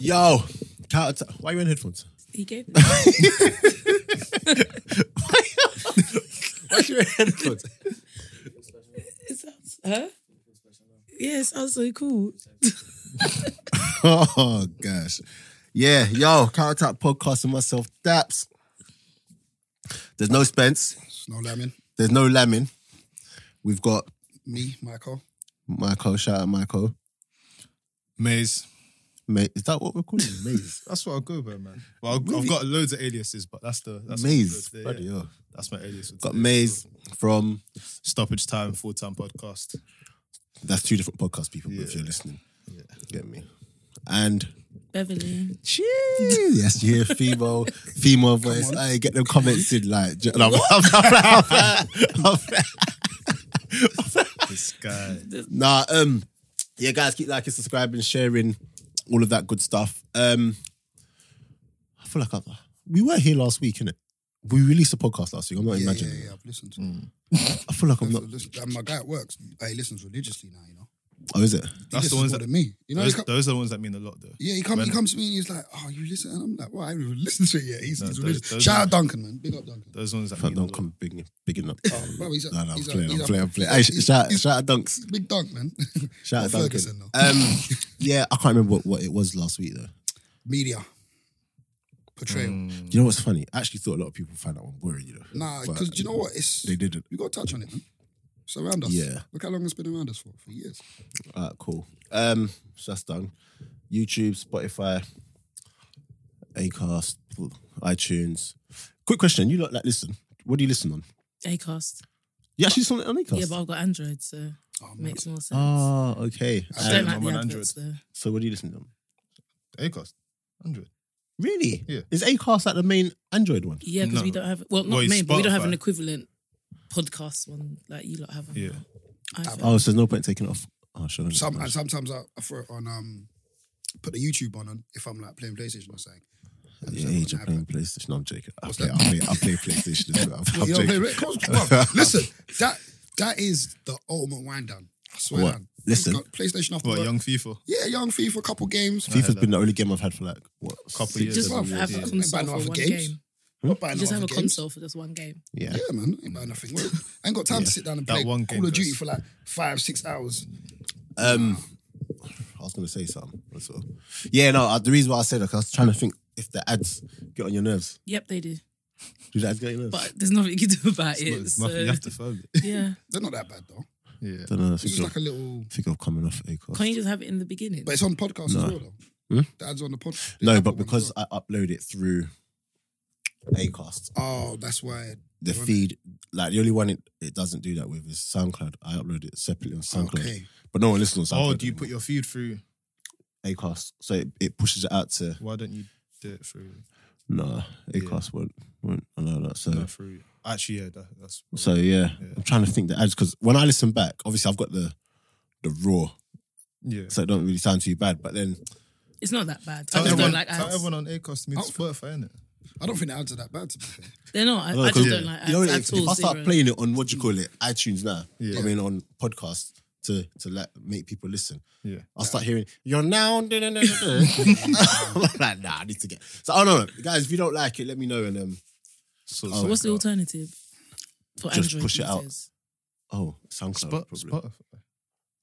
Yo, Cal, t- why are you in headphones? He gave me. Why are you in headphones? It sounds, huh? Yeah, it sounds so cool. oh gosh. Yeah, yo, Countertop Podcast and myself, Daps. There's no Spence. Snow Lemon, There's no Lamin. We've got me, Michael. Michael. Shout out Michael. Maze. Mate, is that what we're calling him? Maze? That's what I'll go by, man. Well, I've, I've got loads of aliases, but that's the that's Maze. The, Bloody hell. That's my alias. for Got today. Maze from Stoppage time, full time podcast. that's two different podcast people, but if Yeah. you're listening. Yeah. Get me. And Beverly. yes, you hear female female voice. on. I get them comments in like j- no, I'm- I'm- I'm- I'm- I'm- This guy. Nah, um, yeah, guys, keep liking, subscribing, sharing, all of that good stuff. Um, I feel like I, we were here last week, innit? We released a podcast last week. I'm not Yeah, yeah, imagining. yeah. I've listened. Mm. I feel like I'm I've not. listened. And my guy at work, he listens religiously now. You know, Oh, is it? he That's the listens ones more that- than me. You know, he those, come, those are the ones that mean a lot, though. yeah, he comes. He when- comes to me and he's like, "Oh, you listen?" And I'm like, "Well, I haven't even listened to it yet." He's, No, he's those- religious. those Shout are- out Duncan, man. Big up Duncan. Those ones that Fuck, mean don't a lot. come big, bigging up. Oh, bro, he's a- no, no, I'm he's a- playing, I'm he's a- playing, I'm playing. Hey, sh- he's- shout, he's- shout out Dunks. He's Big Dunk, man. Shout out Not Duncan. Ferguson, though. Um, yeah, I can't remember what, what it was last week though. Media portrayal. Mm. Do you know what's funny? I actually thought a lot of people found that one boring, you know. Nah, But because you know what? It's they didn't. we got to touch on it, man. It's around us. Yeah. Look how long it's been around us for for years. All right, cool. Um, so that's done. YouTube, Spotify, Acast, iTunes. Quick question: You lot like listen? What do you listen on? Acast. You actually listen on Acast? Yeah, but I've got Android, so it Oh, man. makes more sense. oh, okay. I Um, don't I'm like the on adverts though. so what do you listen on? Acast. 100. Really? Yeah. Is Acast like the main Android one? Yeah, because No. we don't have well, not Well, it's maybe but we don't have an Spotify. equivalent podcast one like you lot have. On Yeah. iPhone. Oh, so there's no point taking it off. Oh, sure. Some and sometimes I, I throw it on um put the YouTube on, on if I'm like playing PlayStation or something. And yeah, just age have of it on playing PlayStation. No, I'm joking. I What's play, I that? play, I play PlayStation. as well. I'm, Well, joking. you don't play Rick Ross, bro. Listen, that that is the ultimate wind down. I swear. What? down. Listen. Got PlayStation after What, work. Young FIFA? Yeah, young FIFA, couple games. FIFA's been the only game I've had for like what Couple six, years. just yeah, seven yeah, have yeah. a Ain't console buying for no one other games. game. Not buying You just no have a other games. console for just one game. Yeah. Yeah, man. Ain't buying nothing. Well, I ain't got time to sit down and That play one game Call of Duty goes- for like five, six hours. Um, I was going to say something. That's all. Yeah, no. uh, The reason why I said that 'cause I was trying to think if the ads get on your nerves. Yep, they do. Do the ads get on your nerves? But there's nothing you can do about It's not- it. it's So, nothing. You have to fold it. yeah. They're not that bad though. Yeah. don't know. I It's think, just of, like a little think of coming off Acast. Can't you just have it in the beginning? but it's on podcast No. as well Hmm? though. The ads on the pod. the no, Apple but one as because well. I upload it through Acast, Oh, that's why the Right. feed like the only one it, it doesn't do that with is SoundCloud. I upload it separately on SoundCloud, Okay. but no one listens on SoundCloud. Oh, do you put your feed through? Acast? So it, it pushes it out to Why don't you do it through? no Acast won't won't allow that. So No, through. Actually, yeah, that, that's. So yeah, Yeah. I'm trying to think the ads because when I listen back, obviously I've got the the raw, Yeah. so it don't really sound too bad. But then it's not that bad. I Tell just don't everyone, like tell ads. everyone on Acast to move to Spotify, innit? I don't think the ads are that bad to be fair. They're not. I, No, I 'cause just don't like Uh, ads you know, at if, all. if I start zero. playing it on what do you call it iTunes now, Yeah. I mean on podcasts to to like make people listen, Yeah. I start hearing you're now. da- da- da- da- da." I'm like nah, I need to get. So I don't know, guys. If you don't like it, let me know and um. So, Oh. So what's the Spotify. alternative? For Just Android push it out. users? Oh, SoundCloud. Spot, probably. Spotify.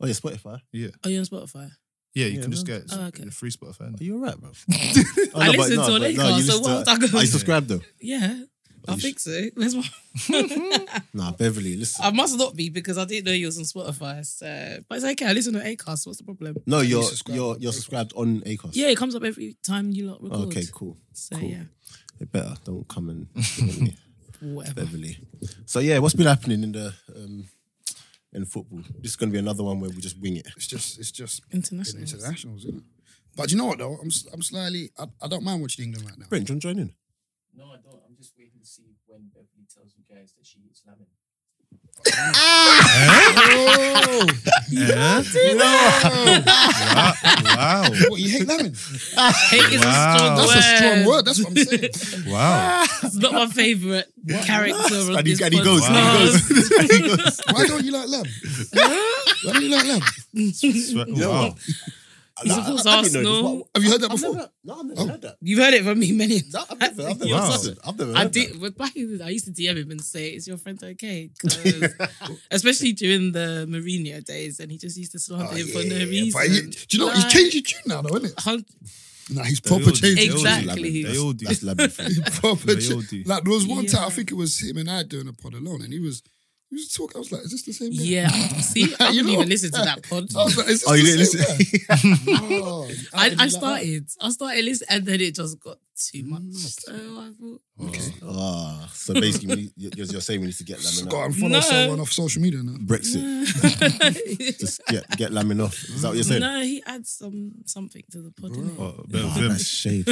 Oh yeah, Spotify. Yeah. Are you on Spotify? Yeah, you Yeah, can just no. get Oh, okay. free Spotify. Are innit? you alright, bro? Oh, I listen to an Acast, so what was I gonna I do? subscribe though. Yeah, I you think so. Where's my- Nah, Beverly, listen. I must not be because I didn't know you was on Spotify. So, but it's okay. I listen to Acast. What's the problem? No, you you're subscribe you're on you're Acast? subscribed on Acast. Yeah, it comes up every time you lot record. Okay, cool. So cool. yeah, It better don't come and get me, whatever. Beverly. So yeah, what's been happening in the um, in football? This is going to be another one where we just wing it. It's just it's just International. internationals, isn't it? But you know what though? I'm s- I'm slightly I, I don't mind watching England right now. Brent, do you want to join in? No, I don't. I'm just waiting to see when Beverly tells you guys that she eats lemon. Eh? oh, Oh. Wow. Eh? Wow. what, you hate lemon? Hate is a Wow. strong That's word. a strong word. That's what I'm saying. Wow. It's not my favorite character. of And he- this and he goes, and podcast. Why don't you like lamb? Why don't you like lamb? Swe- wow. He's, of course, Arsenal. Have you heard that I've before? never, no, I've never Oh. heard that. You've heard it from me many. No, I've never, I've never, You're heard, such- that. I've never heard I that. did, but back in the, I used to DM him and say, "Is your friend okay?" 'Cause- especially during the Mourinho days, and he just used to slander Oh, him for yeah, no yeah, yeah. reason. But you- do you know what? Like- he's changed his tune now, though, isn't it? Hun- Nah, he's They all proper do. changed. his They all That's do. Exactly. Exactly. They all do. That's Lamin for you. proper They all ch- do. Like there was one time I Yeah. think it was him and I doing a pod alone, and he was he was talking. I was like, "Is this the same?" Guy? yeah, I- see, I You didn't know? even listen to that pod. I was like, "Is this Oh, you the didn't same listen? guy?" Oh, I, didn't I like that. Mm, started, I started listening, and then it just got too much. So I thought, Okay. Ah, so basically, we- you- you're, you're saying we need to get Just Lamin go off. and follow No. someone off social media now. Brexit. Just get, get Lamin off. Is that what you're saying? no, he adds some something to the pod. innit? Oh, bit of Ah, him. that's shade.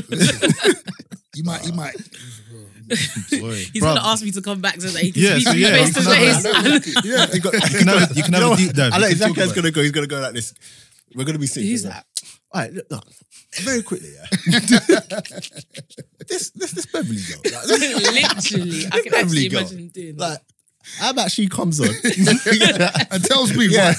You might, you might. Boy. He's Bruv. gonna ask me to come back so that he can Yeah, speak so to me yeah, face to you can have face. that. yeah, You got- You can have a- you can have know a what? deep dive. I know You can talk exactly how it's about going to go. He's going to go like this. We're going to be sitting Who's here. that? All right, look, no, very quickly, yeah. this, this, this Beverly girl, like, this- Literally, I can Beverly actually girl. imagine doing that. like, how about she comes on and tells me Yeah.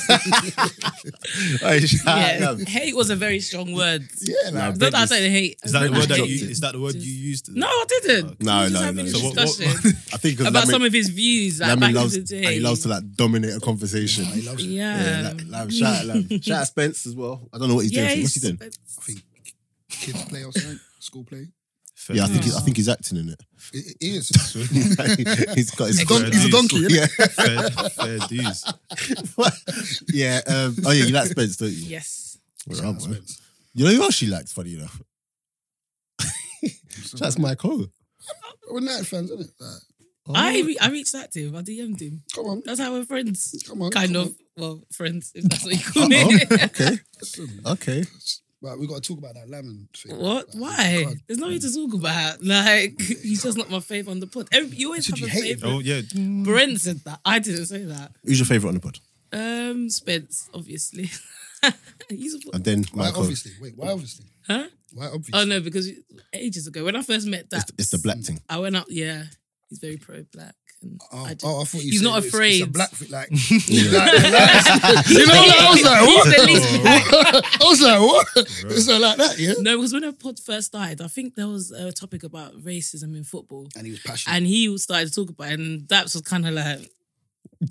Like, she- I yeah, love it. hate was a very strong word. yeah, nah. Don't I say hate? Is that the I word that hate. you? Is that the word you used? No, I didn't. No, We were just no, having no. a So what- what- discussion I think because about some of his views like, back loves, in the and day. he loves to like dominate a conversation. He loves it. yeah, Yeah, like, like, shout out, like, shout out Spence as well. I don't know what he's doing. What's he doing? I think kids play or something, school play. Yeah, I think he's, I Oh. think he's acting in It, it is. it. he's got his He's a donkey. He's a donkey. Yeah, innit? fair, fair dues. yeah. Um, oh yeah, you like Spence, don't you? Yes. Well, Shout out man. Spence. You know who else she likes? Funny enough, that's my co. We're United fans, isn't it? Like, Oh. I re- I reached out to him. I DM'd him. come on, That's how we're friends. come Oh, on. Kind come of. on. Well, friends, if that's what you call Come on. it. okay, Listen, okay. Right, we got to talk about that lemon thing. What? Like, Why? God. There's nothing to talk about. Like, he's just not my favourite on the pod. Every, you always Said have you a hate him. favourite. Oh yeah, Brent said that. I didn't say that. Who's your favorite on the pod? Um, Spence, obviously. he's a, And then Why my co. obviously? Wait, why obviously? huh? Why obviously? Oh no, because ages ago when I first met It's, that, it's the black thing. I went out. Yeah, he's very pro black. And Oh, I just, oh, I thought you He's said not it's- it's afraid. a black thing, like, oh. you know what? I was like, He's the least Oh. black. I was like, what? It's not like that, yeah. No, because when the pod first started, I think there was a topic about racism in football, And he was passionate. and he started to talk about, it, and that was kind of like.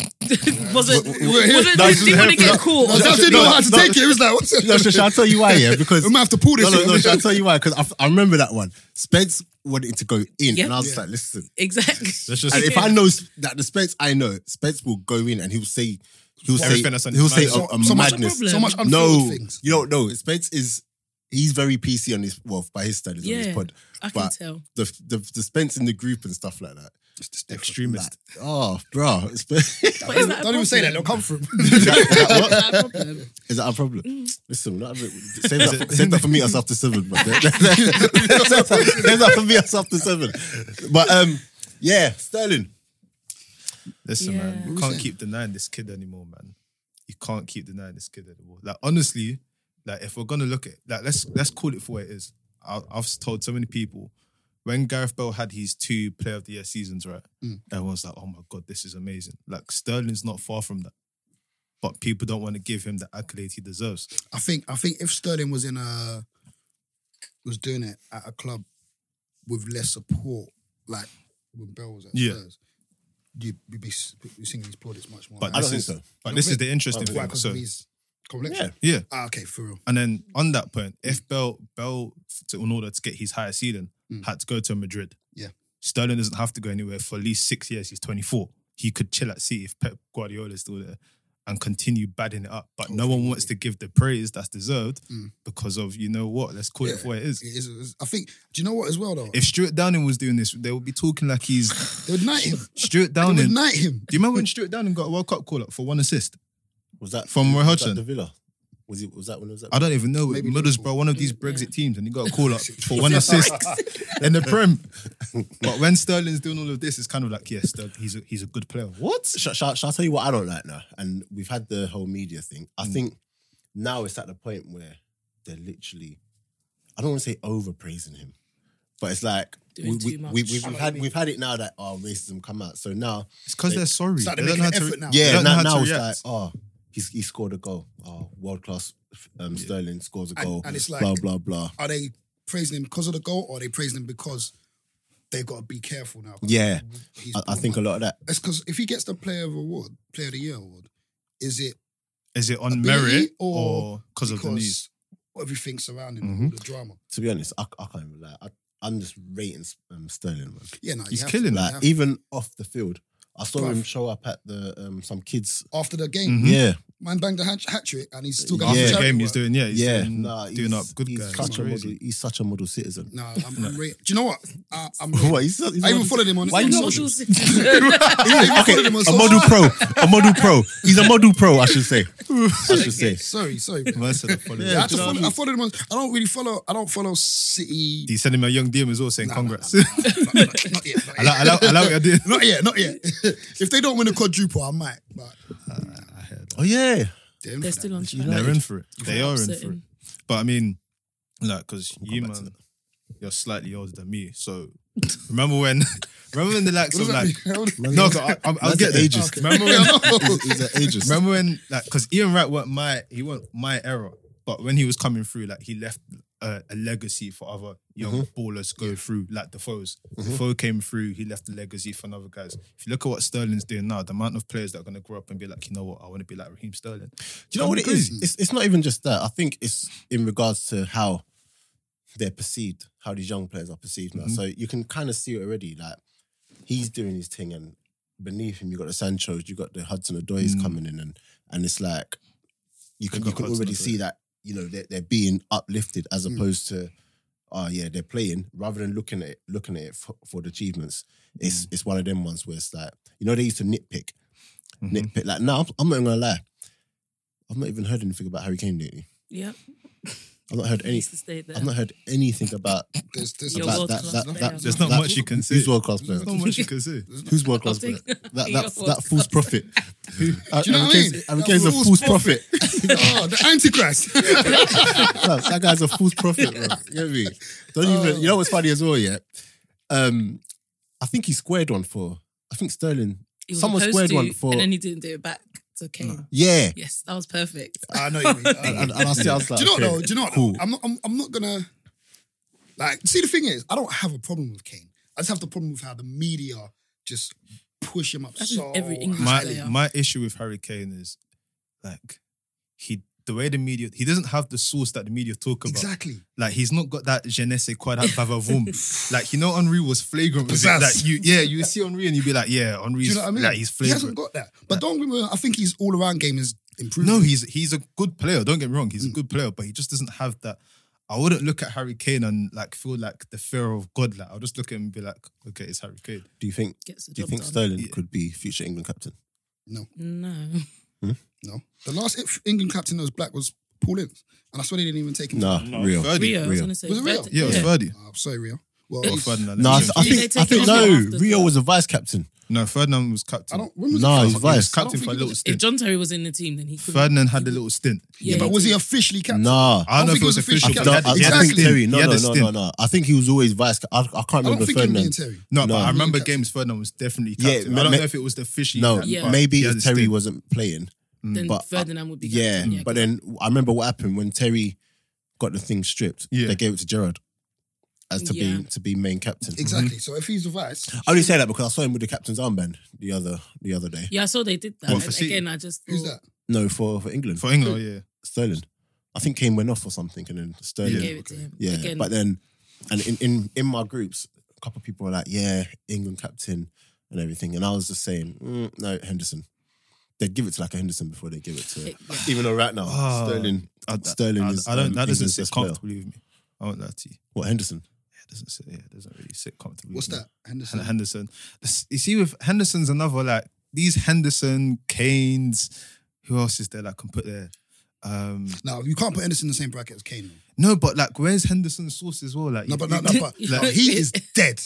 wasn't Wait, wait, wasn't no, this didn't want to no, get I was caught? no, didn't know no, how to no. take Oh, it. It was like, what's it? No, sh- shall I tell you why? Yeah, because We might have to pull no, this. no, no. in. Shall I tell you why? Because I, I remember that one. Spence wanted to go in, Yeah. and I was Yeah. like, listen. Exactly. Let's just- And if I know s- that the Spence I know, Spence will go in and he'll say, he'll say, Everything that's on he'll his say mind. a, a so much, madness. so much unfiltered No, things. you don't know. Spence is he's very PC on his well by his standards on Yeah. his pod. I can But tell. the, the the Spence in the group and stuff like that. It's just Like, extremist. oh, bro, Spence, is But is that a Don't even say that. They'll problem? come for him. that what? Is Is that a problem? that our problem? Listen, we're not having, save, Mm. Is that it- for, save that for me us after seven, but save that for me us after seven. But um, yeah, Sterling. Listen, Yeah. man, What you we can't saying? keep denying this kid anymore, man. You can't keep denying this kid anymore. Like honestly, like if we're gonna look at like let's let's call it for what it is. I, I've told so many people when Gareth Bell had his two Player of the Year seasons, right? Mm. Everyone's like, "Oh my god, this is amazing!" Like Sterling's not far from that, but people don't want to give him the accolade he deserves. I think I think if Sterling was in a was doing it at a club with less support, like when Bell was at Yeah. Spurs, you'd be, be, be singing his plaudits much more. But I this don't think is so. but this is the interesting I don't Why? thing. Because So uh, of his complexion. Yeah. yeah, Ah, okay, for real. And then Mm. on that point, if Bell Bell to, in order to get his higher ceiling Mm. had to go to Madrid, Yeah. Sterling doesn't have to go anywhere for at least six years. He's twenty four. He could chill at City if Pep Guardiola is still there and continue badding it up. But no one wants to give the praise that's deserved Mm. because of you know what. Let's call Yeah. it for what it is. It is, it is- I think. Do you know what? As well though, If Stuart Downing was doing this, they would be talking like he's they would knight him. Stuart They would Downing. Do knight him. you remember when Stuart Downing got a World Cup call up for one assist? Was that From Roy was that Hodgson? The Villa. Was it? Was that when it was that? I don't even know. Maybe Liverpool. Middlesbrough, one of these Yeah. Brexit teams, and he got a call up for one assist in the Prem. But when Sterling's doing all of this, it's kind of like, yes, Sterling, he's a, he's a good player. What? Shall, shall, shall I tell you what I don't like now? And we've had the whole media thing. Mm. I think now it's at the point where they're literally, I don't want to say overpraising him, but it's like Doing we, too we, we, much. we've, we've had we've had it now that our racism come out. So now It's because they're sorry. It's like They they're don't know making how an to. effort now. they Yeah, don't know now, how now to it's react. like, oh, he's, he scored a goal. Oh, world class um, Sterling scores a And- goal. and it's like- blah blah blah. Are they praising him because of the goal, or are they praising him because they've got to be careful now? Yeah, He's I, I brought think a back- lot of that. It's because if he gets the player of award, player of the year award, is it Is it on Ability merit or or because of the news? because everything surrounding him, Mm-hmm. Mhm. all the drama? To be honest, I, I can't even lie. I, I'm just rating um, Sterling. Man. Yeah, no, you He's have to, killing you Like have to. even off the field, I saw Bruv. Hmm? him show up at the um, some kids. after the game. Mhm. Yeah, Man banged a hat, hat trick and he's still Mm-hmm. Yeah. going After to the charity game, he's work. doing yeah, he's yeah. doing, Nah, doing up he's- good he's guys. Such a Crazy. model. He's such a model citizen. No, I'm, I'm re- Do you know what? I, I'm re- What, he's- he's I even model- followed him on Why on you Model not- social. citizen. Yeah, even okay, followed him on a social. model pro, a model pro. He's a model pro, I should say. I should say. Sorry, sorry. man. Man said I followed Yeah, I, him. had to follow, I followed him on. I don't really follow. I don't follow City. He sent him a young DM as well saying congrats. not, not, not yet. Not I yet. like I like I like what you're doing. Not yet. Not yet. if they don't win a quadruple, I might. But Oh yeah, damn, They're still on track. They're in for it. They are in for it. Upsetting. But I mean, like, because you back to man, you're slightly older than me. So remember when remember when the likes What of does like that mean? no, 'cause I, I, I'll That's get there. ageist. Remember when he's, he's an ageist. Remember when like because Ian Wright weren't my he weren't my era, but when he was coming through, like he left uh, a, a legacy for other young Mm-hmm. ballers go through, like the foes. The foe came through, he left a legacy for other guys. If you look at what Sterling's doing now, the amount of players that are gonna grow up and be like, you know what, I want to be like Raheem Sterling. Do you know what it is? It's, it's not even just that. I think it's in regards to how they're perceived, how these young players are perceived now. So you can kind of see it already. Like he's doing his thing, and beneath him you got the Sancho's, you got the Hudson Odoi's coming in, and and it's like you can got you can Hudson-Odoi. already see that you know they're, they're being uplifted Hmm. as opposed to oh yeah they're playing rather than looking at it, looking at it for, for the achievements. It's Hmm. it's one of them ones where it's like you know they used to nitpick, Mm-hmm. nitpick. Like no, I'm, I'm not even gonna lie. I've not even heard anything about Harry Kane lately. Yep. I've not heard any. Needs to stay there. I've not heard anything about There's, there's, You're about world that. class that, player. that There's not that- much you can say. Who's world class player? There's not much you can say. Who's world class I'll player? take- That that, You're that world false prophet. Do you know what I Harry mean? That Kane's a false false prophet. oh, the Antichrist. Bruv, that guy's a false prophet, bro. You get me? Don't even. You know what's funny as well? Yeah, um, I think he squared one for. I think Sterling. He was Someone supposed squared to, one for. and then he didn't do it back to Kane. Yeah, Yes, that was perfect. I know you mean. I and, know. and I, see, I was like, Do you know okay, what though? Do you know what? cool. though? I'm not, I'm, I'm not gonna like. See, the thing is, I don't have a problem with Kane. I just have the problem with how the media just push him up That's so every English high. my player. my issue with Harry Kane is like he the way the media he doesn't have the source that the media talk about. Exactly. Like he's not got that je ne sais quoi, that bavavoom. like you know, Henri was flagrant with it. Pizzazz. Like you, yeah, you see Henri and you be like, yeah, Do Henri's you know what I mean? like he's he hasn't flagrant. got that. But don't remember. I think his all around game is improved. no, he's he's a good player. Don't get me wrong, he's Mm. a good player, but he just doesn't have that. I wouldn't look at Harry Kane and like feel like the fear of God. Like I'll just look at him and be like, okay, it's Harry Kane. Do you think? Gets the Do you job think done. Sterling Yeah. could be future England captain? No. no. The last England captain that was black was Paul Ince, and I swear they didn't even take him. Nah, real. Ferdy. Rio, I was Rio. going to say. Was it Rio? Verdi- Yeah, it was Ferdy. Oh, I'm sorry, Rio. Well, Or he's- Ferdinand. No, I, th- I Did they think take I think him off no. after Rio that? was a vice captain. no, Ferdinand was captain. I don't. When was Nah, he he's captain? He was vice. I don't captain think for a he little was- If stint. John Terry was in the team, then he could. Ferdinand had a little stint. Yeah, But was he officially captain? Nah. I don't know I if it was don't think official. I he was but don't, he I had- he don't had a think stint. Terry. No, He had no, a no, no, stint. no. I think he was always vice. ca- I, I can't I don't remember think him being Ferdinand. Terry. No, No. but I remember Captain. games Ferdinand was definitely Yeah, captain. ma- I don't ma- know if it was the official. No, captain, Yeah. but maybe he had if a Terry stint. wasn't playing. then but- uh, Ferdinand would be. Yeah, Mm. captain, but then I remember what happened when Terry got the thing stripped. Yeah. They gave it to Gerard as to Yeah. be to be main captain. Mm-hmm. Exactly. So if he's the vice, I only say that because I saw him with the captain's armband the other the other day. Yeah, I saw they did that. What, And for City? again, I just. who's thought- Mm-hmm. that? No, for for England, For England, yeah. Sterling. I think Kane went off or something, and then Sterling. Yeah. gave it to him. Yeah, Again, but then, and in, in in my groups, a couple of people were like, "Yeah, England captain and everything," and I was just saying, mm, "No, Henderson." They'd give it to like a Henderson before they give it to, It- yeah. even though right now Ah, Sterling, I- Sterling I, is I don't. um, That doesn't England's sit best player. comfortably with me. I won't lie to you. What Henderson? Yeah, it doesn't sit. Yeah, it doesn't really sit comfortably. What's with me. that? Henderson. Mm-hmm. Hen- Henderson. This- You see, with Henderson's another like these Henderson, Canes. Who else is there that can put there? Um, Now you can't put Henderson in the same bracket as Kane. no, but like, where's Henderson's source as well? Like, No, you- but no, no, but Like- but he is dead.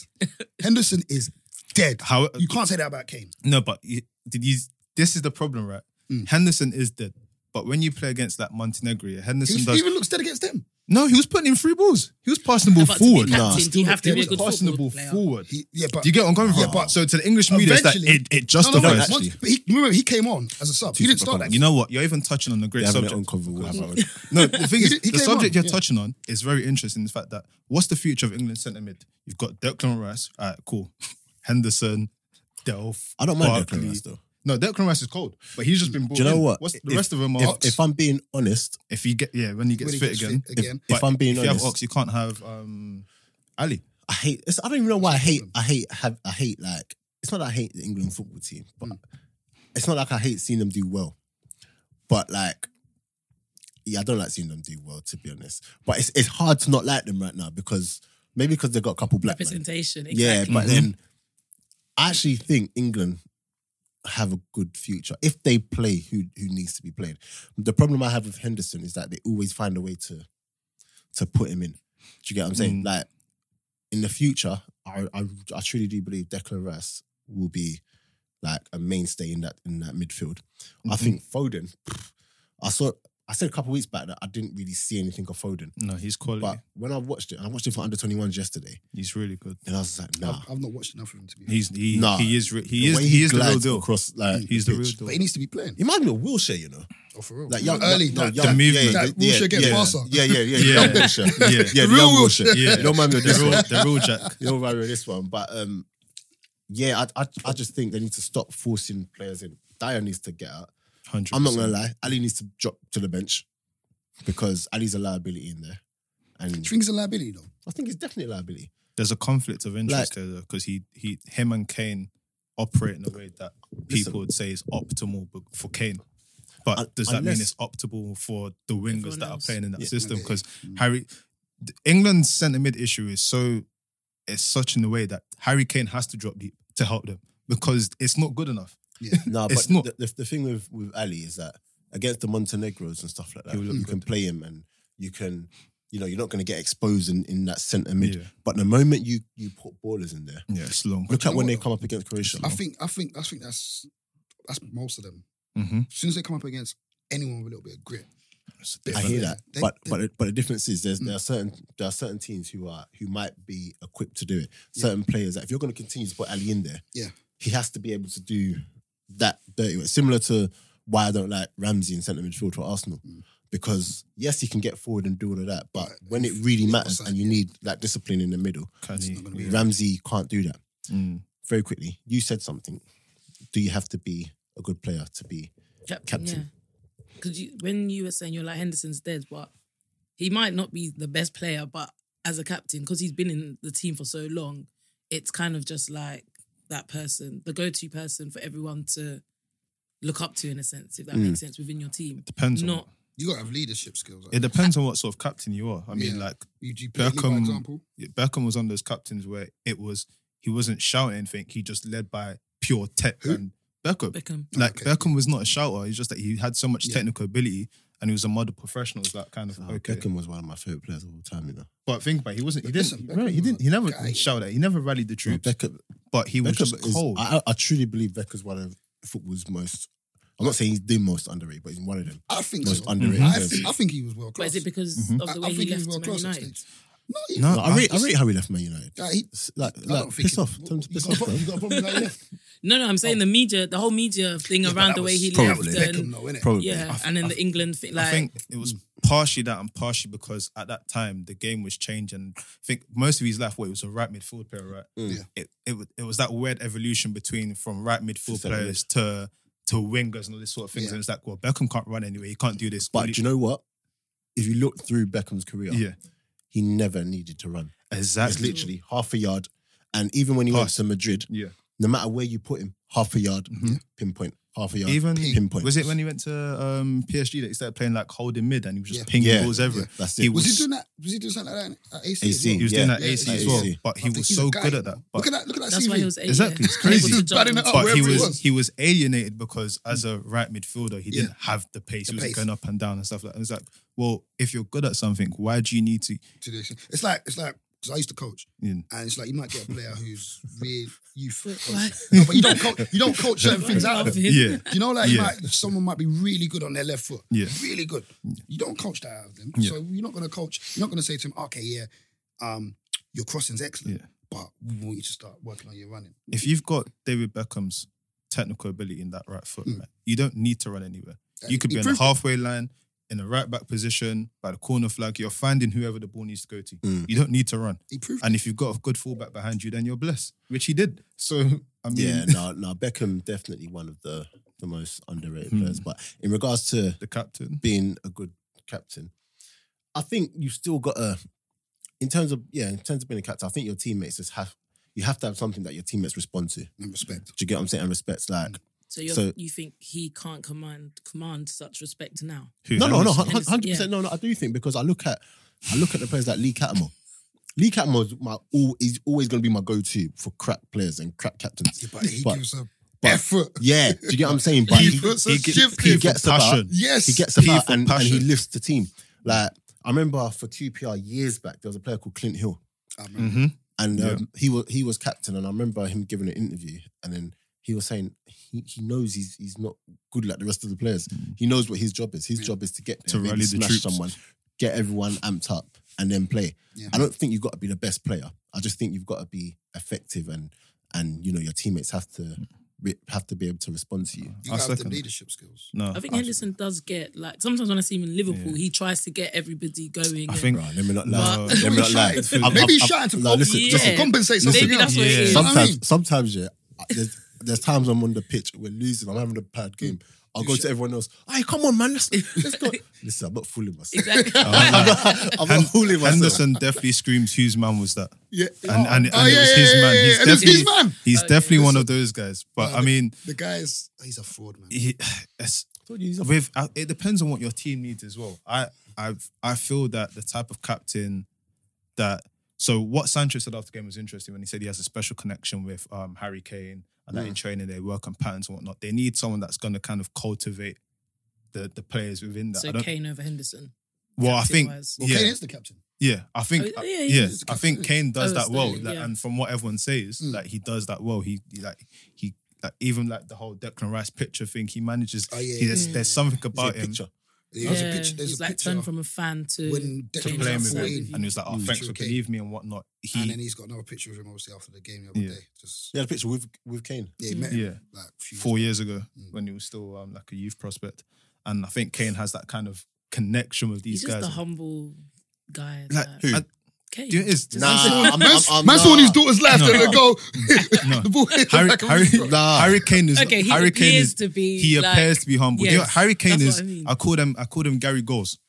Henderson is dead. how? You can't say that about Kane. No, but you, did you? This is the problem, right? Mm. Henderson is dead, but when you play against like Montenegro, yeah, Henderson He does. even looks dead against them. No, he was putting in three balls. He was passing the ball But to be forward. captain, Nah, you have to He be a was good passing the football ball player. forward. He, yeah, but Do you get what I'm going from? Yeah. But so to the English media, it's like Eventually- it, it no, no, justifies. no, Justified. once- but he, remember he came on as a sub. He didn't super start that. comments. you know what? You're even touching on a great They have their own subject. cover. We'll have our own. No, the thing He is, did- he the came on, subject you're yeah. touching on is very interesting. The fact that what's the future of England centre mid? You've got Declan Rice. All right, cool. Henderson, Delph. I don't mind Barkley. Declan Rice though. No, Declan Rice is cold, but he's just been. Do brought you know in. what? What's, the If- rest of them are If, Ox. if I'm being honest, If he get yeah, when he gets When he fit gets again. fit again. If I'm being if you honest- have Ox, you can't have um, Ali. I hate. It's, I don't even know why I hate. I hate. Have I hate like. It's not that I hate the England football team, but Hmm. it's not like I hate seeing them do well. But like, yeah, I don't like seeing them do well to be honest. But it's it's hard to not like them right now because maybe because they've got a couple black men. Representation. Yeah, Exactly. but then I actually think England have a good future if they play who who needs to be played. The problem I have with Henderson is that they always find a way to to put him in. Do you get what I'm saying? Mm. Like in the future, I, I I truly do believe Declan Rice will be like a mainstay in that in that midfield. I Mhm. think Foden. pff, I saw. I said a couple of weeks back that I didn't really see anything of Foden, No, he's quality. but when I watched it, and I watched it for under 21s yesterday, he's really good. and I was like, nah. I've, I've not watched enough of him to be. He's he, Nah. he is re- he The is way he, is the real glides deal. Across, like, he's the real pitch. deal. but he needs to be playing. He reminds me of Wilshire, you know, Oh, for real. like young, early. no, that- young, the movement. Yeah, That yeah, Wilshere gets yeah, faster. Yeah, yeah, yeah, yeah. Yeah. Young Wilshire. Yeah. yeah, the real young Wilshire. Yeah. You don't mind me of the, this real, one. the real Jack. You don't mind me of this one, but um, yeah, I, I, I just think they need to stop forcing players in. Dyer needs to get out. 100%. I'm not gonna lie, Ali needs to drop to the bench because Ali's a liability in there, and Shrink's a liability though. I think he's definitely a liability. There's a conflict of interest there because he he him and Kane operate in a way that people would say is optimal b- for Kane. But Un- does that unless- mean it's optimal for the wingers Everyone that are else. playing in that Yeah. system? Okay. Because Mm. Harry, th- England's centre mid issue is so it's such in a way that Harry Kane has to drop deep to help them because it's not good enough. No, It's but not- The, the, the thing with, with Ali is that against the Montenegros and stuff like that, He will look you can play him and you can, you know, you're not going to get exposed in, in that centre mid. Yeah. But the moment you you put ballers in there, Yeah, it's long. look you at know when what they though? come up against Croatia. I think I think I think that's that's most of them. Mm-hmm. As soon as they come up against anyone with a little bit of grit, It's I I different. hear Yeah. that, They- but they- Mm. but but the difference is there's there are certain there are certain teams who are who might be equipped to do it. Certain players that if you're going to continue to put Ali in there, Yeah. he has to be able to do that dirty work. Similar to why I don't like Ramsey in centre midfield for Arsenal. Mm. Because yes, he can get forward and do all of that, but But when it if- really if matters offside, and you need that discipline in the middle, Can it's he- not gonna be. Ramsey can't do that. Mm. Very quickly, you said something. Do you have to be a good player to be? Captain. Captain. Because you, when you were saying you're like Henderson's dead, but he might not be the best player, but as a captain, because he's been in the team for so long, it's kind of just like that person, the go-to person for everyone to look up to in a sense, if that Mm. makes sense within your team. Depends on Not you gotta have leadership skills. Like, It depends on what sort of captain you are. I mean, Yeah. like you, you play for Beckham- example. Beckham was one of those captains where it was he wasn't shouting anything. He just led by pure tech. Who? Oh, And Beckham, Beckham. like Okay. Beckham, was not a shouter. He's just that he had so much Yeah. Ah, technical ability and he was a model professional. It's that kind of Oh, okay. Beckham was one of my favorite players of all time. You know, But think about it, he wasn't. He But didn't. listen, bro, he Beckham didn't. was He a never guy. shouted. He never rallied the troops. Beckham, but he was Beckham just is- cold. I, I truly believe Becker's one of football's most. I'm not saying he's the most underrated, but he's one of them. I think Most so. underrated. I, players. think, I think he was world But class. is it because Mhm. of the I, way I he think he was left world Man class at United? stage. No, he, no, Like, I, rate, I rate how he left Man United. uh, he, It's Like, I like don't think piss he- off. Tell him to you piss got a off. problem- man. you got a problem with that left. No, no, I'm saying the media, the whole media thing Yeah, but around that the way was he probably left. um, Beckham, And, though, innit? Probably. yeah, and then the England thing. Like, I think it was partially that and partially because at that time the game was changing. I think most of his life, well, it was a right midfield player, right? Mm. Yeah. It, it wa- it was that weird evolution between from right To midfield centre mid. players to to wingers and all this sort of things. Yeah. And it's like, well, Beckham can't run anyway. He can't do this. But do you know what? If you look through Beckham's career, yeah, he never needed to run. It's exactly. literally half a yard. And even when he went Pass. to Madrid, Yeah. Mm-hmm. no matter where you put him, half a yard, pinpoint, half a yard, Even pinpoint. was it when he went to um, PSG that he started playing like holding mid and he was just Yeah. pinging Yeah. balls everywhere. That's He it. Was he was- doing that? Was he doing something like that at AC? AC, as He well? was doing Yeah. that Yeah, AC yeah, as yeah. well, AC. but I he think was he's a so guy, good you at that. know. But Look at that. Look at that. that's CV. why he was eight. Exactly, yeah. it's crazy. Able to jump. Batting it up. but he wherever he was, was. he was alienated because as a right midfielder, he didn't have the pace. The he was pace. going up and down and stuff like that. And it's like, well, if you're good at something, why do you need to? to do this. It's like it's like because I used to coach, Yeah. and it's like you might get a player who's really youth, Wait, coach. what? no, but you don't coach, you don't coach certain things out. Love Do him. Yeah. you know, like you Yeah. might, someone might be really good on their left foot, Yeah. really good. You don't coach that out of them, Yeah. so you're not going to coach. You're not going to say to him, okay, yeah, um, your crossing's excellent, Yeah. but we want you to start working on your running. If you've got David Beckham's technical ability in that right foot, Mm. right, you don't need to run anywhere. You could be on the Improve- halfway line, in the right back position, by the corner flag. You're finding whoever the ball needs to go to. Mm. You don't need to run. He proved And if you've got a good fullback behind you, then you're blessed, which he did. So I mean, Yeah, no, no, Beckham definitely one of the the most underrated Hmm. players. But in regards to the captain. being a good captain, I think you've still got to, in terms of yeah, in terms of being a captain, I think your teammates just have you have to have something that your teammates respond to. Do and respect. you get what I'm saying? And respects like So, you're, So- you think he can't command command such respect now? Who no, no, no, Henderson. hun- hundred percent. No, no, I do think because I look at I look at the players like Lee Catmull. Lee Catmull's my all is always going to be my go to for crap players and crap captains. Yeah, but he But- gives a but- effort. Yeah, do you get what I'm saying? But he, he, puts a he gi- shift he in. gets about passion. yes, he gets P about for and, and he passion. lifts the team. Like I remember for QPR years back, there was a player called Clint Hill, I remember. Mhm. and um, Yeah. he was he was captain, and I remember him giving an interview, and then he was saying he, he knows he's he's not good like the rest of the players. He knows what his job is. His Yeah. job is to get there, To maybe Mm. rally the smash troops. someone, get everyone amped up, and then play. Yeah. I don't think you've got to be the best player. I just think you've got to be effective, and and you know your teammates have to Mm. re- have to be able to respond to you. You I gotta have the second. leadership skills. No, I think Henderson does get like sometimes when I see him in Liverpool, Yeah. he tries to get everybody going. I and- think Bro, let me not lie. No. Let me not lie. Maybe I'm- I'm- he's I'm- shouting to, no, listen, Yeah. just to compensate something Maybe that's else. what it Yeah. is. Some- Sometimes, what I mean? sometimes, yeah. I- There's, there's times I'm on the pitch, we're losing, I'm having a bad game. I'll You go should- to everyone else. Hey, come on, man, let's let's go. Listen, I'm not fooling myself. exactly. I'm not, I'm not fooling myself. Henderson definitely screams whose man was that, Yeah. and and, and Oh, it yeah, was yeah, his yeah, man. yeah, He's yeah. And it's definitely his man. he's Oh, yeah. definitely one of those guys. But Oh, I mean, The guy is he's a fraud, man. he, it's, I told you he's a- with uh, it depends on what your team needs as well. I I've I feel that the type of captain that so what Sancho said after the game was interesting when he said he has a special connection with um, Harry Kane and that in training they work on patterns and whatnot. They need someone that's going to kind of cultivate the the players within that. I so don't, Kane over Henderson. well, I think captain-wise. Well, yeah, Kane is the captain. yeah, I think Oh, uh, yeah, yeah, he is I think Kane does Oh, that it's well, there, like, yeah. and from what everyone says, Mm. like he does that well. He, he, like he like even like the whole Declan Rice picture thing. He manages. Oh, yeah, he- there's, yeah, there's yeah. something he's a about him picture. There's yeah, a picture. There's he's a like picture turned from a fan to when to to Declan play playing was with with him. 14, him, and he was like, "Oh, Mm. thanks for 2K. believing me and whatnot." and He, then he's got another picture of him obviously after the game the other Yeah. day. Just He had a picture with with Kane. yeah, he met him yeah, like a few four years ago Mm. when he was still um, like a youth prospect, and I think Kane has that kind of connection with He's these just guys. a humble guy. like like, who? Who? I- Kane. do you know it is? Just- Nah, years. I'm- Man's, I'm- I'm man's not- on his daughter's left and No. they go. No. the ball hit the Harry, back of Harry, his throat. Harry Kane is Okay, he Harry Kane appears is to be. he like, appears to be humble. Do you know what yes, Harry Kane that's is. what I mean. I call them. I call them Gary Goals.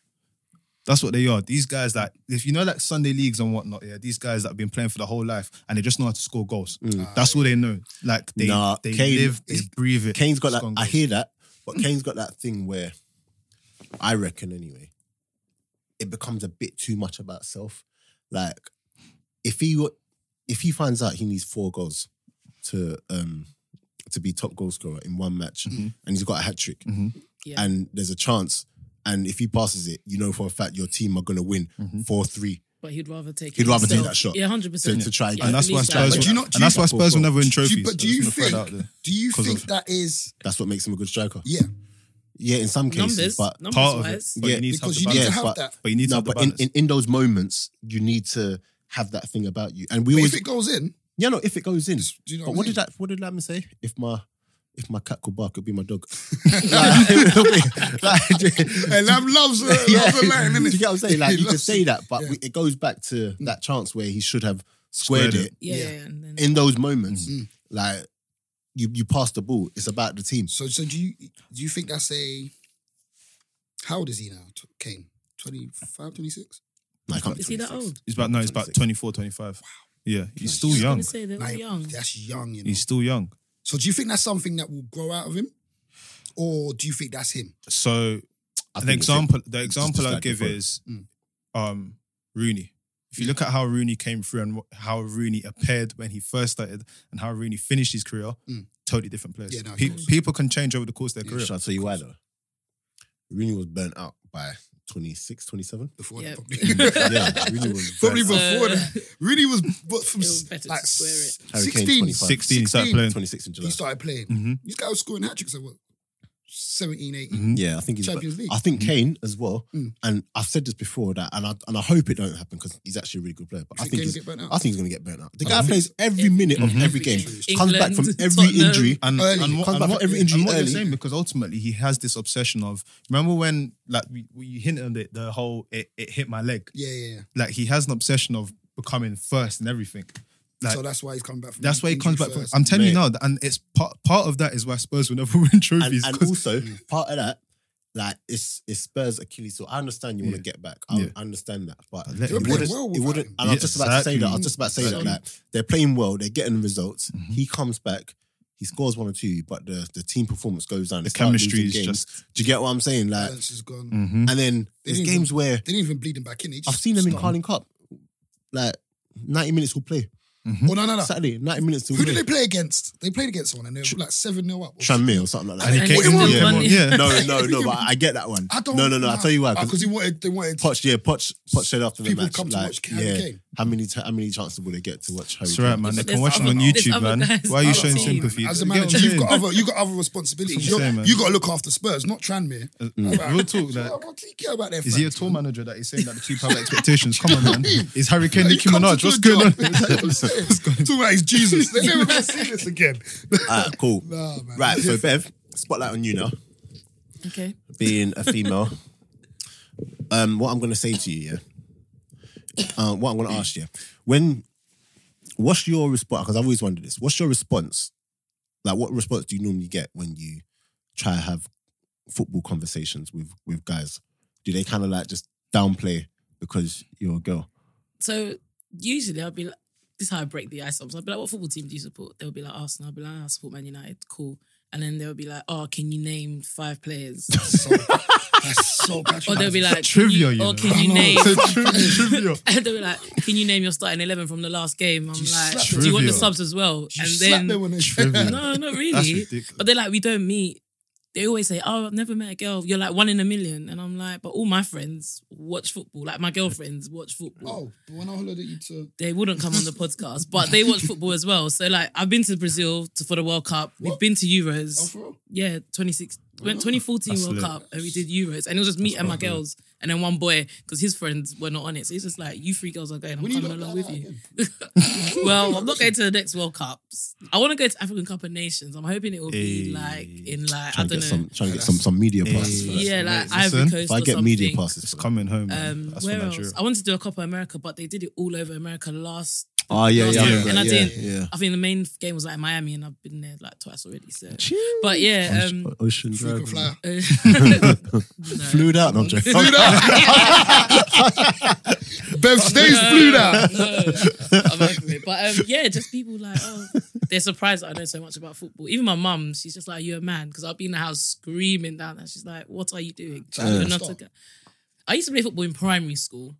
That's what they are. These guys that if you know like Sunday leagues and whatnot, yeah, these guys that have been playing for the whole life and they just know how to score goals. That's all they know. Like they, Nah, they Kane- live, they breathe it. Kane's got that. Scoring I goals. hear that, but Kane's got that thing where I reckon anyway, it becomes a bit too much about self. Like if he wa- if he finds out he needs four goals to um to be top goal scorer in one match, Mhm. and he's got a hat trick, Mhm. Mm-hmm. Yeah. and there's a chance. And if he passes it, you know for a fact your team are gonna win Mhm. four three but he'd rather take. He'd it rather take himself. that shot. Mm-hmm. Yeah, hundred to, percent. to try Yeah, again. and that's why believe that. Spurs. But Will, do you not- do and that's you- why Spurs will never win Do trophies. you- but I do just you wanna throw that think? out there. Do you 'Cause think of- that is That's what makes him a good striker. yeah? Yeah, in some cases, numbers, but numbers part of it, wise. but Yeah, you need Because to you have need the to balance, have but- that. But you need to no, have the but in, balance. in, in those moments, you need to have that thing about you. And we But always, if it goes in, yeah, no, if it goes in. it's- do you know But what, what I mean? did that? What did Lam say? If my if my cat could bark, it'd be my dog. like, it'll be- like, And Lam loves, uh, yeah, loves a line, do innit? you get what I'm saying? Like He you can loves say it. that, but Yeah. we, it goes back to that chance where he should have squared, Squared it. Yeah, Yeah. and then in those moments. Mm. Like you, you pass the ball. It's about the team. So, so do you do you think that's a? How old is he now? T- Kane, 25, 26? Like, I can't is he that 26. old? He's about no, he's about 24, 25. Yeah, he's still I young. was gonna say they're all Like, young. That's young, you know. He's still young. so, do you think that's something that will grow out of him, or do you think that's him? So I an think it's him. example, the It's example just I like give different. is Mm. um, Rooney. If you look at how Rooney came through and wh- how Rooney appeared when he first started and how Rooney finished his career, Mm. totally different players. Yeah, no, of Pe- course. people can change over the course of their Yeah, career. Shall I tell you why though? Rooney was burnt out by 26, 27. before Yep. that, probably. Yeah, Rooney was Probably very- So- before that. Rooney was but from It was s- better to like swear s- it. Harry Kane, 16, 25. 16, he started 16, playing. 26 in July. He started playing. Mhm. This guy was scoring hat tricks at what? 17, 18. Mhm. Yeah, I think he's. Champions League. I think Kane as well. Mm. And I've said this before that, and I and I hope it don't happen because he's actually a really good player. But I Is it think gonna he's, get burnt out? I think he's going to get burnt out. The I guy think- plays every minute of Mhm. every game, England, comes back from every Tottenham. injury. And, Early. and, what, Comes and back what- from every injury and what you're early. saying because ultimately he has this obsession of remember when like we, we you hinted on it the whole it, it hit my leg Yeah, yeah, yeah. like he has an obsession of becoming first and everything like so that's why he's coming back from that's why he injury comes back from, first. I'm telling you Mm, Mate. now and it's part part of that is why Spurs will never win And, trophies and 'cause- also part of that, like it's it's Spurs Achilles. So I understand you want Yeah. to get back. I, Yeah. I understand that, but But it let him wouldn't. play well it without wouldn't. him. And I Yeah, was just about to say that. I was exactly. just about to say Exactly. that. Like they're playing well. They're getting results. Mhm. He comes back. He scores one or two, but the, the team performance goes down. the They start chemistry losing is games. just Do you get what I'm saying? Like, Balance is gone. Mhm. and then They there's didn't games where They didn't even bleed him back in. They just I've seen them in stopped. Carling Cup. Like 90 minutes will play. Oh, no, no, no. Saturday, 90 minutes will Who play. did they play against? They played against someone and they were like 7 0 up. Tranmere or something like that. and he And came he in won the game one, on- yeah. yeah no, no, no, but I get that one. I don't no, no, no. I'll know. tell you why. Because Because he wanted, they wanted. Poch, yeah, Poch, Poch said after the People match. come to like, watch Harry yeah, Kane. how many ti- how many chances will they get to watch Harry it's alright Kane? man they There's can watch it other- on there's YouTube other man guys why are you on showing the team. sympathy As a Get manager, on you've got the other, you got other responsibilities. That's You what I'm got, saying, man. you got to look after Spurs, not Tranmere. team. real talk like So what do you care about their Is he a fans, tour man? manager that he's saying that the team have expectations? Come on, man. Is Harry Kane Like, Nicki he comes Minaj? to What's do a going on? job. Talking about his Jesus. They're never going to see this again. All right, cool. Nah, man. Right, so Bev, spotlight on you now. Okay. being a female, um, what I'm gonna say to you, yeah, um, what I'm gonna ask you, when, what's your response? Because I've always wondered this. What's your response? Like, what response do you normally get when you try to have football conversations with with guys? Do they kind of like just downplay because you're a girl? So usually I'll be like, this is how I break the ice sometimes. I'll be like, what football team do you support? They'll be like, Arsenal. I'll be like, "Ah, I support Man United. Cool. And then they'll be like, oh, can you name five players? So, that's so Or they'll be patronising. like, Trivia, can you you, or know. can you name? Trivia. And they'll be like, can you name your starting eleven from the last game? I'm Do you like, slap do you want the Trivia. subs as well? You and slap then them when they- Trivia. no, not That's really. ridiculous. But they're like, we don't meet. They always say, oh, I've never met a girl. You're like one in a million. And I'm like, but all my friends watch football. Like my girlfriends watch football. Oh, but when I hollered at you to They wouldn't come on the podcast, but they watch football as well. So like, I've been to Brazil to, for the World Cup. We've What? Oh, been to Euros. Afro, Yeah, 26, went 2014 That's World lit. Cup, and we did Euros, and it was just me and my girls, and then one boy, because his friends were not on it. So he's just like, You three girls are going, I'm when you coming got along that with out you. again? well, I'm not going to the next World Cups. I want to go to African Cup of Nations. I'm hoping it will be Hey. like in like, I Trying don't to know. get some, trying to get some some media passes. for that. yeah, like Listen, Ivory Coast. if I or get media something. passes, It's for that- coming home. man. Um, That's where for else? Nigeria. I wanted to do a Copa America, but they did it all over America last. Oh yeah, last yeah, time, yeah, and I yeah, didn't. yeah. I think the main game was like in Miami, and I've been there like twice already. So, but yeah, um, Ocean frequent Drive. flyer. Uh, no. Flew out. No, I'm joking. Flew out. Bev stays flew out. No, I'm over it. But um, yeah, just people like, oh, they're surprised that I know so much about football. Even my mum, she's just like, you're a man. Because I'll be in the house screaming down there. She's like, what are you doing? Child, You're not stop. a guy. I used to play football in primary school.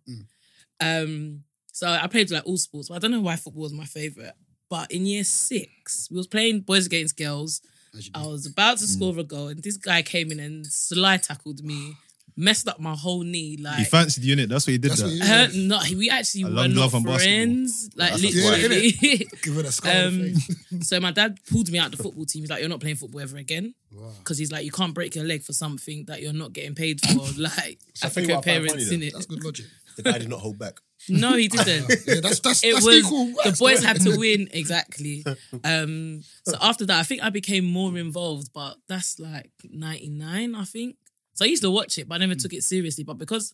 Um, so I played like all sports, but I don't know why football was my favourite. But in year six, we was playing boys against girls. As you I do. was about to score a goal, and this guy came in and slide tackled me, messed up my whole knee. Like he fancied the unit. That's what he did. That's there. what he- her, no, we actually I were love not love and basketball. friends. Like That's why. literally. Give it a scar on the um, face. so my dad pulled me out the football team. He's like, "You're not playing football ever again," Wow. because he's like, "You can't break your leg for something that you're not getting paid for." Like So I tell you what I African find parents funny in it. That's good logic. The guy did not hold back. No, he didn't. Yeah, that's that's, It that's was equal. the rights, boys though. had to win exactly. Um, so after that, I think I became more involved, but that's like '99, I think. So I used to watch it, but I never took it seriously. But because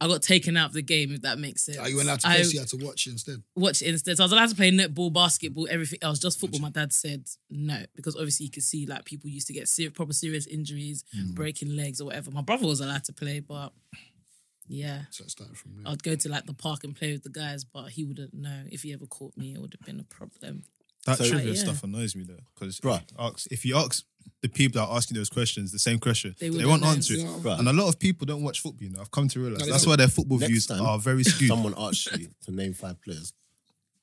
I got taken out of the game, if that makes sense, Are you allowed to I- play? so you had to watch instead. watch it instead. So I was allowed to play netball, basketball, everything else, just football. My dad said no because obviously you could see like people used to get ser- proper serious injuries, breaking legs or whatever. My brother was allowed to play, but yeah, So it started from there. I'd go to like the park and play with the guys, but he wouldn't know if he ever caught me. It would have been a problem. That So- trivia Yeah. stuff annoys me though, because Bruh. if you ask the people that are asking those questions the same question, They they, wouldn't won't know. answer it. Yeah. Bruh. And a lot of people don't watch football. You know, I've come to realize No, they that's don't. why their football Next views time, are very skewed. someone asks you to name five players,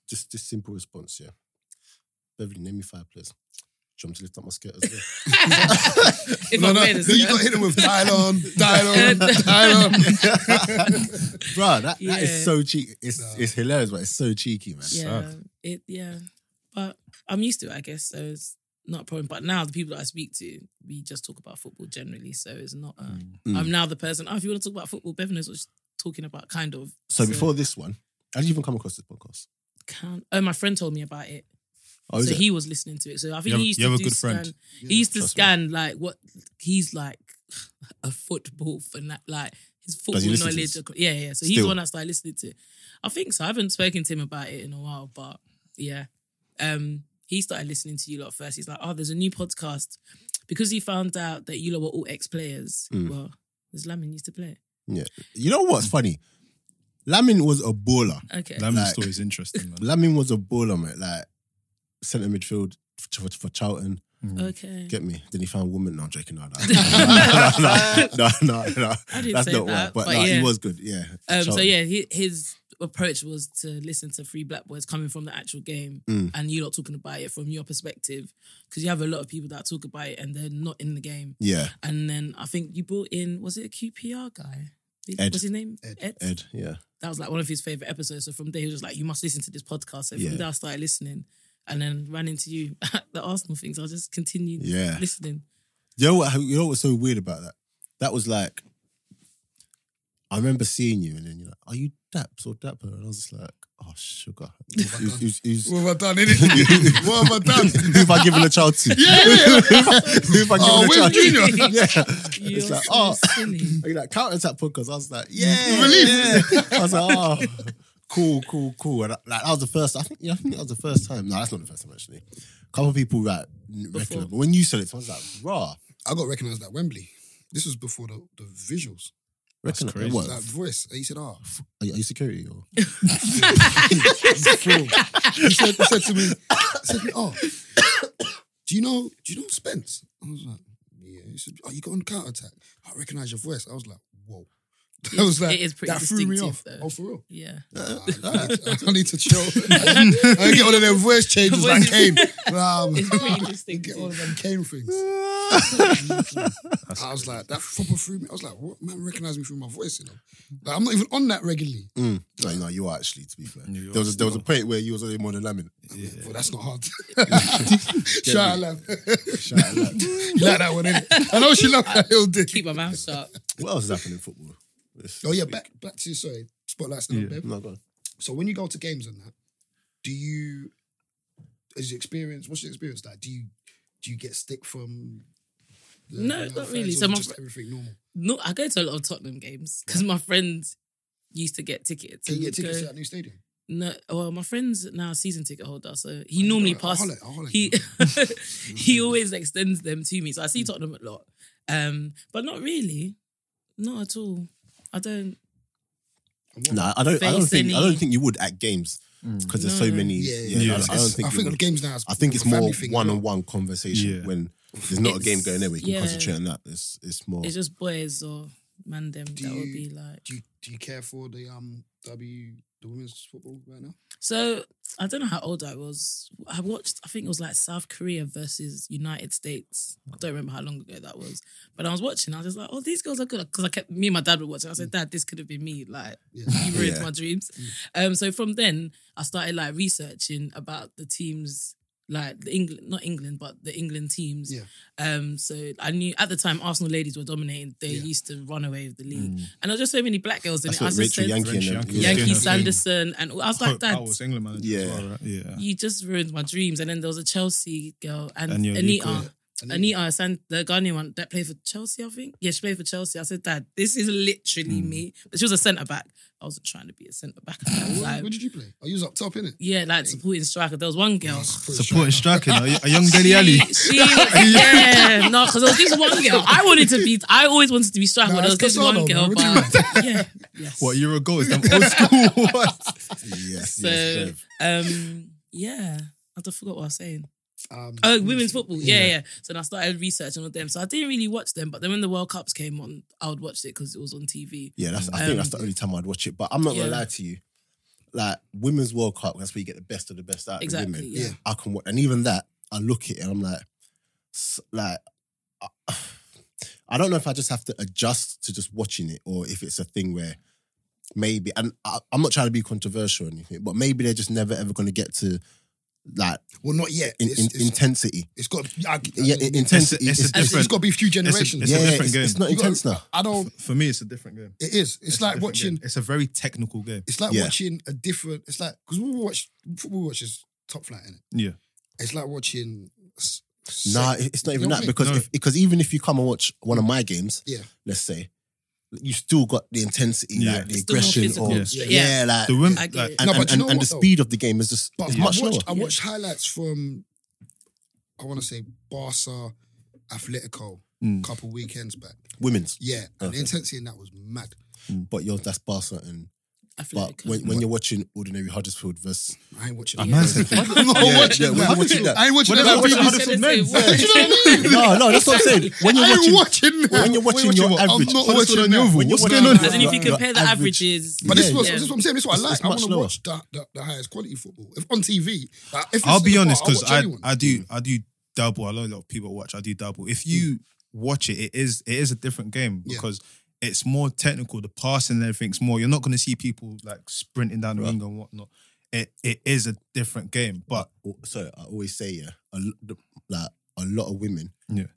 just this simple response, yeah. Beverly, name me five players. Do you want me to lift up my skirt as well? if no, I'm no, fair, no, this you year. got hit him with nylon, nylon, nylon. Bro, that, that Yeah. is so cheeky. It's No. it's hilarious, but it's so cheeky, man. Yeah, it yeah, but I'm used to it, I guess. So it's not a problem. But now the people that I speak to, we just talk about football generally. So it's not. A, Mm. I'm now the person. Oh, if you want to talk about football, Bevan is what she's talking about, kind of. So before this one, how did you even come across this podcast? Can, oh, my friend told me about it. Oh, is so it? he was listening to it. So I think have- he used you to have a do good scan, friend. He used to trust me. scan like what he's like a football fanat, like his football he listen to knowledge. this? ac- Yeah, yeah. So he's the Still? one I started listening to. I think so. I haven't spoken to him about it in a while, but yeah. Um, he started listening to you lot first. He's like, oh, there's a new podcast because he found out that you lot were all ex players. Mm. Well, because Lamin used to play. you know Mm. what's funny? Lamin was a baller. Okay. Lamin's Like- story is interesting, man. Lamin was a baller, mate. Like centre midfield for, for Charlton. okay. Get me? Then he found woman. No, I'm joking. No, no, no, no, no, no. I didn't That's say not that, right. But, but no, yeah. he was good. Yeah. Um, so Charlton. yeah, he, his approach was to listen to Free Black Boys coming from the actual game, Mm. and you lot talking about it from your perspective, because you have a lot of people that talk about it and they're not in the game. yeah, And then I think you brought in was it a QPR guy? Ed. What's his name? Ed. Ed. Yeah, That was like one of his favorite episodes. So from there, he was just like, "You must listen to this podcast." So Yeah. from there, I started listening, and then ran into you at the Arsenal things. I just continued yeah. listening. You know what? You know what's so weird about that? That was like, I remember seeing you, and then you're like, "Are you Daps or Dapper?" And I was just like, "Oh, sugar, who's, who's, who's, What have I done? innit? what have I done? who have I given a child to? who have I given Oh, a Will child to?" Junior. Yeah, You're it's like, so oh, silly. Like, that counter attack podcast. I was like, yeah, Relief. yeah. I was like, oh, cool, cool, cool. And I, like that was the first. I think yeah, I think that was the first time. No, that's not the first time actually. A couple of people like Before. recognized, but when you said it, I was like, raw. I got recognized at Wembley. This was before the, the visuals. That's Recogni- crazy. What? That voice. And he said, "Ah, oh, Are you, are you security or? he, said, he said to me, he said to me, oh, do you know, do you know Spence? I was like, yeah. He said, oh, you got on counter attack. I recognize your voice. I was like, whoa. I was like, it is pretty that threw me distinctive, off. though. Oh, for real. yeah. I, I need to, I need to chill. I get all of their voice changes like Voices. Kane. Um, It's pretty get distinctive. all of them Kane things. I was like, that proper threw me. I was like, what man recognized me through my voice, you know? Like, I'm not even on that regularly. Mm. No, no, you are actually. To be fair, You there was are. a, there was a point where you was only more than Lamin. Yeah. Well, that's not hard. Shout out, love. Shout out that. You like that one, innit? I know she loved that hill dick. Keep my mouth shut. What else is happening in football? Oh yeah, back back to sorry, spotlights now, Yeah. babe. No, go on. So when you go to games and that, do you is your experience? What's your experience like? Do you do you get stick from? the No, United not really. So fans, or is it my just fr- everything normal. No, I go to a lot of Tottenham games because my friends used to get tickets. Can and you get we'd go- tickets to that new stadium? No, well, my friend's now a season ticket holder, so he normally I'll holler- passes. I'll holler. He he always extends them to me, so I see Mm. Tottenham a lot. Um, but not really, not at all. I don't. And what- Nah, I don't. I don't Face think. I don't any- Mm. think you would at games because there's so No. many. Yeah, Yeah, yeah, yeah. I, don't- I don't it's- think. I you think would. the games now. is I think it's a family more thing, one isn't on one conversation Yeah. when there's not a game It's- going there where you can yeah. concentrate on that. It's it's more. It's just boys or man them Do that would you- be like. it? Do you, do you care for the um W the women's football right now? So I don't know how old I was. I watched, I think it was like South Korea versus United States. I don't remember how long ago that was, but I was watching. I was just like, "Oh, these girls are good," because I kept me and my dad were watching. I said, "Dad, this could have been me." Like Yeah. you ruined Yeah. my dreams. Um, so from then I started like researching about the teams, like the England, not England, but the England teams. Yeah. Um, so I knew at the time Arsenal ladies were dominating. They Yeah. used to run away with the league, and there were just so many black girls in Mm. that's it. I what just Rachel said, Yankee and them. Yankee yeah. was doing Yankee her thing. Sanderson, and I was like, that "Dad, was England manager. Yeah. as well, right? yeah. you just ruined my dreams. And then there was a Chelsea girl and, And your Anita. Yuko. And then- Anita, San, the Ghanaian one that played for Chelsea, I think. Yeah, she played for Chelsea. I said, Dad, this is literally Hmm. me. But she was a centre back. I wasn't trying to be a centre back at that What, time. what did you play? I was up top, innit? Yeah, like supporting striker. There was one girl. Supporting striking, a, a young Deli She, Ali. she- yeah, no, because there was this one girl. I wanted to be, I always wanted to be striker. Nah, but there was it's this one Casano, girl, bro. but yeah, yes. What, a year ago? Is them old school? what? Yes, so, yes, Dev. um, yeah, I just forgot what I was saying. Um, Oh, women's football. Yeah, yeah. So then I started researching on them. So I didn't really watch them, but then when the World Cups came on, I would watch it because it was on TV. Yeah, that's. I think Um, that's the only time I'd watch it. But I'm not gonna yeah. lie to you. Like women's World Cup, that's where you get the best of the best out Exactly. of women. Yeah. I can watch, and even that, I look at it and I'm like, s- like I- I don't know if I just have to adjust to just watching it or if it's a thing where maybe and I, I'm not trying to be controversial or anything, but maybe they're just never ever going to get to that Well, not yet. in, it's, in, it's, intensity. it's got. I, I, Yeah, in- intensity. it's a is- different- it's got to be a few generations. it's a yeah, yeah, different it's, game. it's not You gotta- intense now. I don't. For me, it's a different game. It is. It's, a like different watching. game. It's a very technical game. It's like Yeah. watching a different. It's like because we watch football. Watches top flight in it. Yeah. It's like watching. s- Nah, se- it's not You even know that what I mean? because No. if, because even if you come and watch one of my games, Yeah. let's say, you still got the intensity, Yeah. like the It's still more aggression, physical. or yeah, Yeah. like The women, I get like, it. and, No, but and, you and, know and what, the though? speed of the game is just But it's I much watched, lower. I watched highlights from. I want to say Barca, Atletico, Mm. couple weekends back. Women's, Yeah, and Okay. the intensity in that was mad. but you're that's Barca, and but Athletic. when, when you're watching ordinary Huddersfield versus I ain't watching. A that. man said- I'm not Yeah, watching yeah, we're that. watching that. I ain't watching Whenever I that. watch BBC. Huddersfield men. no, no, that's what I'm saying. When you're I ain't watching, watching that. when you're watching your what? average, I'm not Huddersfield watching and that. Yeovil, When what's you're going on? watching- and then if you Your compare the average- averages, But this, Yeah, was, yeah. this is what I'm saying. This is what It's- I it's like. I much want to lower. watch the, the, the highest quality football. If on TV, like, if I'll it's be in the honest bar, I'll because watch I, anyone. Mm. I do Mm. I do double. I know a lot of people watch. I do double. If you watch it, it is it is a different game Yeah. because it's more technical. The passing and everything's more. You're not going to see people like sprinting down the Right. ring and whatnot. It it is a different game, but Oh, sorry, I always say yeah, a, lo- the- like a lot of women, Yeah.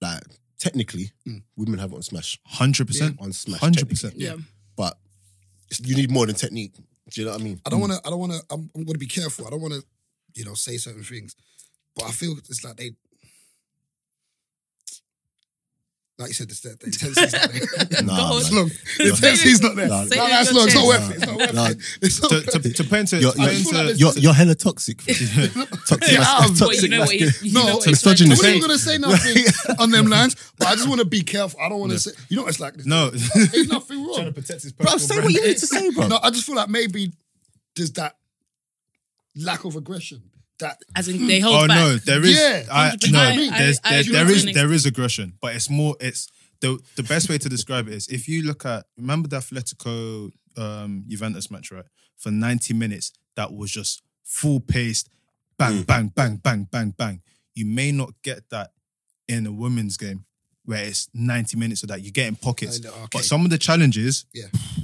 like technically, Mm. women have it on smash, hundred percent, on smash, hundred technically. percent. yeah. but it's- you need more than technique. Do you know what I mean? I don't want to. I don't want to. I'm, I'm going to be careful. I don't want to, you know, say certain things. But I feel it's like they, like you said, it's that the intensity's not there. Nah, Go on. man. It's long. The intensity's not there. Nah, Nah, Say it that's in long. It's your not worth chest. it. It's not Nah. worth it. It's not To, worth to, it. to paint it, You're, to you're, paint feel like it- there's- you're, you're hella toxic. toxic Get mas- out of- But you toxic know masculine. what? He, you No, know what so he's misogyny- I trying to wasn't Say- even gonna say nothing on them lines, but I just want to be careful. I don't want to say, you know, it's like this. no. there's nothing wrong. protect his Bro, say what you need to say, bro. No, I just feel like maybe there's that lack of aggression. That As in, they hold Oh back. no, there is Yeah, I, 100%. no, I- I- there's, I there, agree there with is you. there is aggression, but it's more it's the the best way to describe it is if you look at remember the Atletico um, Juventus match right for ninety minutes that was just full paced, Mm. bang bang bang bang bang bang. You may not get that in a women's game where it's ninety minutes of that. You get in pockets, I know, okay. but some of the challenges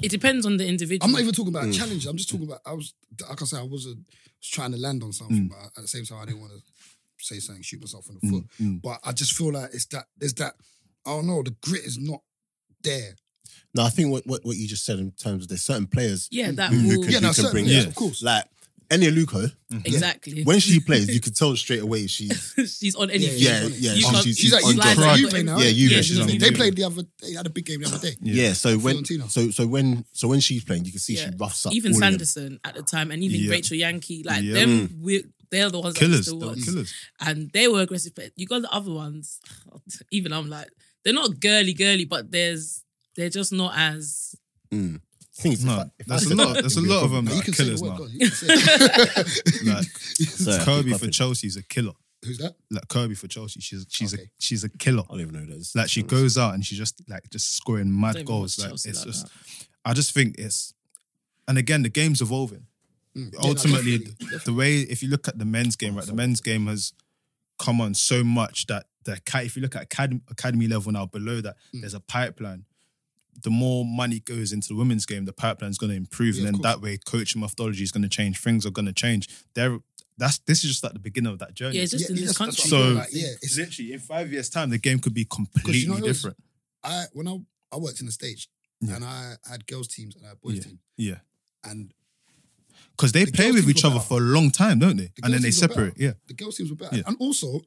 It depends on the individual. I'm not even talking about Mm. challenges. I'm just talking about I was like I said, I wasn't was trying to land on Mm. something, but at the same time I didn't want to say something, shoot myself in the foot. mm. But I just feel like it's that there's that I don't know, the grit is not there. No, I think what, what, what you just said in terms of there's certain players yeah, that who, who will. can, Yeah, who no, can certainly, bring yes, it. of course. Like, Enya Luko, Mm. Exactly. when she plays, you can tell straight away she's, she's on anything. yeah, she's yeah, You she's, can't- she's, She's at on Juve. top. Juve, Juve. Juve now. Yeah, Juve, Yeah, she's she's on on top. They played the other they had a big game the other day. Yeah. so when Fiorentina. so so when so when she's playing, you can see Yeah. she roughs up Even all of them. Sanderson at the time, and even Yeah. Rachel Yankee, like Yeah. them, we they're the ones killers, that they I were used to watch. killers. and they were aggressive. But you got the other ones. Even I'm like, they're not girly, girly, but there's they're just not as. Mm. Thing is, if I- No, if I there's a said lot. that, There's a it'd be lot of them No, that you are can say the killers word, now. God, you can say it. Like Sorry, I um, Kirby keep for buffing. Chelsea is a killer. Who's that? like Kirby for Chelsea. She's she's a Okay. she's a killer. I don't even know who that is. Like she goes out and she's just like just scoring mad Don't even goals. watch Like Chelsea it's like just I just think it's and again the game's evolving. Mm. Yeah, no, Ultimately, definitely, definitely. the way if you look at the men's game, right, the men's game has come on so much that the aca- if you look at academy, academy level now below that, Hmm. there's a pipeline. The more money goes into the women's game, the pipeline's going to improve, Yeah, of and then course. that way, coaching methodology is going to change. Things are going to change. There, that's this is just like the beginning of that journey. Yeah, it's just Yeah, in this that's- that's country. what I So- feel like, yeah, it's literally in five years' time, the game could be completely 'Cause you know what it was? different. I when I, I worked in the stage Yeah. and I had girls teams and I had boys team Yeah, and because they The play girls' with teams each were other better. for a long time, don't they? The and girls' then they teams were separate. Yeah, the girls teams were better Yeah. and also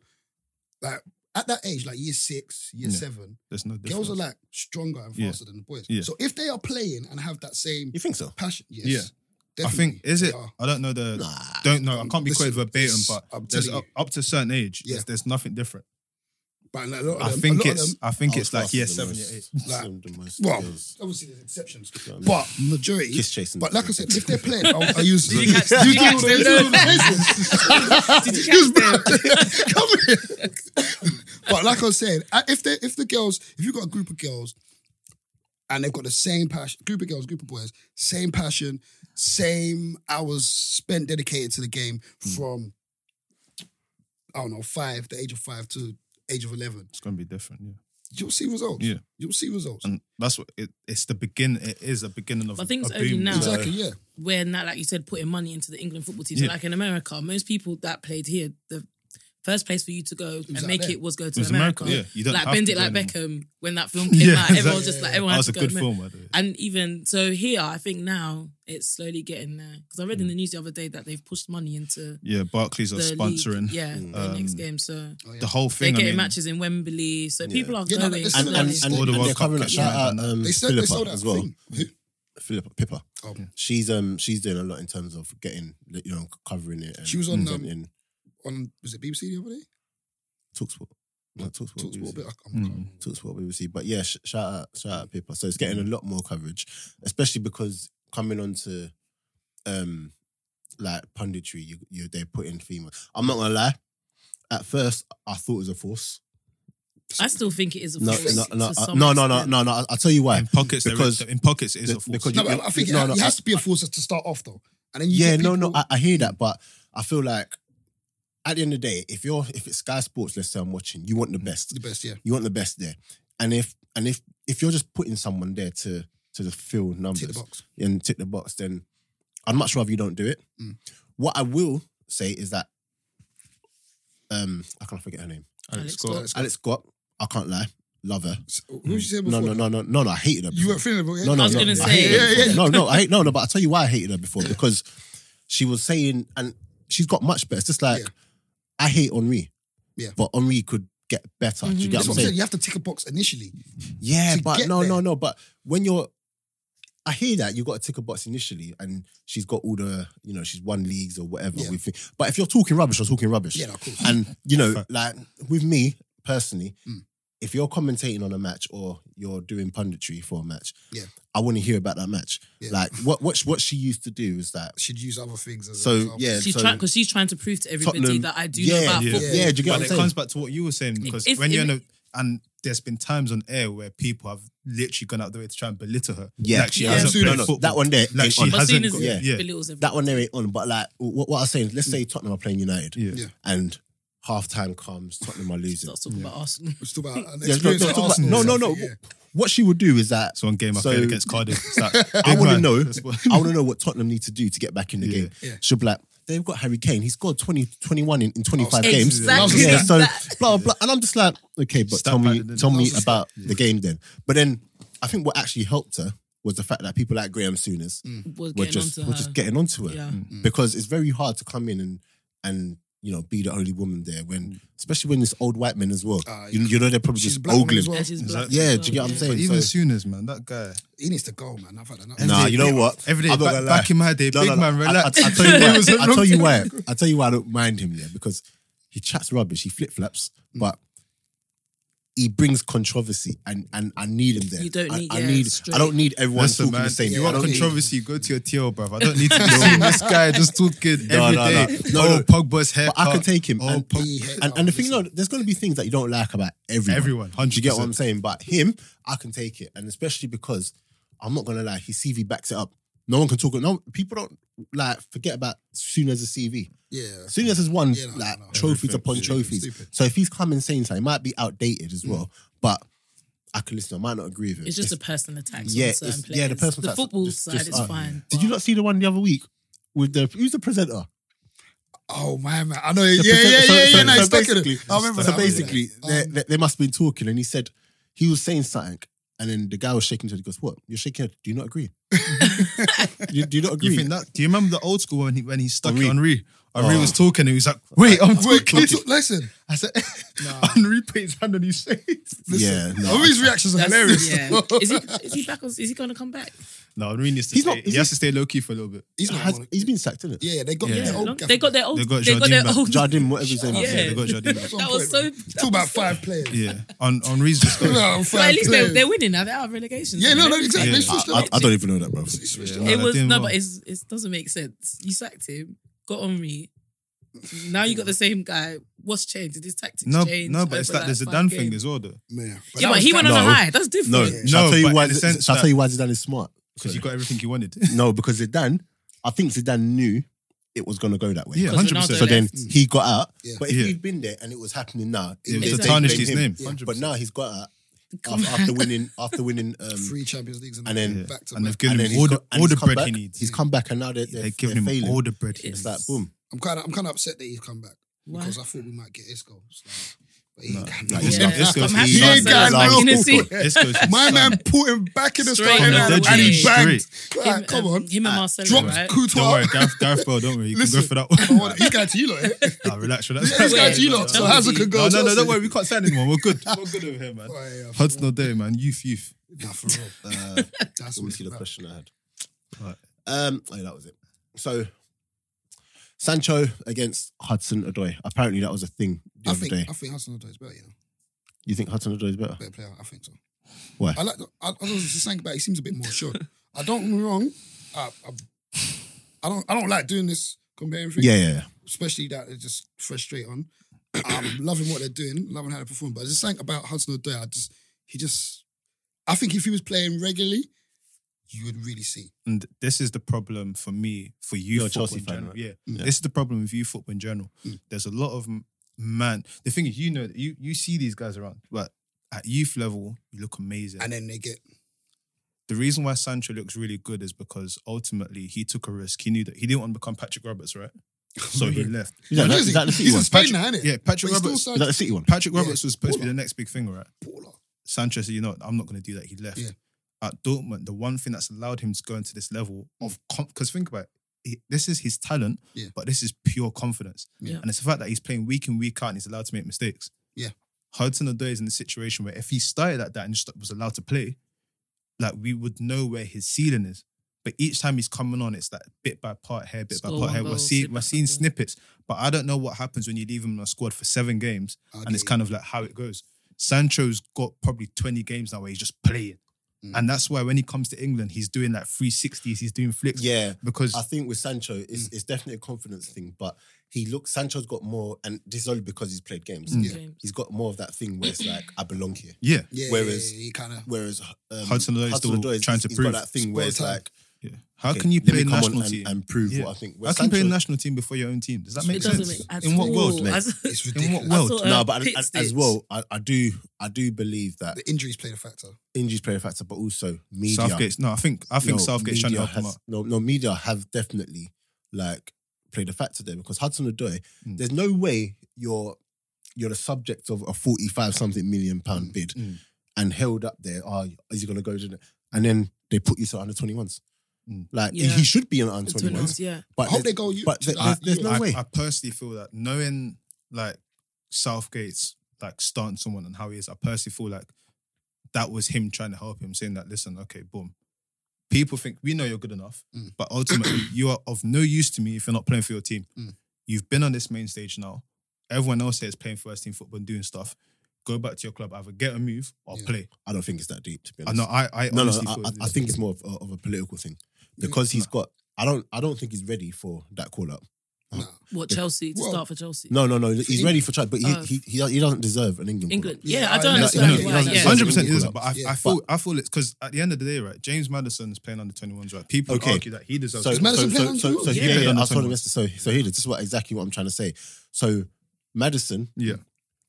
like at that age like year six year Yeah. seven there's no difference. girls are like stronger and Yeah. faster than the boys Yeah. so if they are playing and have that same You think so? passion yes Yeah. I definitely think is they it? are. I don't know the. Nah. Don't know. I can't be Listen, quoted verbatim, it's- but I'm there's telling up, up to a certain age. Yeah. There's, there's nothing different. but like, a lot of I them, think a lot of it's. them, I think I it's was like faster yeah, than seven, most- yeah, eight. Like- some of the most well girls. obviously there's exceptions what I mean? but majority Kiss chasing. but like I said if they're playing I'll, I'll use Did you catch- did you do all catch the- them? you do all the Did you business. catch Just- Come here. But like I was saying, I- if they if the girls, if you've got a group of girls and they've got the same passion, group of girls, group of boys, same passion, same hours spent dedicated to the game from I don't know, five, the age of five to age of 11, It's going to be different. Yeah. you'll see results. Yeah. You'll see results. And that's what it, it's the begin. It is a beginning of. But I think a it's only boom. now. exactly, yeah. where now, like you said, putting money into the England football team. So Yeah. like in America, most people that played here, the first place for you to go out and make there. it was go to It was America. America, yeah. You don't like have bend to it go like anymore. Beckham when that film came Yeah, out. Everyone was exactly. just like everyone That had was to a go good Amer- film. by the way. And even so, here I think now it's slowly getting there because I read Mm. in the news the other day that they've pushed money into Yeah, Barclays are the sponsoring league. Yeah, Mm. uh, the um, next game. So Oh, the whole they're thing. I getting mean, matches in Wembley, so Yeah. people are Yeah, no, going. it's- And, slowly. and, It's and, all the and World they're Cup covering up. kit, Shout yeah. out um, They said they Philippa sold out as well. thing. Philippa Pippa. Oh, She's um she's doing a lot in terms of getting you know covering it. And She was on, um, presenting On was it BBC the other day? Talksport. No, Talksport. Talks about BBC. a bit. I can't- Mm. Talks what we see. But yeah, sh- shout out, shout out Pippa. So it's getting a lot more coverage, especially because coming onto um like punditry, you you they put in female. I'm not gonna lie. At first, I thought it was a force. I still think it is a No, force no, to no, uh, some no, no, no, extent. no, no. I'll- I'll tell you why. in pockets, there Because- is, in pockets it is the- a force. because No, you- but I think it, No, ha- no, it has I- to be a force to start off though, and then you Yeah, get no, no, people- I, I hear that, but I feel like at the end of the day, if you're if it's Sky Sports, let's say I'm watching, you want the best. the best, yeah. You want the best there. And if and if if you're just putting someone there to to just fill Tick the numbers box. and tick the box, then I'd much rather you don't do it. Mm. What I will say is that um I can't forget her name. Alex Alex Scott. Scott. Alex Scott, I can't lie, love her. So, who did you say before? No, no, no, no, no, no, I hated her. You before. were feeling about it. No, no, I was no, gonna I say- hated her Yeah, yeah, before. No, no, I hate, no, no. But I tell you why I hated her before because she was saying, and she's got much better. It's just like Yeah. I hate Henri, Yeah. but Henri could get better. Do you get Mhm. That's what I'm what I'm saying? saying. You have to tick a box initially. Yeah, to but get no, there. no, no. But when you're, I hear that you got to tick a box initially, and she's got all the, you know, she's won leagues or whatever. Yeah. With thi- but if you're talking rubbish, you're talking rubbish. Yeah, no, of course. And you know, Fact. like with me personally, Mm. if you're commentating on a match or you're doing punditry for a match, Yeah. I want to hear about that match. Yeah. Like what what she- what she used to do is that. Should use other things as So well. yeah, She's so, trying because she's trying to prove to everybody Tottenham, that I do yeah, know about yeah. football. yeah, do you get But what I'm it saying? comes back to what you were saying because If- when you're in if- a and there's been times on air where people have literally gone out the way to try and belittle her. Yeah. like she Yeah. hasn't No, no, played no, football. that one there like ain't she on. But as hasn't. soon as got- it yeah, belittles everything, that one there ain't on. But like what, what I was saying, is, let's say Tottenham are playing United, Mm. yeah. Yeah. and half time comes, Tottenham are losing. starts talking about Arsenal. It's still about an Yeah, no, experience no, at talk about- Arsenal no, or no, no. something, yeah. What she would do is that It's one game I So- played against Cardiff. It's like, I want big to man. know. That's what- I want to know what Tottenham need to do to get back in the Yeah. game. Yeah. She'll be like, they've got Harry Kane. He scored 20, 21 in, in 25 Oh, games. exactly Yeah, that. so That- blah, blah. And I'm just like, okay, but Stat tell me, padded, tell isn't it? me That was a about the game then. But then I think what actually helped her was the fact that people like Graham Sooners was were Mm. getting just, onto were her. just getting onto her. yeah. Mm. Because it's very hard to come in and, and you know, be the only woman there Mm. when, especially when it's old white men as well. Ah, you, you know, they're probably She's just a black woman ogling. as well. And she's black Exactly. as Yeah, well, do you get what I'm yeah. saying? But even so- Sooners, man, that guy. He needs to go, man. I've had enough. Nah, you know what? Every day, I'm not back, gonna lie. back in my day, No, big no, no. man, relax. I, I, I tell you It was a why. I long tell you time. why. I tell you why I don't mind him. Yeah, because he chats rubbish. He flip flops, Mm. but he brings controversy, and and I need him there. You don't I, need- I yeah, need. straight. I don't need everyone Listen, talking man, the same. you I want don't need- controversy, go to your TL, bruv. I don't need to be seeing this guy just talking No, every no, day. no. No, oh, no. Pogba's hair. But I can take him. Oh, and, Pog- He hates- and, and the thing, listen, no, there's going to be things that you don't like about everyone. Everyone, Do you get what I'm 100%. saying? But him, I can take it, and especially because I'm not going to lie, his CV backs it up. No one can talk. No people don't like forget about soon as a CV. Yeah. Sooners has won Yeah, no, like no. trophies Everything. upon Stupid, Mm. trophies. stupid. So if he's coming saying something, it might be outdated as well. But I could listen. I might not agree with him. It's just a personal attack. Yeah, on certain it's- yeah, the players. personal The attacks football just- side just is aren't. fine. Did you not see the one the other week with the who's the presenter? Oh man, man. I know. Yeah, The yeah, presenter- yeah, so- yeah. so- yeah, no, so he's stuck in basically- it. So I remember. that, I remember basically, that. they, Um, they, they must have been talking, and he said he was saying something, and then the guy was shaking his head. He goes, "What? You're shaking your head? Do you not agree? do, you, do you not agree? You think that? Do you remember the old school when he when he stuck Henri. it on Henri? Henri Oh. was talking and he was like, "Wait, I'm Wait, talking." can you- listen, I said, Nah. "Henri put his hand on his face." yeah, no. Henri's reactions are That's- hilarious. Yeah. is he is he back? On, is he going to come back? No, Henri needs to. He's stay, not- he is has to stay low key for a little bit. He's not. Has, one of- he's been sacked, isn't it? Yeah, yeah, they got Yeah. their Yeah, old no, gaffer. they got their old. They They got got, their Jardim old. Jardim, whatever his name Yeah. is. They got Jardim back. That's on That was point, man. so- Talk about five players. Yeah, on Henri's just going. No, But five at least they're, players. they're winning now. They're out of relegation. Yeah, no, no, exactly. Yeah. They switched I, them I, up. I don't even know that, bro. They switched Yeah. them up. It No, was they didn't no, well. but it's, it doesn't make sense. You sacked him, got Henri. Now you got the same guy. What's changed? Did his tactics No, change? no, but it's over, like there's a five Dan games? thing as well, though, Man, yeah, that but was he went on a No. high. That's No, different. shall I No, tell you but why? in the Shall sense I tell that- you why Zidane is smart? because you got everything you wanted. No, because Zidane, I think Zidane knew it was going to go that way. Yeah, Because 100%. Ronaldo So then left. he got out. Yeah. But if Yeah. he'd been there and it was happening now, It was they- to they tarnish blame his him. name. Yeah. 100%. But now he's got out Come after, after winning after winning um, Three Champions Leagues and and then then- back to and back. they've given and him then all he's the, got- and all he's the come bread back. he needs. He's come back and now they're, they're, They've given they're him failing. all the bread he It's needs. it's like boom. I'm kind of I'm kind of upset that he's come back Why? because I thought we might get Isco. So, but he ain't got No, no. he's Yeah. It's goes- I'm happy he for ain't got Salah. no- You know, see, Yeah. This goes- My man put him back in the Straight starting on the lineup and dodgy. he banged. Like, him, come um, on, him and Marcelo, dropped right? Don't worry, Couture. Gareth, Gareth Bale, don't worry. You Listen. can go for that I one. want- He's going to you lot. eh? Nah, relax, relax. He's going to you lot. So Wait, Hazard could No, go. no, no, Chelsea. don't worry. We can't sign anyone. We're good. We're good over here, man. Oh, yeah, yeah, for Hudson O'Day, man. Youth, youth. real. Nah, for real. Uh, That's Let me what see he's the about. question I had. Right. Um, oh, yeah, that was it. So, Sancho against Hudson Odoi. Apparently, that was a thing the I other think day. I think Hudson Odoi is better, you know, You think Hudson Odoi is better? better player. I think so. Why? I like. The, I, I was just saying about. He seems a bit more sure. I don't get me wrong. I, I, I don't. I don't like doing this comparing things. Yeah, yeah, yeah. especially that it's just frustrate on. I'm loving what they're doing, loving how they perform. But just something about Hudson Odoi, I just he just I think if he was playing regularly, you would really see. And this is the problem for me, for you, You're a football Chelsea in fan, general. right? Yeah. Mm. This is the problem with you football in general. Mm. There's a lot of m- man. The thing is, you know, you you see these guys around, but at youth level, you look amazing. And then they get the reason why Sancho looks really good is because ultimately he took a risk. He knew that he didn't want to become Patrick Roberts, right? So he left. Is that, Where is is he? that the City He's one? in Is Spain now, isn't Yeah, Patrick But he Roberts. still that the signed City one? Patrick Yeah. Roberts was supposed to be Baller. the next big thing, right? baller. Sancho said, you know what, I'm not going to do that. He left. Yeah. At Dortmund, the one thing that's allowed him to go into this level of because think about it, he- this is his talent, Yeah. but this is pure confidence. Yeah. And it's the fact that he's playing week in, week out and he's allowed to make mistakes. Yeah. Hudson Odoi is in a situation where if he started at that and just was allowed to play, like we would know where his ceiling is. But each time he's coming on, it's like bit by part here, bit Score by part one here. We're goal, seeing, snip we're after seeing goal. snippets, but I don't know what happens when you leave him on a squad for seven games I'll and it's get kind of like how it goes. Sancho's got probably 20 games now where he's just playing. Mm. And that's why when he comes to England, he's doing like 360s, he's doing flicks. Yeah, Because I think with Sancho, it's, it's definitely a confidence thing. But he looks, Sancho's got more, and this is only because he's played games. Mm. Yeah. James. He's got more of that thing where it's like I belong here. yeah, you. yeah, whereas- yeah, yeah, he kind of Whereas um, Hudson Odoi is still Odoi is- trying to he's prove. got that thing where Spoil it's time. like yeah. how okay, can you let me play come on national and- team? and prove Yeah. what I think? how Whereas can you play Sancho- national team before your own team? Does that make It doesn't sense? make at In what all. world? mate? As- it's In ridiculous. what world? thought, No, um, but pit as, as sticks. well, I, I do I do believe that The injuries played a factor. injuries play a factor, but also media. Southgate's no, I think I think No, Southgate's trying to media help him has- out. No, no, media have definitely like played a factor there because Hudson Odoi, Mm. there's no way you're you're the subject of a 45 something million pound bid Mm. and held up there. Oh, is he gonna go to the and then they put you to under 21s? Mm. Like he- Yeah. he should be an under The twin 21s, ones, yeah. but I hope there's, they go you. but there- I- there's no I, way. I personally feel that knowing like Southgate's like starting someone and how he is, I personally feel like that was him trying to help him, saying that, listen, okay, boom. People think we know you're good enough, Mm. but ultimately you are of no use to me if you're not playing for your team. Mm. You've been on this main stage now. Everyone else here is playing first team football and doing stuff. Go back to your club, either get a move or Yeah. play. I don't think it's that deep to be I honest. know I, I no, no, honestly I, feel I- I think it's more of a, of a political thing because he's got. I don't. I don't think he's ready for that call up. Nah. What Chelsea to Well, start for Chelsea? No, no, no. He's Eng- ready for try, but he, Oh. he he he doesn't deserve an England. call-up. England. Yeah, Yeah, I I don't know, understand no, why. no, yeah. no, Hundred percent Yeah. is, but I, Yeah. I feel I feel it's because at the end of the day, right? James Madison is playing under twenty ones, right? People would Okay. argue that he deserves. So, it. Is Madison so, playing so, on so, the so, wrong? yeah, Yeah, yeah, on I the was telling wrong. this. So, so here, this is what exactly what I'm trying to say. So, Madison. Yeah.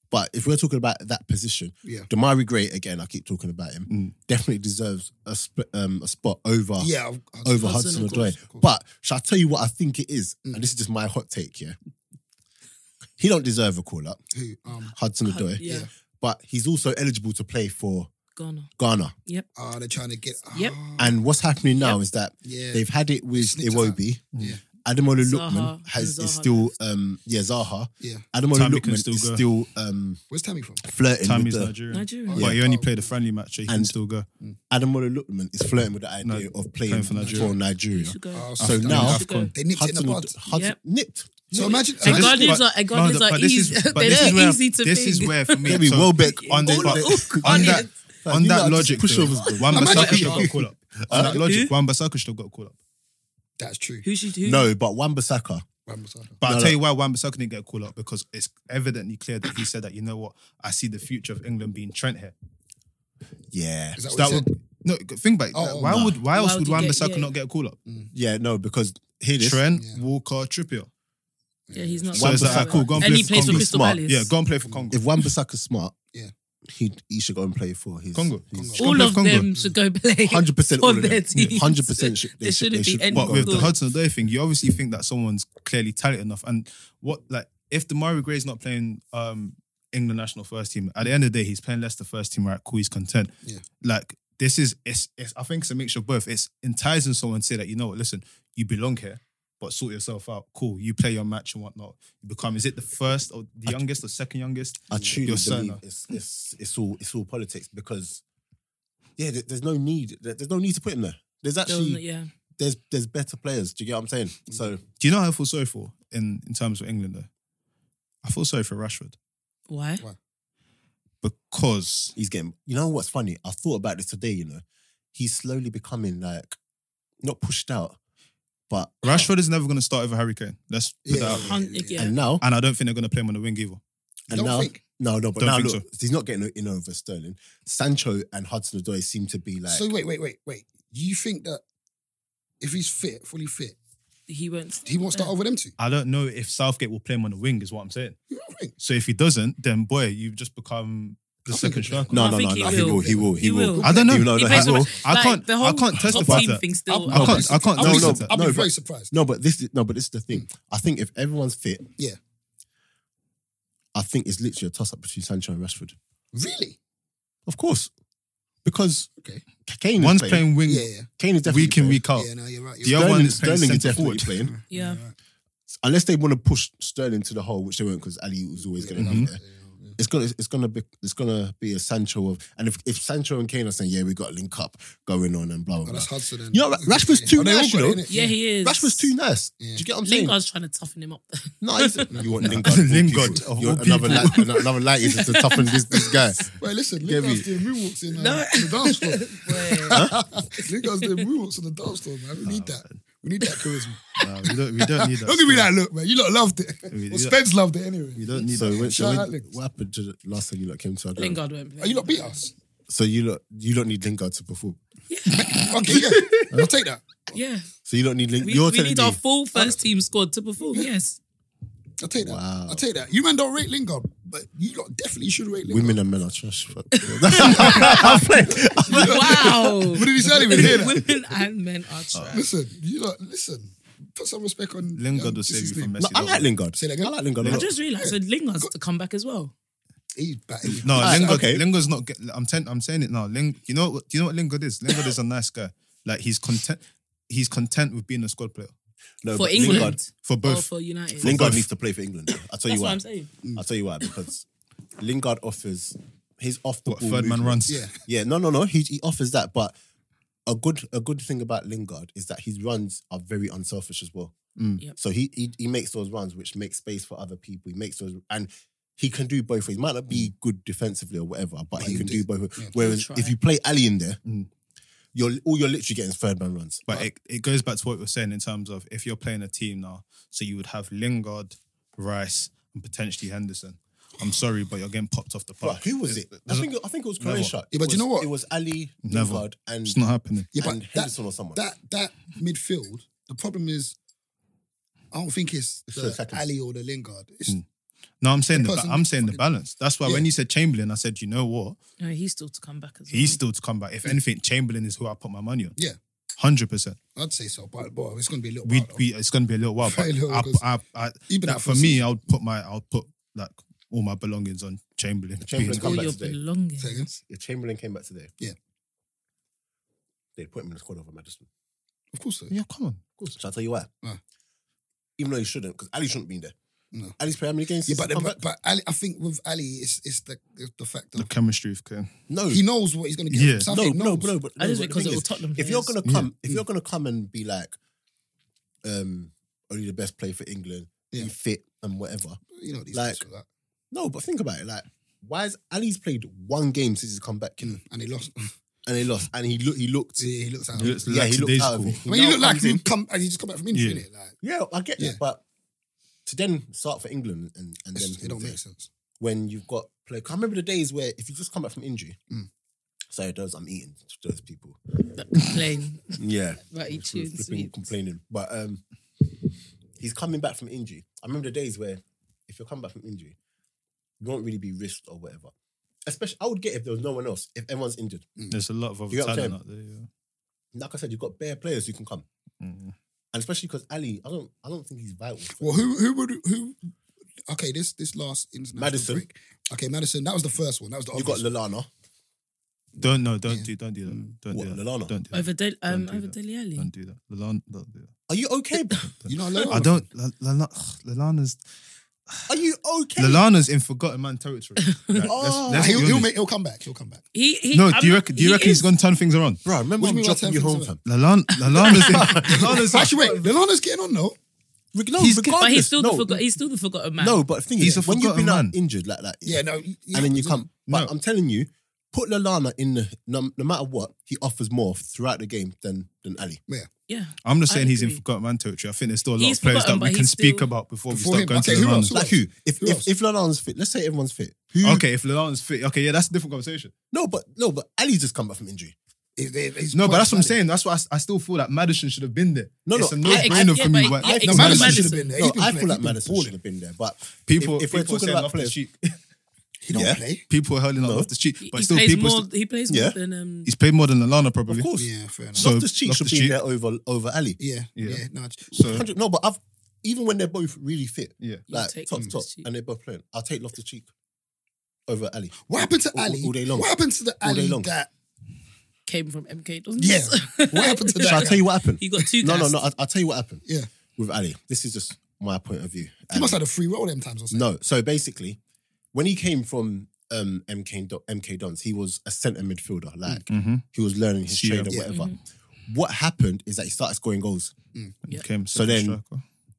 But if we're talking about that position, Yeah. Damari Gray again. I keep talking about him. Mm. Definitely deserves a sp- um, a spot over yeah, I've- I've- over Hudson, Hudson of Odoi. course, of course. But shall I tell you what I think it is? Mm. And this is just my hot take. Yeah, he don't deserve a call up, who um Hudson Odoi. Yeah. Yeah. But he's also eligible to play for Ghana. Ghana. are they trying to get? Yep. Ah, And what's happening now Yep. is that yeah, they've had it with Sneaked Iwobi. Yeah. Adamola Zaha. Lookman has And is Zaha still um yeah Zaha. yeah. Adamola Tammy can Lookman still is go. still um Where's Tammy from? Uh, flirting Time with is the Nigerian, Nigeria. Oh, but he Yeah. only played a friendly match, so he can And- still go. Adamola Lookman is flirting with the idea No, of playing, playing for for Nigeria. Nigeria. You should go. Oh, So South now- Africa. AFCON. they nipped it in the Hudson, bud. Hudson Yep. nipped. So imagine, And imagine- Guardians but- are, and Guardians no, are but this is- easy. but They're this is where- easy to This pick. is where for me, Maybe so- Welbeck on on that, All the. of- but- oh, on Guardians. that, on You lot that are just logic, though, pushovers, bro. Wan Imagine- Bissaka should have got a call up. On that Who? logic, Wan Bissaka should have got a call up. that's true. Who should who? No, but Wan Bissaka. Wan Bissaka. But I'll No, tell no. you why Wan Bissaka didn't get a call up because it's evidently clear that he said that you know what, I see the future of England being Trent here. Yeah, Is that So what that he said? would no think about it. Oh, oh, why nah. would why else Why would would Wan you get- Bissaka yeah. not get a call up? yeah, no, because hear this. Trent, Yeah. Walker, Trippier. Yeah, he's not. So it's like, Wan-Bissaka. cool, go and and play he for plays for Congo. Crystal Smart. Palace. Yeah, go and play for Congo. If Wan Bissaka's smart, Yeah. he he should go and play for his Congo. his- Congo. all play of for Congo. them should go play. 100% for all of their them. Yeah. teams. 100% should- they There should- shouldn't they be should- any. But Oh, with the God. Hudson Odoi thing, you obviously think that someone's clearly talented enough. And what like if Demario Gray's not playing um England national first team, at the end of the day, he's playing Leicester first team, right? Cool, he's content. Yeah. Like this is it's, it's I think it's a mixture of both. It's enticing someone to say that, you know what, listen, you belong here. But sort yourself out. Cool. You play your match and whatnot. You become. Is it the first or the youngest or second youngest? I truly Your believe son, uh, it's, it's it's all it's all politics because yeah, there- there's no need there- there's no need to put him there. There's Doesn't- actually Yeah, there's there's better players. Do you get what I'm saying? Mm. So Do you know how I feel sorry for in in terms of England though? I feel sorry for Rashford why? because he's getting. You know what's funny? I thought about this today. You know, he's slowly becoming like not pushed out, but Rashford is never going to start over Harry Kane. Let's put that out. yeah, yeah, yeah. and now And I don't think they're going to play him on the wing either. and Don't now think. no no but Don't now think look he's not getting in over Sterling. Sancho and Hudson Odoi seem to be like So wait, wait, wait, wait. You think that if he's fit, fully fit, He won't. he won't start over them two? I don't know if Southgate will play him on the wing, is what I'm saying. You don't think? So if he doesn't, then boy, you've just become the I think second he'll play. striker. no I no think no he no he will. will he will he He will. will. I don't know. He will, no, He no, plays he for- will. I Like, can't. the whole I can't top testify to team that. thing still. I can't- I can't I'll be, tell surprised. you that. I'll be No, very surprised. No, but this is no, but this is the thing. I think if everyone's fit, Mm. Yeah. I think it's literally a toss up between Sancho and Rashford. Really? Of course, because Okay. Kane One's is playing wing Yeah, yeah. Kane is definitely week in playing. week out. Yeah, no, you're right. Mm. The You're other right. Sterling, one is playing Sterling is centre definitely forward. playing Yeah. You're right. unless they want to push Sterling to the hole, which they won't because Ali was always going to be Mhm. there. It's gonna, it's gonna be, it's gonna be a Sancho of, and if, if Sancho and Kane are saying, yeah, we got a link up going on and blah blah Oh, blah. that's Hudson. And, You know, Rashford's too Oh, they all nice, you got it, know. innit? Yeah, he is. Rashford's too nice. Yeah. Do you get what I'm saying? Lingard's trying to toughen him up. No, he's- you want Nah. Lingard. of all Lingard people. of You all want another people. light, another light is to toughen this this guy. Wait, listen, Get Lingard's doing moonwalks in uh, No. the dance floor. Wait. Lingard's doing moonwalks in the dance floor, man. We need that. We need that charisma. Nah, we don't. We don't need that. Don't give me that look, man. You lot loved it. We- well, you- Spence loved it anyway. We don't need So, that. when, so Shout out when, Lingard. what happened to the last time you lot came to our ground? Lingard won't play. Oh, you lot beat us. So you lot, you don't need Lingard to perform. Okay, yeah. I'll take that. Yeah. So you don't need Lingard. We, You're we telling need me our full first team squad to perform. Yes. I'll take that. Wow. I'll take that. You men don't rate Lingard, but you lot definitely should rate Lingard. women and men are trash. Fuck. I'm playing. Wow. What did he say? I didn't even hear that. Women and men are trash. Listen, you lot, listen. Put some respect on Lingard um, will what's save his you from name? Messi. No, I though. like Lingard. Say that again? I like Lingard. a I lot. just realised that Lingard's to come back as well. He's back. He's No, Alright, Lingard. Ah, okay. Lingard's not. Get, I'm ten, I'm saying it now. Ling, you know. what- Do you know what Lingard is? Lingard is a nice guy. Like he's content. He's content with being a squad player No, For Uh, but England. Lingard, for Or both. for United. Lingard both. needs to play for England. I'll tell That's you what why. I'm saying. I'll tell you why because Lingard offers his off the What ball third man movement. runs? Yeah. Yeah, no, no, no. He, he offers that, but a good a good thing about Lingard is that his runs are very unselfish as well. Mm. Yep. So he, he he makes those runs, which makes space for other people. He makes those, and he can do both ways. Might not be good defensively or whatever, but he he can do- do both. ways. yeah. Whereas Try. if you play Ali in there, Mm. you're all you're literally getting is third man runs. But it, it goes back to what we were saying in terms of if you're playing a team now, so you would have Lingard, Rice, and potentially Henderson. I'm sorry, but you're getting popped off the But park. who was it? I Doesn't- think I think it was Never. Croatia. Yeah, but It you know was- what? It was Ali, Never. Lingard, and, it's not happening. Yeah, but and that- Henderson or someone. that that midfield, the problem is, I don't think it's It's the the second. Ali or the Lingard. It's, Hmm. No, I'm saying The the, ba- person I'm saying the fucking- balance. That's why when you said Chamberlain, I said, you know what? No, he's still to come back as well. Mm. He's still to come back. If anything, Chamberlain is who I put my money on. Yeah. hundred percent. I'd say so, but boy, it's going to be a little. We, while, though. we it's going to be a little while, but Very little, I, because I, I, even that at for first me, I would put my I'll put like all my belongings on Chamberlain. Chamberlain all come back your today. belongings. Say again? If Chamberlain came back today. Yeah. They put him in the squad over Madison. of course, so. yeah, come on. Of course. Shall I tell you why? Why? Even though he shouldn't, because Ali shouldn't be in there. No. Ali's played how many games? Yeah, since but, he's Oh, then, come but back? but Ali, I think with Ali, it's it's the the, the fact The that chemistry of Kane. no, he knows what he's going to get. Yeah. So I no, think no, knows. no, but I no, just but the because thing it was is, Tottenham. if you're gonna players. Yeah. come, if you're gonna come and be like, um, only the best player for England, Yeah. you fit and whatever. you know these Like- guys like No, but think about it. Like, why is Ali's played one game since he's come back, you know, that, and he lost. and they lost, and he look, he looked, yeah, he looks out. He looks- yeah, he looked out of it. Lackadaisical. I He mean, you now look like comes you in- come and you just come back from injury, Yeah. innit? Like Yeah, I get Yeah. that, but to then start for England and and it's then just- it don't make sense. when you've got play. 'cause I remember the days where if you just come back from injury, Mm. sorry, those I'm eating those people. complain Yeah, about each flipping sweet. complaining, but um, he's coming back from injury. I remember the days where if you're coming back from injury, you won't really be risked or whatever. Especially, I would get if there was no one else, if everyone's injured. Mm. There's a lot of other You get what I'm talent out there. Yeah. Like I said, you've got bare players who can come, Mm-hmm. and especially because Ali, I don't, I don't think he's vital. for- Well, who who would who? Okay, this this last international Madison. break. Okay, Madison. That was the first one. That was the you got obvious Lalana. Don't no, don't Yeah. do, don't do that. Don't Mm. What, do that. Lallana? Don't do that. Over Del- um, Don't do over that. Deli Ali. Don't do that. Lalana, don't do that. Are you okay? bro? one. You know, Lallana. I don't. La- Lala- ugh, Lalana's Are you okay? Lalana's in forgotten man territory. Like, let's- Oh. let's be he'll, he'll, honest. make, he'll come back. He'll come back. He, he, No, I'm do you not- reckon? Do you he reckon is- he's gonna turn things around? Bro, remember What do I'm you mean by dropping you ten home, things fam. Lalana, Lalana's in. Lalana's in- Actually, wait. Lallana's getting on though. Reg- No, He's- regardless, But he's still no, the forgot. He's still the forgotten man. No, but the thing He's is, a when you've forgotten been out man. injured like that, Yeah, no. and then you come. But No. I'm telling you, put Lalana in the no, no matter what, he offers more throughout the game than than Ali. yeah, I'm just saying I he's in agree. forgotten man territory. I think there's still a lot He's of players forgotten, that we but can he's speak still- about before we Before start him. going Okay, to who else? Lalana. Like who? If Who else? if, if Lalana's fit, let's say everyone's fit. Who? Okay, if Lalana's fit, okay, yeah, that's a different conversation. No, but no, but Ali's just come back from injury. No, but that's what I'm saying. That's why I, s- I still feel that Madison should have been there. No, no, it's a I- no-brainer I- for yeah, me. but but I- I- No, Except Madison Madison. should have been there. No, He's been I playing- feel like he's been Madison balling. should have been there, but people, if, if we're people are talking saying about off the players, cheek. He don't Yeah. play. People are hurling No. out off the cheek, he, but he still plays people. more. st- he plays Yeah. more than um. he's paid more than Lalana probably. of course, Yeah, fair enough. So- Loftus Cheek should Loftus be Cheek. there over over Ali. yeah, yeah, Yeah. no, So 100 No, but I've even when they're both really fit, yeah, You like take top Loftus top, Cheek. and they're both playing, I'll take Loftus Cheek over Ali. what happened to All- Ali? all day long. What happened to the All day Ali long. that? came from MK. Dons. Yeah, what happened to Should I that? tell you what happened? He got two No, no, gassed. no. I, I'll tell you what happened. Yeah. With Ali, this is just my point of view. He Ali. must have had a free roll them times or something. No, so basically, when he came from um, MK Do- MK Dons, he was a centre midfielder. Like Mm-hmm. Mhm. he was learning his Yeah. trade or Yeah. whatever. mm-hmm. What happened is that he started scoring goals. Yeah. Okay, So then- striker.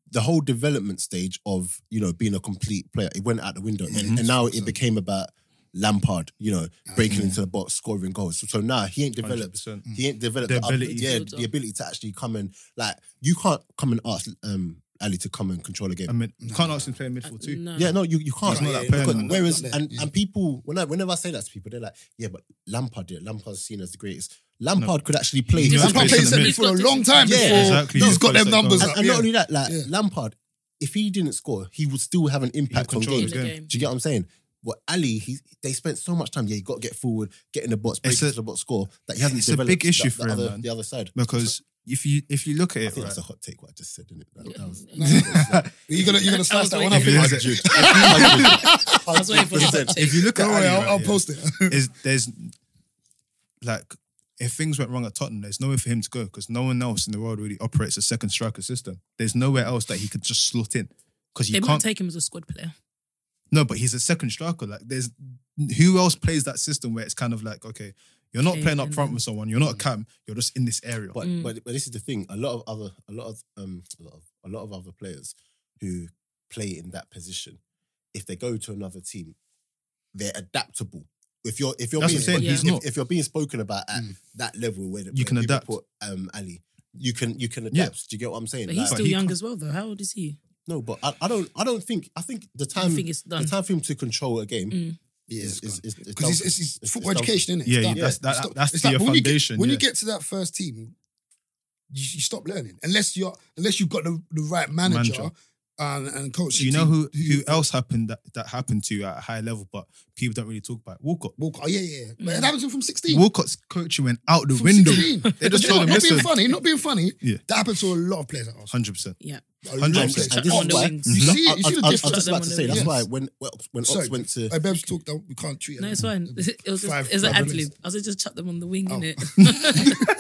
The whole development stage of you know being a complete player, it went out the window, and, and now it became about Lampard, you know, breaking into the box, scoring goals. So, so now he ain't developed. 100%. He ain't developed The up- ability. yeah, the ability to actually come and like you can't come and ask um, Ali to come and control a game. I mean, can't ask him to play in midfield too. Uh, No. Yeah, no, you, you can't. He's not Yeah, that yeah, player, because- man. Whereas, Not that, and, yeah. and people, when I, whenever I say that to people, they're like, yeah, but Lampard did. Lampard's seen as the greatest. Lampard could actually play. Yeah, I've Lampard not played played centre centre mid. for a long time Yeah, before exactly. he's He's got got them centre numbers back. and up. and yeah. not only that, like Yeah. Lampard, if he didn't score, he would still have an impact on control games. the Do game. game. you get what I'm saying? Well, Ali, he, they spent so much time. Yeah, you got to get forward, get in the box, break It's a- into the box, score. That he hasn't it's a developed big the- issue the, for him, other, man. the other side. Because if you if you look at I it, think right, that's a hot take. What I just said, isn't it? That, that was, You're gonna you're gonna slice was that one up. waiting if you innit? look at it- I was waiting for the hot take. if you look at Don't worry, Ali, I'll, right, I'll yeah, post it. is there's like if things went wrong at Tottenham, there's nowhere for him to go because no one else in the world really operates a second striker system. There's nowhere else that he could just slot in because They you might can't. take him as a squad player. no, but he's a second striker. Like there's who else plays that system where it's kind of like okay, you're not Okay, playing up and front then- with someone, you're not a cam, you're just in this area. But, Mm. but but this is the thing. A lot of other a lot of um a lot of a lot of other players who play in that position, if they go to another team, they're adaptable. If you're if you're That's being what I'm saying, spoken- he's if, not. if you're being spoken about at Mm. that level where You can adapt. Put, um, Ali, you can you can adapt. Yeah. Do you get what I'm saying? But he's Like, still he young can't- as well, though. How old is he? no, but I, I don't I don't think I think the I time think it's done. the time for him to control a game Mm. Yeah, is is is is because done. it's, it's, it's It's football done. education, isn't it? Yeah, It's yeah, done. that's- that- It's done. that's It's the like when you get- foundation, when you yeah. get to that first team, you, you stop learning unless you're unless you've got the, the right manager, Manager. and, and coach. Do you know who who else happened that that happened to you at a high level, but people don't really talk about Walcott. Walk, oh yeah, yeah, yeah. But it happens to him from sixteen. Walcott's coaching went out the from window. 16. Mm. They just You know, told him, not being listen, funny, not being funny. Yeah. That happens to a lot of players at Arsenal. hundred percent. Yeah. A lot of 100%. players. And Shut this down is the why- wings. You see, I, it, you see the I, I, I was difference. just about to say that's Yes. why when when Ox- when Ox Sorry, went to Hey, Beb's talk. That we can't treat. No, it's fine. It was just, Five- it was an five ad lib. minutes. I said just chuck them on the wing, Oh. innit? no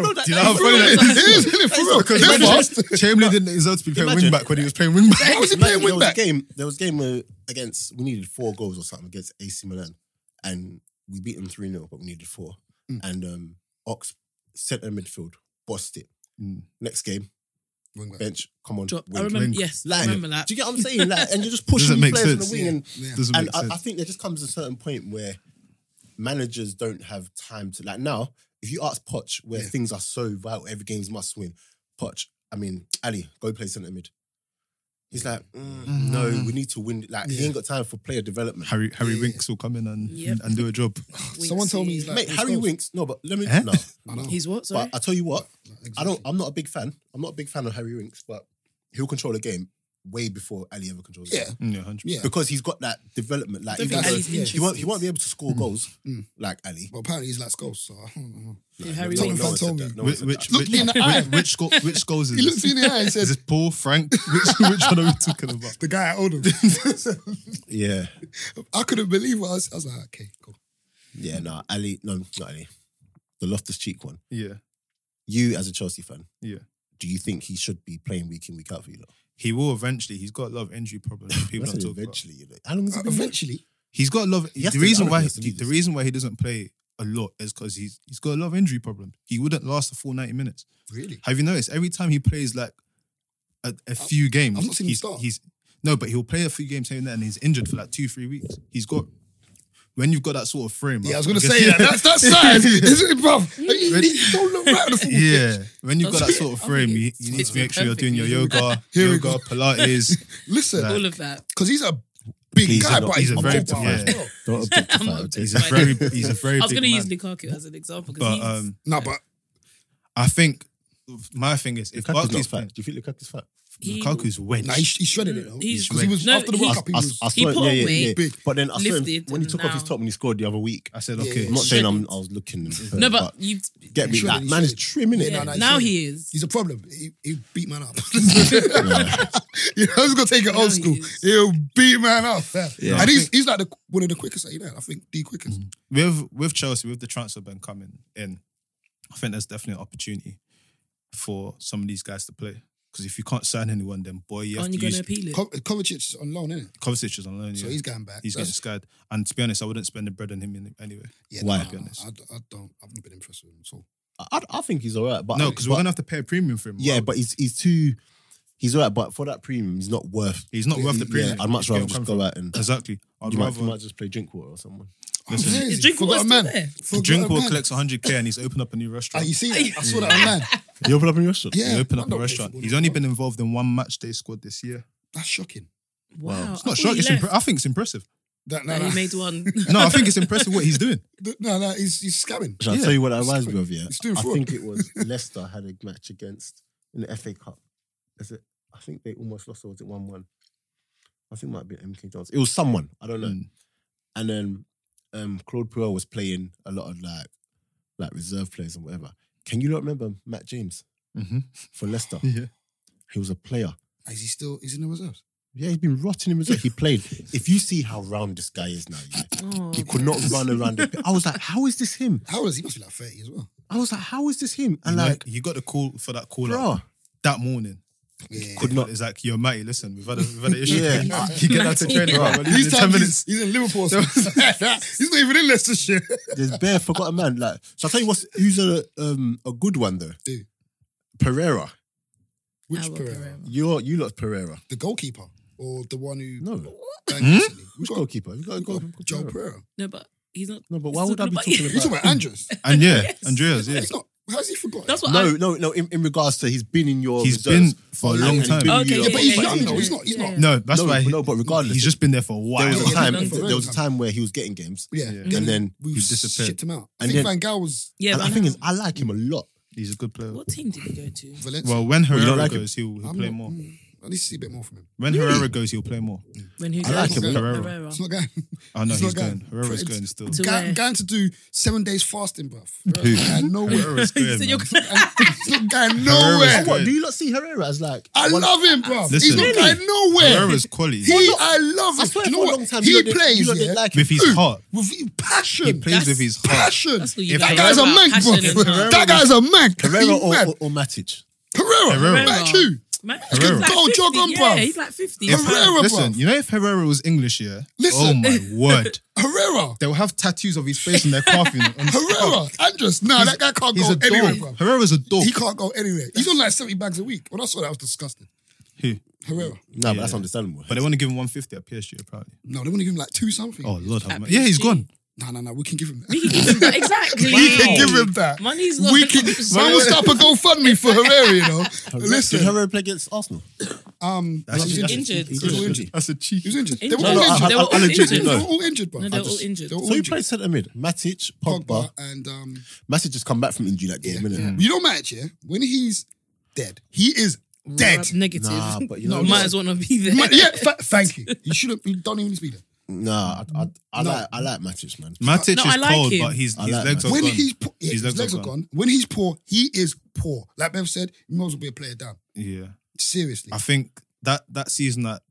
no that, Do you know how funny that It is? is, isn't it? For real. Because They're imagine- fast. Chamberlain didn't deserve to be playing Imagine. wing back when he was playing wing back. How is he Imagine playing wing back? There was a game. There was a game uh, against. We needed four goals or something against AC Milan, and we beat them three 0 but we needed four. Mm. And um, Ox centre midfield bossed it. Mm. Next game, Wing back. bench. Come on, Drop. I wing. remember. wing. Yes, I Like, remember that. Do you get what I'm saying? Like, and you're just pushing Doesn't your make players on the sense. wing, and Yeah. Doesn't and make I, sense. I think there just comes a certain point where managers don't have time to like now. If you ask Poch where Yeah. things are so vital, every game's must win. Poch, I mean Ali, go play centre mid. He's like, mm, no, we need to win. Like Yeah. he ain't got time for player development. Harry Harry Yeah. Winks will come in and Yep. and do a job. Winks, Someone told me yeah. he's like- Mate, Who's Harry goals? Winks. No, but let me Eh? no. I know. he's what? Sorry. But I tell you what, Exactly. I don't. I'm not a big fan. I'm not a big fan of Harry Winks, but he'll control a game way before Ali ever controls a Yeah. game. Mm, yeah, 100%. Yeah. Because he's got that development. Like Don't even think though Ali's yeah, he won't he interested. won't be able to score goals Mm. like Ali. Well, apparently he's like Scholes, so I don't know. Yeah, Harry no, one- Winks. no one said Told me. that. No one Which, said which, that. Look which, me in the eye. which, which, goal, which goals He is this? looked me in the eye and Is said, this Paul, Frank? Which, which one are we talking about? the guy I owed him. Yeah. I couldn't believe what I was. I was like, okay, cool. Yeah, no, Ali, no, not Ali. The Loftus Cheek one. Yeah. You as a Chelsea fan, Yeah. do you think he should be playing week in, week out for you? Lot? He will eventually. He's got a lot of injury problems. that People I don't said talk about. eventually, you know. How long has Uh, he been? there? eventually, He's got a lot. Of, He has the to- reason I reckon why he he, has to do the this. reason why he doesn't play a lot is because he's he's got a lot of injury problems. He wouldn't last the full ninety minutes. really. Have you noticed every time he plays like a, a few games, I've not seen him he's, start. he's no, but he'll play a few games here and there, and he's injured for like two three weeks. He's got when you've got that sort of frame. Yeah, I was right, gonna guess- say that. That's that size. Is it, bruv? You Ready? need to don't look right at the football. Yeah, when you've got That's that sort of it. I frame, think you, it's- you need it's to make sure you're doing your perfect. yoga, Here we yoga, Pilates. Listen, Nah. all of that. because he's a big He's guy, a- but he's he's, a a very very mobile yeah. as well. Don't I'm objectify not it. He's a very he's a very I was big going to use man. Lukaku as an example because but he's um, No, but I think my thing is if Lukaku's not Barkley's fat. playing, Do you think Lukaku's fat? he Lukaku's wedged. nah, he, he shredded it though. He's- Because he was No, after the he- World Cup, he I- I- was I He saw it, put yeah, on yeah, weight. yeah. big. But then I saw him, Lifted when he and took off his now- top when he scored the other week. I said, Yeah, okay, yeah. I'm not saying I'm, Shredded. I was looking. no, but you get me Shredded, that he's man is shredded. trimming it. Yeah, Yeah, no, now he's- he is. He's a problem. He, he beat man up. you know, he's gonna take it No, old he school. is. He'll beat man up. Yeah. Yeah. And he's he's like the, one of the quickest. You know, I think the quickest. with with Chelsea with the transfer ban coming in, I think there's definitely an opportunity for some of these guys to play. Because if you can't sign anyone, then boy, you have Aren't to you going to use appeal it? Co- Kovacic's on loan, isn't it? Kovacic is on loan. So yeah. he's going back. He's getting That's- scared. And to be honest, I wouldn't spend the bread on him in, anyway. yeah, Why? No, no, no, I, d- I don't. I've not been impressed with him at all. I, I think he's all right. But no, because we're gonna have to pay a premium for him. Yeah, Wow. but he's he's too. He's all right, but for that premium, he's not worth. he's not worth the Yeah, premium. I'd much Get rather him just coming go out and. from- Exactly. I'd You might, rather you might just play drink water or someone. Listen, Oh, crazy. Drinkwater's Forgot a still man. there. Forgot drink a or man. collects 100k and he's opened up a new Ah, restaurant. you see that? I saw that online. You open up in your restaurant. Yeah, he opened I up a don't restaurant. think He's so. only been involved in one match day squad this year. That's shocking. Wow. It's not I thought shocking. Oh, he It's left. impre- I think it's impressive. That, no, That no. he made one. No, I think it's impressive what he's doing. no, no, he's, he's scamming. Shall I Yeah. tell you what that reminds me of? Yeah, It's doing I fraud. think it was Leicester had a match against in the FA Cup. Is it? I think they almost lost. Or was it one one? I think it might have been MK Dons. It was someone I don't know. Mm. And then um, Claude Puel was playing a lot of like like reserve players and whatever. Can you not remember Matt James Mm-hmm. for Leicester? Yeah. He was a player. Is he still? Is he in the reserves? Yeah, he's been rotting in reserve. He played. If you see how round this guy is now, yeah, Oh, he could not run around. The, I was like, how is this him? How old is he? He Must be like thirty as well. I was like, how is this him? And And like, you got the call for that call bro, up that morning. Yeah. could not. It's like, yo, Matty, listen, we've had a, we've had an issue. Yeah. you get out to training, Matty. bro. He's, He's 10 minutes. he's in Liverpool. So he's not even in Leicestershire. There's bare forgotten man. Like, so I tell you what's who's a um a good one though. Dude. Pereira. Which Albert Pereira? Pereira. You're you lot's Pereira. The goalkeeper or the one who? No. Hmm? Banged recently? Which We've got, goalkeeper? You got a we've got goalkeeper. Joe Pereira. Pereira. No, but he's not. No, but He's why would I be talking talking about- You about? talking about Andrews? And yeah, Yes. Andreas, yeah. He's not. How's he forgotten? That's what no, I. no, no. In, in regards to he's been in your. He's reserves. been for a Yeah, long and he's time. been in Okay, your- yeah, but he's yeah, young yeah, though. Oh, He's yeah. not. He's not. No, that's No, why. no, but regardless, he's just been there for a while. There was a Yeah, time. he's been There was a for a long time where he was getting games, Yeah. Yeah. and then we He disappeared. shipped him out. I And think then- Van Gaal was Mm-hmm. Yeah, and but the thing now- is, I like him a lot. He's a good player. what team did he go to? Valencia. Well, when you Herrera don't like him? goes, he'll, he'll I'm play not- more. mm, I need to see a bit more from him. When Herrera goes, he'll play more. When who I like goes? him a lot. Herrera. Herrera. It's not going. I know He's he's, not going. going. Herrera's Fred- going still. To Ga- where? going to do seven days fasting, bruv. Who? Going nowhere. Herrera's He going. said man. you're gonna- He's not going nowhere. Herrera's What do you not see Herrera as like? I one- love him, bruv. He's Listen. not going nowhere. Herrera's quality. He, I love him. I swear you know for a what? long time he you lot didn't- you plays lot yeah, didn't like him. with his heart. with passion. He plays That's with his heart. passion. That's what you that like. guy's a Herrera, man, passion and bruv. heart. That guy's a man. Herrera He's or, mad. or, or Matic? Herrera. Herrera. Back you. Man, Herrera. He's like Go 50, jog on, yeah, bruv. He's like fifty. If- Herrera, listen, bruv. you know if Herrera was English, yeah. Listen. Oh my word, Herrera. they will have tattoos of his face in their coffin. on his Herrera. Andres. Nah, that guy can't He's go a anywhere, dog. Oh, bruv. Herrera's a dog. He can't go anywhere. He's on like 70 bags a week. When I saw that, I was disgusted. Who? Herrera. No, but that's Yeah. understandable. But they want to give him 150 at PSG, apparently. No, they want to give him like two something. Oh, Lord. Have At mercy. yeah, he's PSG. gone. No, no, no. We can give him We that. can give him that. Exactly. We can give him that. Money's not. We can. Man, we'll start a GoFundMe for Herrera, you know. Did Listen. Herrera play against Arsenal? Um, That's- he was that's- injured. He was all injured. That's a cheat. He was injured. They Injured. were No, all no, I- injured. They were all legitly injured. They were know. all injured, bro. No, they were all injured. They were all So he injured. played centre mid. Matic, Pogba. Pogba and um, Matic just come back from injury that game, innit? you know, match yeah. When he's dead, he is Dead. negative. Nah, but you No, know might what? as well not be there. Ma- yeah, fa- thank you. You shouldn't. You don't even speak there. Nah, I, I, I No. like I like Matic, man. Matic No, I is like cold, him. but his, I his like legs him. are When gone. he's po- yeah, His his legs legs, are are gone. When he's poor, he is poor. Like Bev said, he might as well be a player down. yeah, Seriously. I think that that season at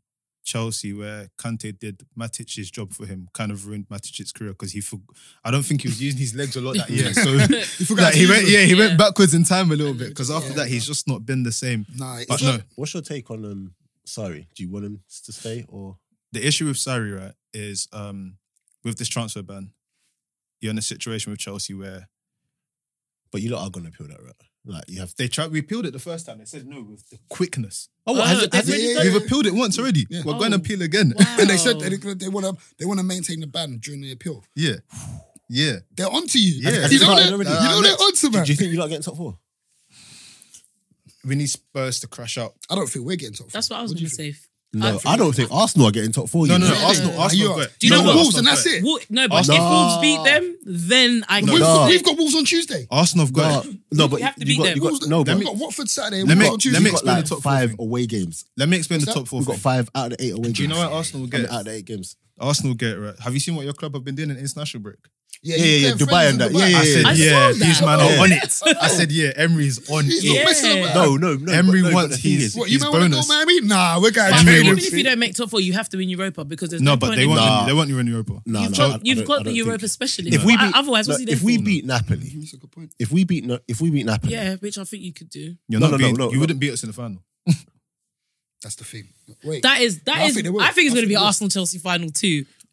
Chelsea where Kante did Matic's job for him kind of ruined Matic's career because he. For- I don't think he was using his legs a lot that year, so forgot like, to he use went. them. Yeah, he Yeah. went backwards in time a little bit because after Yeah. that he's just not been the same. Nah, But it's no, What's your take on um? Sorry, do you want him to stay or the issue with Sarri, right, is um, with this transfer ban, you're in a situation with Chelsea where But you lot are gonna appeal that, right? Like you have. they tried. We appealed it the first time. They said no with the quickness. Oh, what, has it- has it- yeah, We've appealed it once already. Yeah. We're going to Oh. appeal again. Wow. And they said they, they want to they want to maintain the ban during the appeal. Yeah, yeah. They're onto you. Yeah. You It's know, started they're, you already. know they're onto man. Do you think you lot are getting top four? We need Spurs to crash out. I don't think we're getting top. four. That's what I was do going you to think? say. No, I don't think Arsenal are getting top four. No, you no, know? no. Arsenal, Yeah. Arsenal. You are- got- Do you no, know no, what? Wolves Arsenal and that's got- it. Wo- no, but No. if Wolves beat them, then I No. Oh, We've, No. got, we've got Wolves on Tuesday. Arsenal have No, got. no, We but have to you beat got, them. You Wolves, got, no, we've but got Watford Saturday. Let Let me- me, on Tuesday. let me you got explain like the top four five thing. away games. Let me explain the that- top four. We've got thing. five out of the eight away games. Do you know what Arsenal I mean, get? out of the eight games? Arsenal get right. Have you seen what your club have been doing in international break? yeah, yeah, you yeah, playing Dubai friends and in that. Yeah, Dubai. yeah, I said, I saw yeah, that. these man Yeah. are on it. I said, yeah, Emery's on He's it. not Yeah. messing about. No, no, no. Emery but- no, but wants the thing his- is- What, you Uh, He's might want to go bonus. Miami? Nah, we're going But Emery even would if you don't make top four, you have to win Europa because there's no, No, but point they in won't. Nah. They won't win Europa. No, You've no, I- I got, don't- you've I got the don't Europa think- specialist. If we O- beat, otherwise, what's he look, there if we for? beat Napoli, That's a good point. if we beat, if we beat Napoli, yeah, which I think you could do. You're No, not no, no, being- no, You no. wouldn't beat us in the final. That's the thing. Wait, That is No, that is. I I think they think, will. I it's think going to be they will. Arsenal Chelsea final too.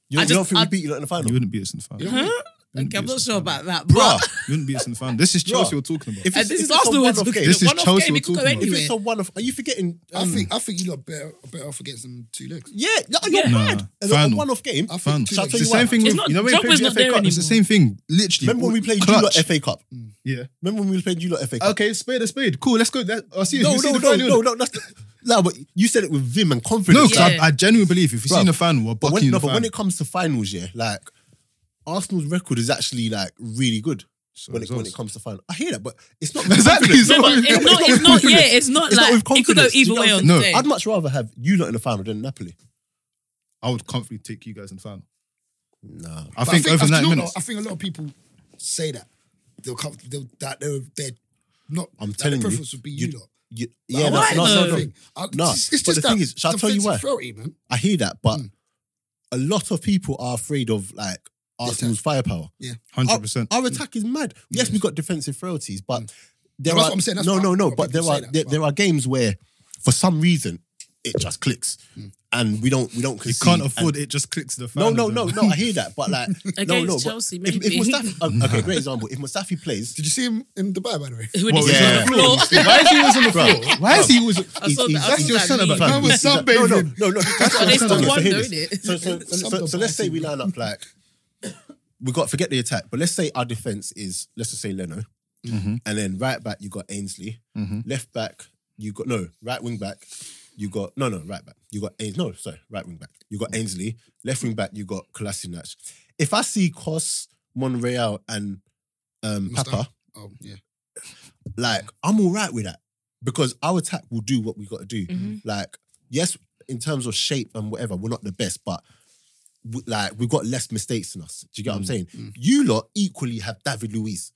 you, I don't- you don't just- think I- we beat you lot in the final? You wouldn't beat us in the final. You You don't think- Okay, I'm not sure about that, Bruh. but wouldn't beat us in the final. This is Chelsea we're talking about. If it's- and this if it's is a Arsenal. It's one-off because game- This is one-off Chelsea game, we're it could go talking about. If anywhere. it's a one off, are you forgetting? I um, think I think you lot better better off against them two legs. Yeah, no, you're Yeah. mad. Nah, It's a final. one off game. I Fun. think two Shall I tell legs. It's the you same what? thing. It's With, not- you know when you Drogba's played the not FA there Cup, it's the anymore. same thing. Literally. Remember when we played you lot Clutch. FA Cup? Yeah. Remember when we played you lot FA Cup? Okay, spade a spade. Cool. Let's go. That, I'll see you. No, We've seen no, the no, final. no, no. That's the, no, but you said it with vim and No, confidence. 'cause Yeah. I, I genuinely believe if we Bruv. see the final, we're but, bucking when, you no, the but final. when it comes to finals, yeah, like Arsenal's record is actually like really good So when is it when ours. it comes to final. I hear that, but it's not Exactly, confidence. so- No, but it's not. It's with not. Yeah, confidence. it's not It's not with like it could go confidence. Do you either know way what on I'm saying? the day. I'd much rather have you lot in the final than Napoli. I would comfortably take you guys in the final. No, I But think, do over you know 90 what? minutes. I think a lot of people say that they'll come. They'll, that they're they're not. I'm that the telling you, preference would be you, you- lot. you, Like, yeah, I no, why like no, that no, no, though? thing. I- No, it's, it's but just the thing that is, shall I tell you defensive why? Frailty, man. I hear that, but Mm. a lot of people are afraid of like Arsenal's firepower. Yeah. Our, 100%. our attack is mad. Yes, we've got defensive frailties, but there That's are what I'm saying. That's no, why- no, no. why But there people are say that. there, there are games where, for some reason, it just clicks, and we don't we don't You concede. can't and- afford it just clicks to the no, final. no, no, no. I hear that, but like, no, Against no. but Chelsea, if, if maybe. Mustafi, okay, great example. If Mustafi plays, Did you see him in Dubai, by the way? When What, he's yeah. on the floor. Why is he always on the floor? Why is he always. I saw that. I That's saw your that son meme. about Fam, That was this is- sunbathing. No, no, no, no. That's Well, what they I'm still saying. won, So hear though, this. innit? So, so, so, so, so let's say we line up like we got forget the attack, but let's say our defense is let's just say Leno, Mhm. and then right back you got Ainsley, Mm-hmm. Mhm. left back you got no right wing back you got no no right back you got Ainsley no sorry right wing back you got Ainsley left wing back you got Kolasinac. If I see Cos Monreal and um, Mustafi. Papa, Oh yeah. like I'm all right with that because our attack will do what we got to do. Mhm. Like yes, in terms of shape and whatever, we're not the best, but we, like we've got less mistakes than us. Do you get what I'm saying? You lot equally have David Luiz.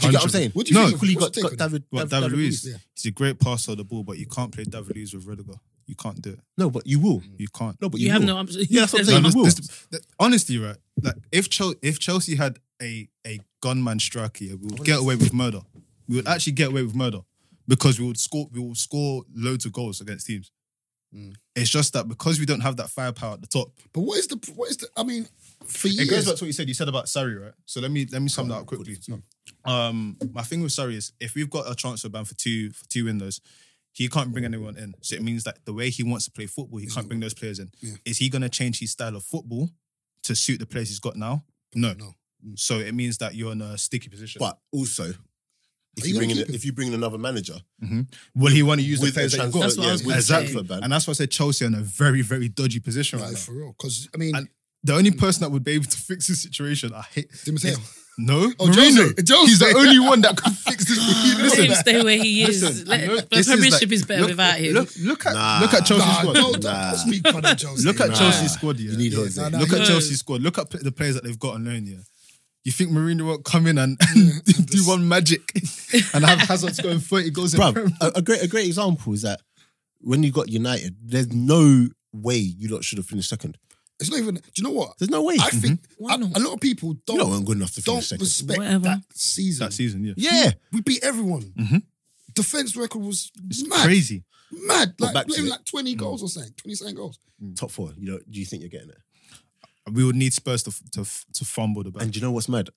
Do you get what I'm 100%. saying? What do you No. think? equally What's got, the take got on it? David, What, David Luiz? Yeah. He's a great passer of the ball, but you can't play David Luiz with Rudiger. You can't do it. No, but you will. You can't. No, but you, You have will. no. option. Yeah, that's what I'm There's saying. no- You will. Th- honestly, right? Like if Chelsea, if Chelsea had a a gunman striker, yeah, we would get away with murder. We would actually get away with murder because we would score we would score loads of goals against teams. It's just that because we don't have that firepower at the top. But what is the what is the? I mean, for It goes years. back to what you said. You said about Surrey, right? So let me let me sum that up quickly. Um, my thing with Surrey is if we've got a transfer ban for two for two windows, he can't bring anyone in. So it means that the way he wants to play football, he can't bring those players in. Yeah. Is he going to change his style of football to suit the players he's got now? No. No. So it means that you're in a sticky position. But also, if you, you gonna bring in, keep him? if you bring in another manager, will he want to use the With players the that you've transfer- got? That's what I was gonna exactly. say. And that's why I said Chelsea are in a very very dodgy position No, right for now. real. Because I mean, And the only person that would be able to fix this situation, I hate. Di Matteo. is- No, Oh, Mourinho. Jose. Jose. He's the only one that could weeks fix this week. Let him Listen, stay where he is. Let, but This is Premiership like- is better look- without him. Look, look at Nah. look at Chelsea's nah, squad. don't, Nah. don't speak for that, Jose. Look at Nah. Chelsea's squad. Yeah. You need Yeah, Jose. nah, nah. look at No. Chelsea's squad. Look at pl- the players that they've got on loan. Yeah. You think Mourinho won't come in and Mm. do one magic and have Hazard scoring thirty goals in Bruv, Prem? a, a great a great example is that when you got United, there's no way you lot should have finished second. It's not even. Do you know what? There's no way. I think Why a, Mm-hmm. not? a lot of people you lot don't weren't good enough to finish don't second. respect Whatever. that season. That season, yeah, yeah. We beat everyone. Mm-hmm. Mhm. Defense record was it's mad, crazy. mad. But Like, back to like, it. Hmm. like twenty goals or something, twenty something goals. Top four. You know, do you think you're getting it? We would need Spurs to f- to f- to fumble the bag. And do you know what's mad?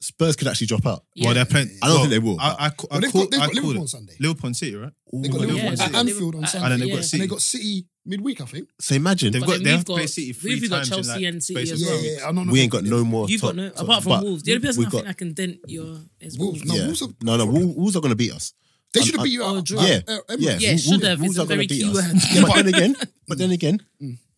Spurs could actually drop out. Well, Yeah. they're playing. I don't well, think they will, I, I, ca- I, Well, they've call- got, they've I got called Liverpool on it. Sunday. Liverpool and City, right? They got Ooh. Liverpool Yeah, at they- Anfield on they- Sunday, and then they got yeah. City. and they got City midweek. I think. So imagine They've But got- then they have we've got- played City three we've got times Chelsea in like and City space as of Yeah, well. two yeah. weeks. yeah. I don't know. we ain't got no more. You've top, got no, top- apart from but Wolves. The only person we I got- think I can dent your is Wolves, Wolves. no. yeah. Wolves are- No, no, Wolves, Wolves are going to beat us. They should have I- beat uh, you Oh, out. draw. at- Yeah. at Emirates. Yeah, Yeah, Wolves- should have. Wolves It's a are gonna very beat key us. word. Yeah, but then again, but Mm. then again,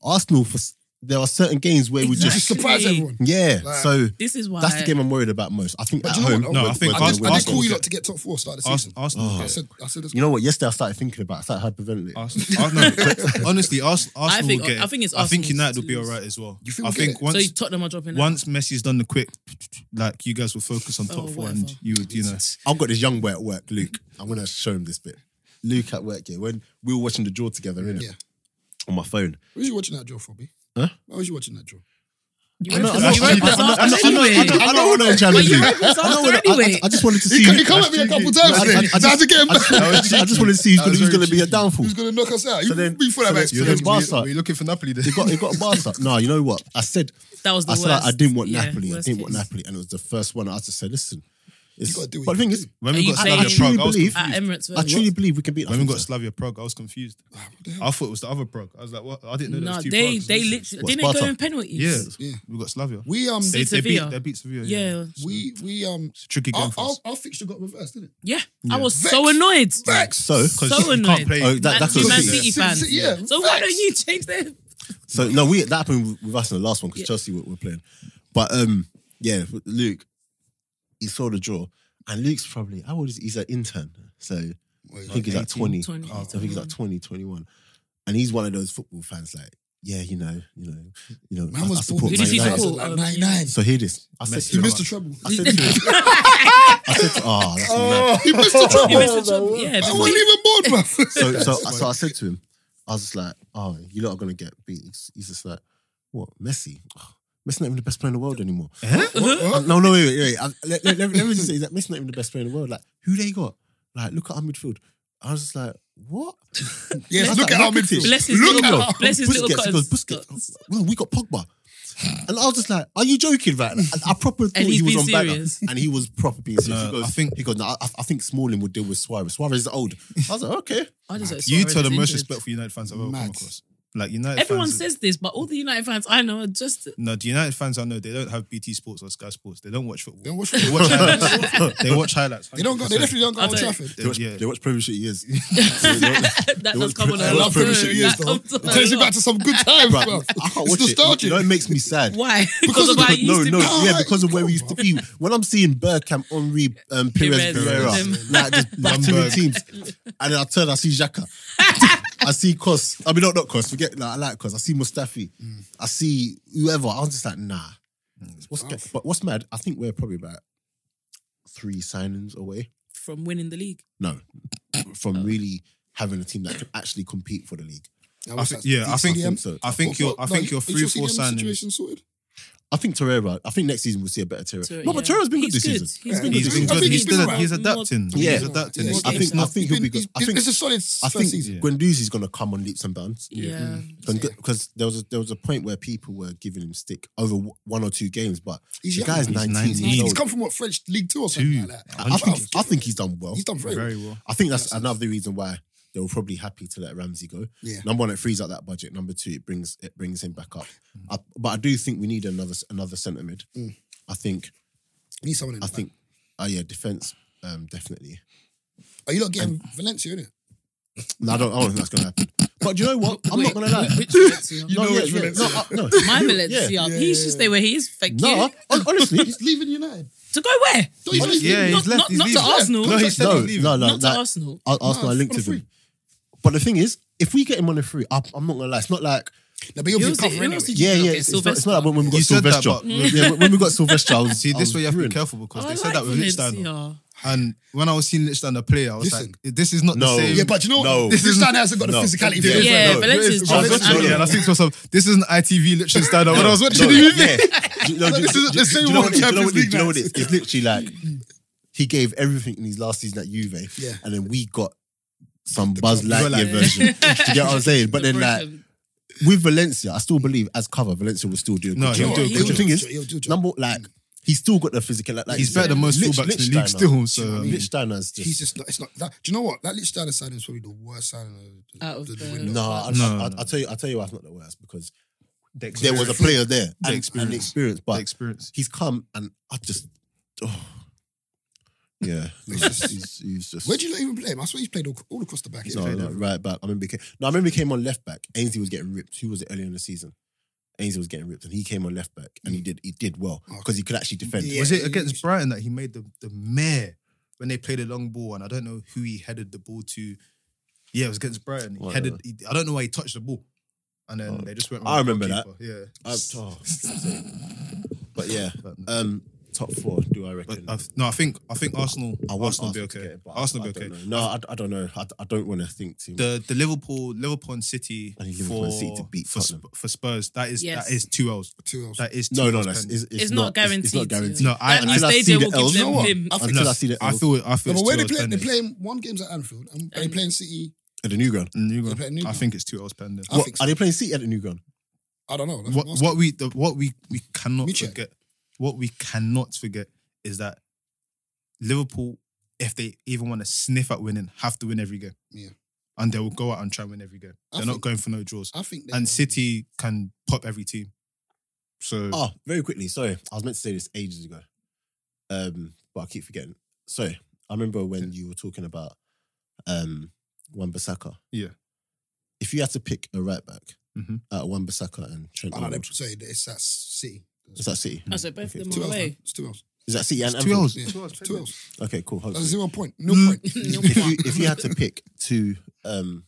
Arsenal. For s- there are certain games where we Just just Exactly. surprise everyone. yeah. Like- so This is why that's the game I'm worried about most. I think But at do you know home. what? No, we're- I think we're I gonna win just, I Arsenal- the just Arsenal- game. call you lot to get top four start of the season. Arsenal, Arsenal, Oh. I said, I said this. You know what? Yesterday I started thinking about. it. I started hyperventilating. Uh. Arsenal, Arsenal, no, honestly, Ars- Arsenal think- will get. I it. think it's I think Arsenal's United to will be all lose. right as well. You think I we'll think get it? So once Tottenham are dropping out. once Messi's done the quick, like you guys will focus on Oh, top four, and whatever. you would, you know. I've got this young boy at work, Luke. I'm gonna show him this bit. Luke at work here. When we were watching the draw together, innit? Yeah. On my phone. Who was you watching that draw for, B? Huh? Why was you watching that draw? you I know- I referenced know- I know- Europa's I know- I know- after I know- I know- anyway. I know what I'm But challenging you you. referenced I know after what I- I- anyway. I just wanted to see. He, he come at me a couple times. I- I- I innit? so I had to get him I just- back. I just- I just wanted to see who's That gonna, who's was very gonna be a cheeky. downfall. Who's gonna knock us out? You So then- be for so that then- back. so then- Barca. Were you looking for Napoli? Then? They got they got Barca. No, you know what? I said That was the I worst. said I, I didn't want Yeah, Napoli. I worst didn't want case. Napoli, and it was the first one. I just said, listen, it's, gotta do what but you the thing gotta is, do. Are when we you got playing- I Slavia Prague, truly I was believe- confused. At Emirates. I truly believe we can beat. When we got Arsenal. Slavia Prague, I was confused. Ah, What the hell? I thought it was the other Prague. I was like, what? I didn't know there No, was two they Pragues. they literally What, didn't they go Sparta? in penalties. Yeah, Yeah. we got Slavia. We um They, they beat Sevilla. they beat Sevilla. Yeah, Yeah. we we um it's a tricky game our, for our, us. our fixture got reversed, didn't it? Yeah. Yeah. I was Vex. so annoyed. Facts. So Because So you annoyed. can't play. Oh, that- Man, that's you what Man it is. City City- fans. City, yeah. So why Facts. don't you change them? so no, we that happened with us in the last one because Yeah. Chelsea were, were playing, but um yeah, Luke, he saw the draw, and Luke's probably how old is he? he's an intern, so I think he's like 20, 20, I think he's like 20, 21. and he's one of those football fans like yeah, you know, you know, you know, I, Man I was support born Who Man did you United. support? Like Um, 99. So hear this, I said Messi. to You him, missed the treble. I said to him, I said, to, oh, that's mad. You missed the You went treble. to trouble. Yeah, I before wasn't you- even born, bruv. so so, so I said to him, I was just like, oh, you lot are gonna get beat. He's, he's just like, what? Messi? Oh, Messi's not even the best player in the world anymore. Uh, no, no, wait, wait, wait. Uh, let, let- let me- let me just say that Messi's not even the best player in the world. Like, who they got? Like, look at our midfield. I was just like, what? Yes, That's look like at our rocket midfield. team. Bless his Look little at- bless his little Busquets, he goes, cutters. Busquets. Well, we got Pogba. And I was just like, are you joking, right? And I proper thought he's he was being on banner. serious. And he was proper being serious. No, he goes, I I think- think, he goes, no, I, I think Smalling would deal with Suarez. Suarez is old. I was like, okay. I just hope You Suarez two are the is most injured. respectful United fans I've ever come Mad. across. Like United, Everyone fans, says this, but all the United fans I know are just no. The United fans I know they don't have BT Sports or Sky Sports. They don't watch They football. don't watch They football. watch highlights. they watch highlights. They don't go. They 100%. definitely don't go I on don't- traffic. They watch, Yeah. they watch Premier Shit years. that does come on I a love lot. Premier Premiership That years, though. comes on It a takes you lot. back to some good times, Bruh, bruh. I can't watch It's it. You nostalgic. know, it makes me sad. Why? Because Because of of how the- it No, used to no, be. yeah, because of where we used to be. When I'm seeing Burkham, Henri, um, Perez, Perez, them. Vieira, like just battering Lundberg. teams, and then I turn, I see Xhaka, I see Kos. I mean, not not Kos. Forget, like, I like Kos. I see Mustafi, Mm. I see whoever. I was just like, nah. What's rough. but what's mad? I think we're probably about three signings away. From winning the league. No, Oh. from really having a team that can actually compete for the league. Now, I what's think- that? yeah, I I think- CDM? um, think so. I think What- you're. what- I no, think you're is three, four CDM signings. Situation sorted. I think Torreira. I think next season we'll see a better Torreira. Torreira, no, but yeah. Torreira's been good this He's good. season. He's been He's good. been I think good. He's he's still. been He's around. adapting. Yeah. He's adapting. Yeah. It's- I it's think- I not- think he's he'll be good. he's I think- it's a solid I first think season. Guendouzi's going to come on leaps and bounds. Yeah. Mm-hmm. Because there was a, there was a point where people were giving him stick over w- one or two games, but He's the young. guy's He's 19. 19. years He's old. come from what French League Two or something like Two. that. I think Bruv, I think he's done well. he's done very well. Very well. I think that's Yes, yes. another reason why they were probably happy to let Ramsey go. Yeah. Number one, it frees up that budget. Number two, it brings it brings him back up. I, but I do think we need another another centre mid. Mm. I think Need someone in. I the back. think oh yeah, defence um, definitely. Are you not getting Valencia in it? No, I don't. I don't think that's going to happen. But do you know what? I'm Wait, not going to lie. which Valencia? No, know yeah, which yeah, no, Valencia. uh, no. My Yeah. Valencia. He should stay where he is. Thank No, you. hon- honestly, He's leaving United. To go where? Don't you- Yeah, not, he's left. not, he's not to leaving. Arsenal. No, he said No, he's leaving. no, no. not to like, Arsenal. I'll ask No, I linked for with him. free. But the thing is, if we get him on a free, I, I'm not gonna lie. It's not like No, but you'll Who be was it? covering Who anyway. else did you yeah, look yeah. at? It's, not, Sylvester. it's not like when, when we got You said that, Sylvester. but- yeah, when, when we got Sylvester, I was See, I this was way you have to be ruined. careful because I they like said that with Lichsteiner. Valencia. And when I was seeing Lichsteiner play, I was Listen. like, this is not No. the same. Yeah, but you know, No. this is Dan hasn't got No. the physicality. Yeah, for it. Yeah, no, Valencia's I just was watching it and I animal. think to myself, this is an ITV Lichtensteiner. When I was watching no, the movie, yeah. Do you- no, do you- This is the do you- same do you know one what it- do you know Champions what it- League do you know what it nights. is? It's literally like he gave everything in his last season at Juve, Yeah. and then we got some Buzz proper- Lightyear Lightyear. version. Do you get what I'm saying? But then, like Broken. with Valencia, I still believe as cover, Valencia will still do. A good No, job. he'll do a Because good The job. thing is, He'll do a job. number like he's still got the physical. Like, like he's better than most Lich- fullbacks in the Lichsteiner. league still. Do you know So what I mean? Lichsteiner's just. He's just not. It's not. That, do you know what? That Lichtensteiner signing is probably the worst signing of the, Out of the, the- window. no, I, No, I, I, no. I tell you, I tell you, why it's not the worst because there was a player there and experience, and experience. experience the but experience. he's come and I just, oh. yeah, he's just, he's, he's just Where do you not even play him? I swear he's played all, all across the back. no, no, right back. I remember he came, no, I remember he came on left back. Ainsley was getting ripped. Who was it earlier in the season? Ainsley was getting ripped, and he came on left back, and he did he did well because he could actually defend. Yeah. Was it against Brighton that he made the, the mare when they played a long ball? And I don't know who he headed the ball to. Yeah, it was against Brighton. He Whatever. headed. He, I don't know why he touched the ball. And then Oh, they just went. I with the remember that. goalkeeper. I- oh. but yeah, Yeah. But, um, top four. Do I but reckon? I, no, I think I think Arsenal. I want Arsenal, Arsenal be to okay. get it, but I- Arsenal I be don't okay. know. No, I, I don't know. I, I don't want to think too much. The the Liverpool Liverpool and City I need for Liverpool and City to beat for, Tottenham. Sp- for Spurs. That is Yes. that is two L's. Two else. That is two no, no, L's no. It's, pending. it's, it's It's not It's, not guaranteed, guaranteed. yeah. no, I, That I, means until I they see did the will L's. give You know them what? him. I think Until I see the I L's. feel I No, feel but it's where two they play, L's they're pending. playing one game's at Anfield and they're playing City. at the new ground. New ground. They're playing New I Ground. think it's two L's pending. I What, think Are they playing City at the new ground? I don't know. That's what what, what we the, what we we cannot Me check. forget what we cannot forget is that Liverpool if they even want to sniff at winning have to win every game Yeah. and they will go out and try and win every game I they're not think- going for no draws I think. they- and City can pop every team so Oh, very quickly. Sorry, I was meant to say this ages ago, um, but I keep forgetting. Sorry, I remember when you were talking about um, Wan Bissaka. Yeah. If you had to pick a right back, Mhm. uh, Wan Bissaka and Trent, I know. Arnold, they- Sorry, it's that City. is that City? I said both of Two them are else. away. man. It's two else. Is that City and two Anfield? L's Yeah. two L's Two pending. else. Okay, cool. Hold That's on. zero point. No Mm. point. If you if you had to pick two, um,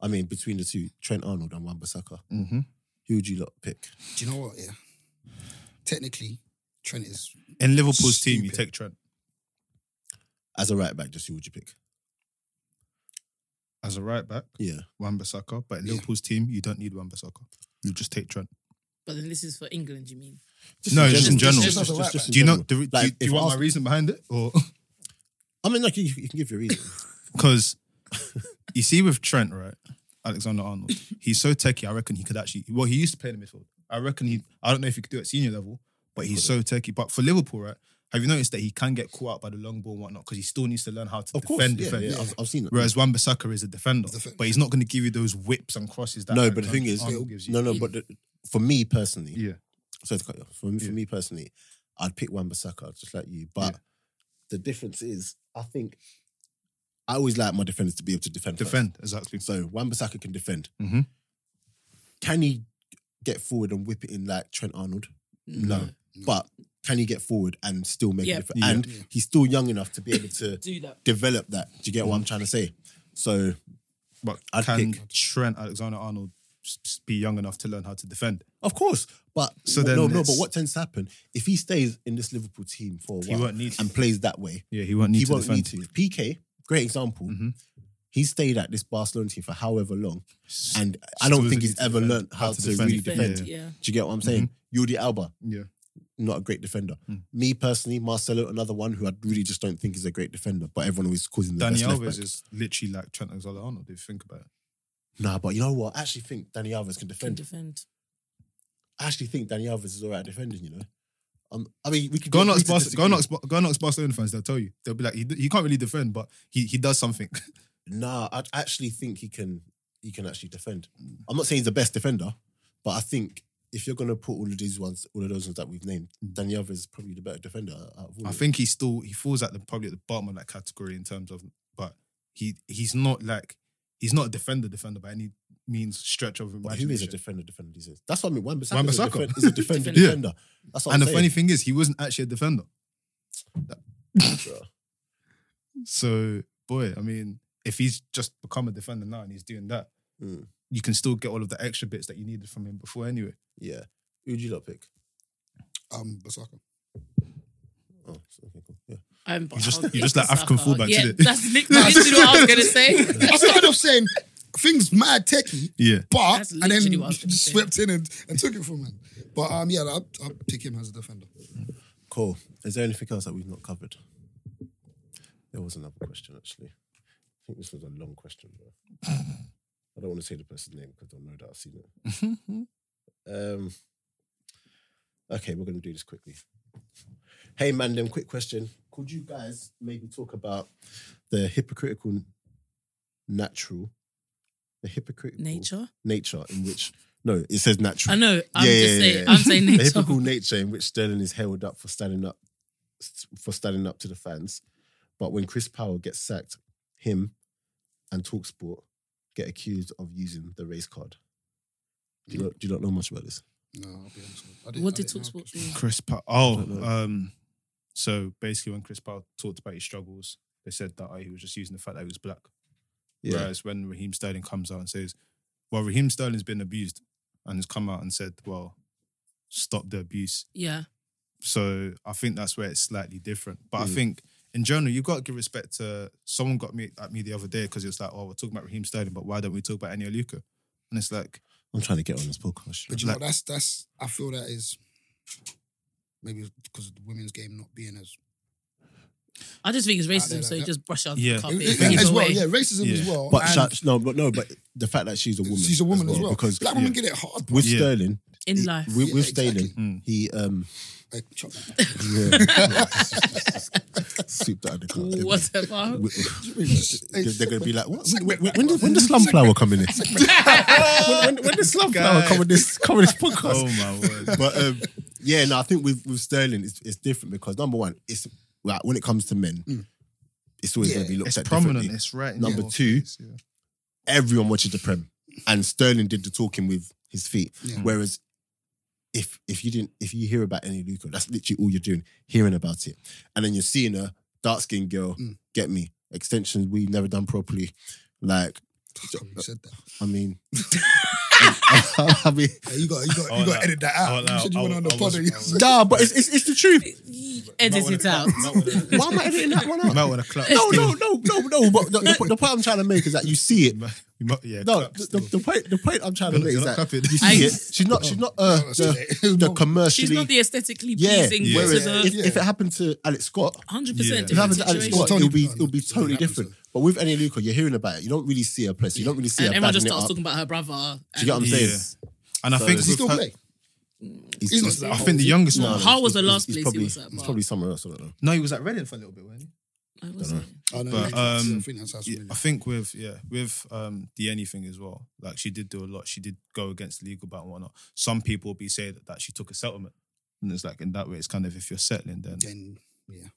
I mean between the two, Trent Arnold and Wan Bissaka, Mhm. who would you lot pick? Do you know what? Yeah. Technically, Trent is in Liverpool's team you Stupid. take Trent As a right back, just who would you pick? as a right back Yeah. Wan-Bissaka but in Yeah. Liverpool's team you don't need Wan-Bissaka you just take Trent But then this is for England, you mean? No, just in general. Just- just- just- just in do you know general. do, Like, do, do if you want Ars- my reason behind it or I mean, like you, you can give your reason. Because you see, with Trent, right, Alexander Arnold, he's so techie. I reckon he could actually. Well, he used to play in the midfield. I reckon he. I don't know if he could do it at senior level, but he's so techie. But for Liverpool, right, have you noticed that he can get caught out by the long ball and whatnot because he still needs to learn how to Of course, defend. yeah, defend. yeah, I've, I've seen it. Whereas Wan Bissaka is a defender, Defender. but he's not going to give you those whips and crosses. That no, but the Alexander thing is, Arnold gives you. no, no, but the, for me personally, Yeah. So to cut you off, for me, Yeah. for me personally, I'd pick Wan Bissaka just like you. But Yeah. the difference is, I think I always like my defenders to be able to defend. first. defend exactly. So Wan Bissaka can defend. Mhm. Can he get forward and whip it in like Trent Arnold? Mm. No. But can he get forward and still make Yeah. a difference? Yeah. And Yeah. he's still young enough to be able to Do that. develop that. Do you get what Mm. I'm trying to say? So But I'd can pick- Trent Alexander Arnold be young enough to learn how to defend? Of course, but So so then no, no. it's- But what tends to happen if he stays in this Liverpool team for a He while won't need to. and plays that way, Yeah, he won't need he to won't defend. need to. PK, great example. Mhm. He stayed at this Barcelona team for however long, S- and I don't Still think doesn't he's need to ever defend. Mm-hmm. learned how, to, really defend. Defend, Do yeah. you get what I'm saying? Jordi Alba, Yeah. not a great defender. Mm. Me personally, Marcelo, another one who I really just don't think is a great defender, but everyone always calls him the Danny best left Alves back. is literally like Trent Alexander-Arnold. If you think about it, Nah, but you know what? I actually think Danny Alves can Can defend. defend. I actually think Danny Alves is all right at defending. You know, um, I mean, we could go and agree ask to Bar- go disagree. and ask Bar- go and ask Barcelona fans. They'll tell you. They'll be like, he, he can't really defend, but he, he does something. Nah, I actually think he can he can actually defend. I'm not saying he's the best defender, but I think if you're gonna put all of these ones, all of those ones that we've named, Danny Alves is probably the better defender out of all. Hmm. I of them. think he still he falls at the probably at the bottom of that category in terms of, but he he's not like he's not a defender defender by any means stretch of But who is a imagination. defender defender these days? That's what I mean. Wan Wan-Bissaka. Bissaka is a defender Yeah. defender. That's what And I'm the saying. funny thing is, he wasn't actually a defender. bro. So, boy, I mean, if he's just become a defender now and he's doing that, Mm. you can still get all of the extra bits that you needed from him before anyway. Yeah. Who'd you lot pick? Um, Basaka. Oh, okay, cool. Yeah. I'm You just- I'll you take just like African Bissaka. fullbacks, yeah, innit? That's li- literally what I was gonna say. I started off saying things mad techie, Yeah. but That's and then literally what I was gonna just say. swept in and, and took it from him. But um, yeah, I'll, I'll pick him as a defender. Cool. Is there anything else that we've not covered? There was another question actually. I think this was a long question, bro. I don't want to say the person's name because they'll know that I've seen it. um, okay, we're going to do this quickly. Hey, Mandem, quick question. Could you guys maybe talk about the hypocritical natural, the hypocritical Nature. nature in which, no, it says natural I know. I'm Yeah, just yeah, saying. yeah. I'm saying the nature. hypocritical nature in which Sterling is held up for standing up for standing up to the fans. But when Chris Powell gets sacked, him and Talksport get accused of using the race card. Do you not, do you not know much about this? No, I'll be honest. With you. I What did I Talksport do? Chris Powell. Oh, um, so basically, when Chris Powell talked about his struggles, they said that oh, he was just using the fact that he was black. Whereas when Raheem Sterling comes out and says, well, Raheem Sterling's been abused and has come out and said, well, stop the abuse. Yeah. So I think that's where it's slightly different. But I Mm. think in general, you've got to give respect to someone got me at me the other day because it was like, oh, we're talking about Raheem Sterling, but why don't we talk about Enya Luka? And it's like, I'm trying to get on this podcast. But you know, Like- that's that's. I feel that is maybe because of the women's game not being as I just think it's Out there racism, so like you that. just brush out Yeah. the carpet. It- it- bring it as well. away. Yeah, racism as Yeah. well. But and sh- no, but no, but the fact that she's a woman, she's a woman as well. because Black women yeah. get it hard. bro. with Yeah. Sterling, in he- life. with, Yeah, with exactly. Sterling, Mm. he um, Like, chop that. yeah, sweep that out the card. Whatever. They're gonna be like, what? When, when, when, the, when the slum flower coming in? when, when, when the slum flower Guys. come on this come on this podcast? oh my word. But um, yeah, no, I think with with Sterling, it's, it's different because number one, it's like when it comes to men, Mm. it's always Yeah, gonna be looked It's at prominent. differently. It's right. in Number your two, face, yeah. Everyone watches the prem, and Sterling did the talking with his feet. Yeah. Whereas if if you didn't if you hear about any Luca, that's literally all you're doing, hearing about it, and then you're seeing a dark skinned girl Mm. get me extensions we never done properly, like. You said that. I mean, I mean, Hey, you got you got Oh, you got no. to edit that out. Oh, no. You said you I went was- on the I was- pod. I was- nah, but it's, it's, it's the truth. Edit it out. Why am I editing that one You might out? want to clap. No, still. no, no, no, no. But the, the, the point I'm trying to make is that you see it. You might, you might- yeah, No, clap the, still. the, the point the point I'm trying to You're not- make you're is not that clapping. you I- see it. She's not. She's not. Uh, the, the commercially. She's not the aesthetically yeah. pleasing. Yeah. to Whereas the if, if it happened to Alex Scott, 100% Yeah. if it different happened to Alex situation. Scott, Totally it'll be different. it'll be totally Totally different. But with any Luca, you're hearing about it. You don't really see her press. You don't really see And her everyone bagging just it starts up. talking about her brother. Do you get what I'm and- saying? And I think Does Does he with still Pat- play? He's- He's he's- not- I think the youngest no, one. no, How was he's- the last he's place he probably- was at, He's Mark? probably somewhere else. I don't know. No, he was at Reading for a little bit, wasn't he? I was like, Oh, no, But, yeah, I um, think that's how it's Yeah, really- I think with yeah with um the anything as well. Like she did do a lot. She did go against the legal battle and whatnot. Some people will be saying that, she took a settlement, and it's like in that way, it's kind of if you're settling, then Then yeah,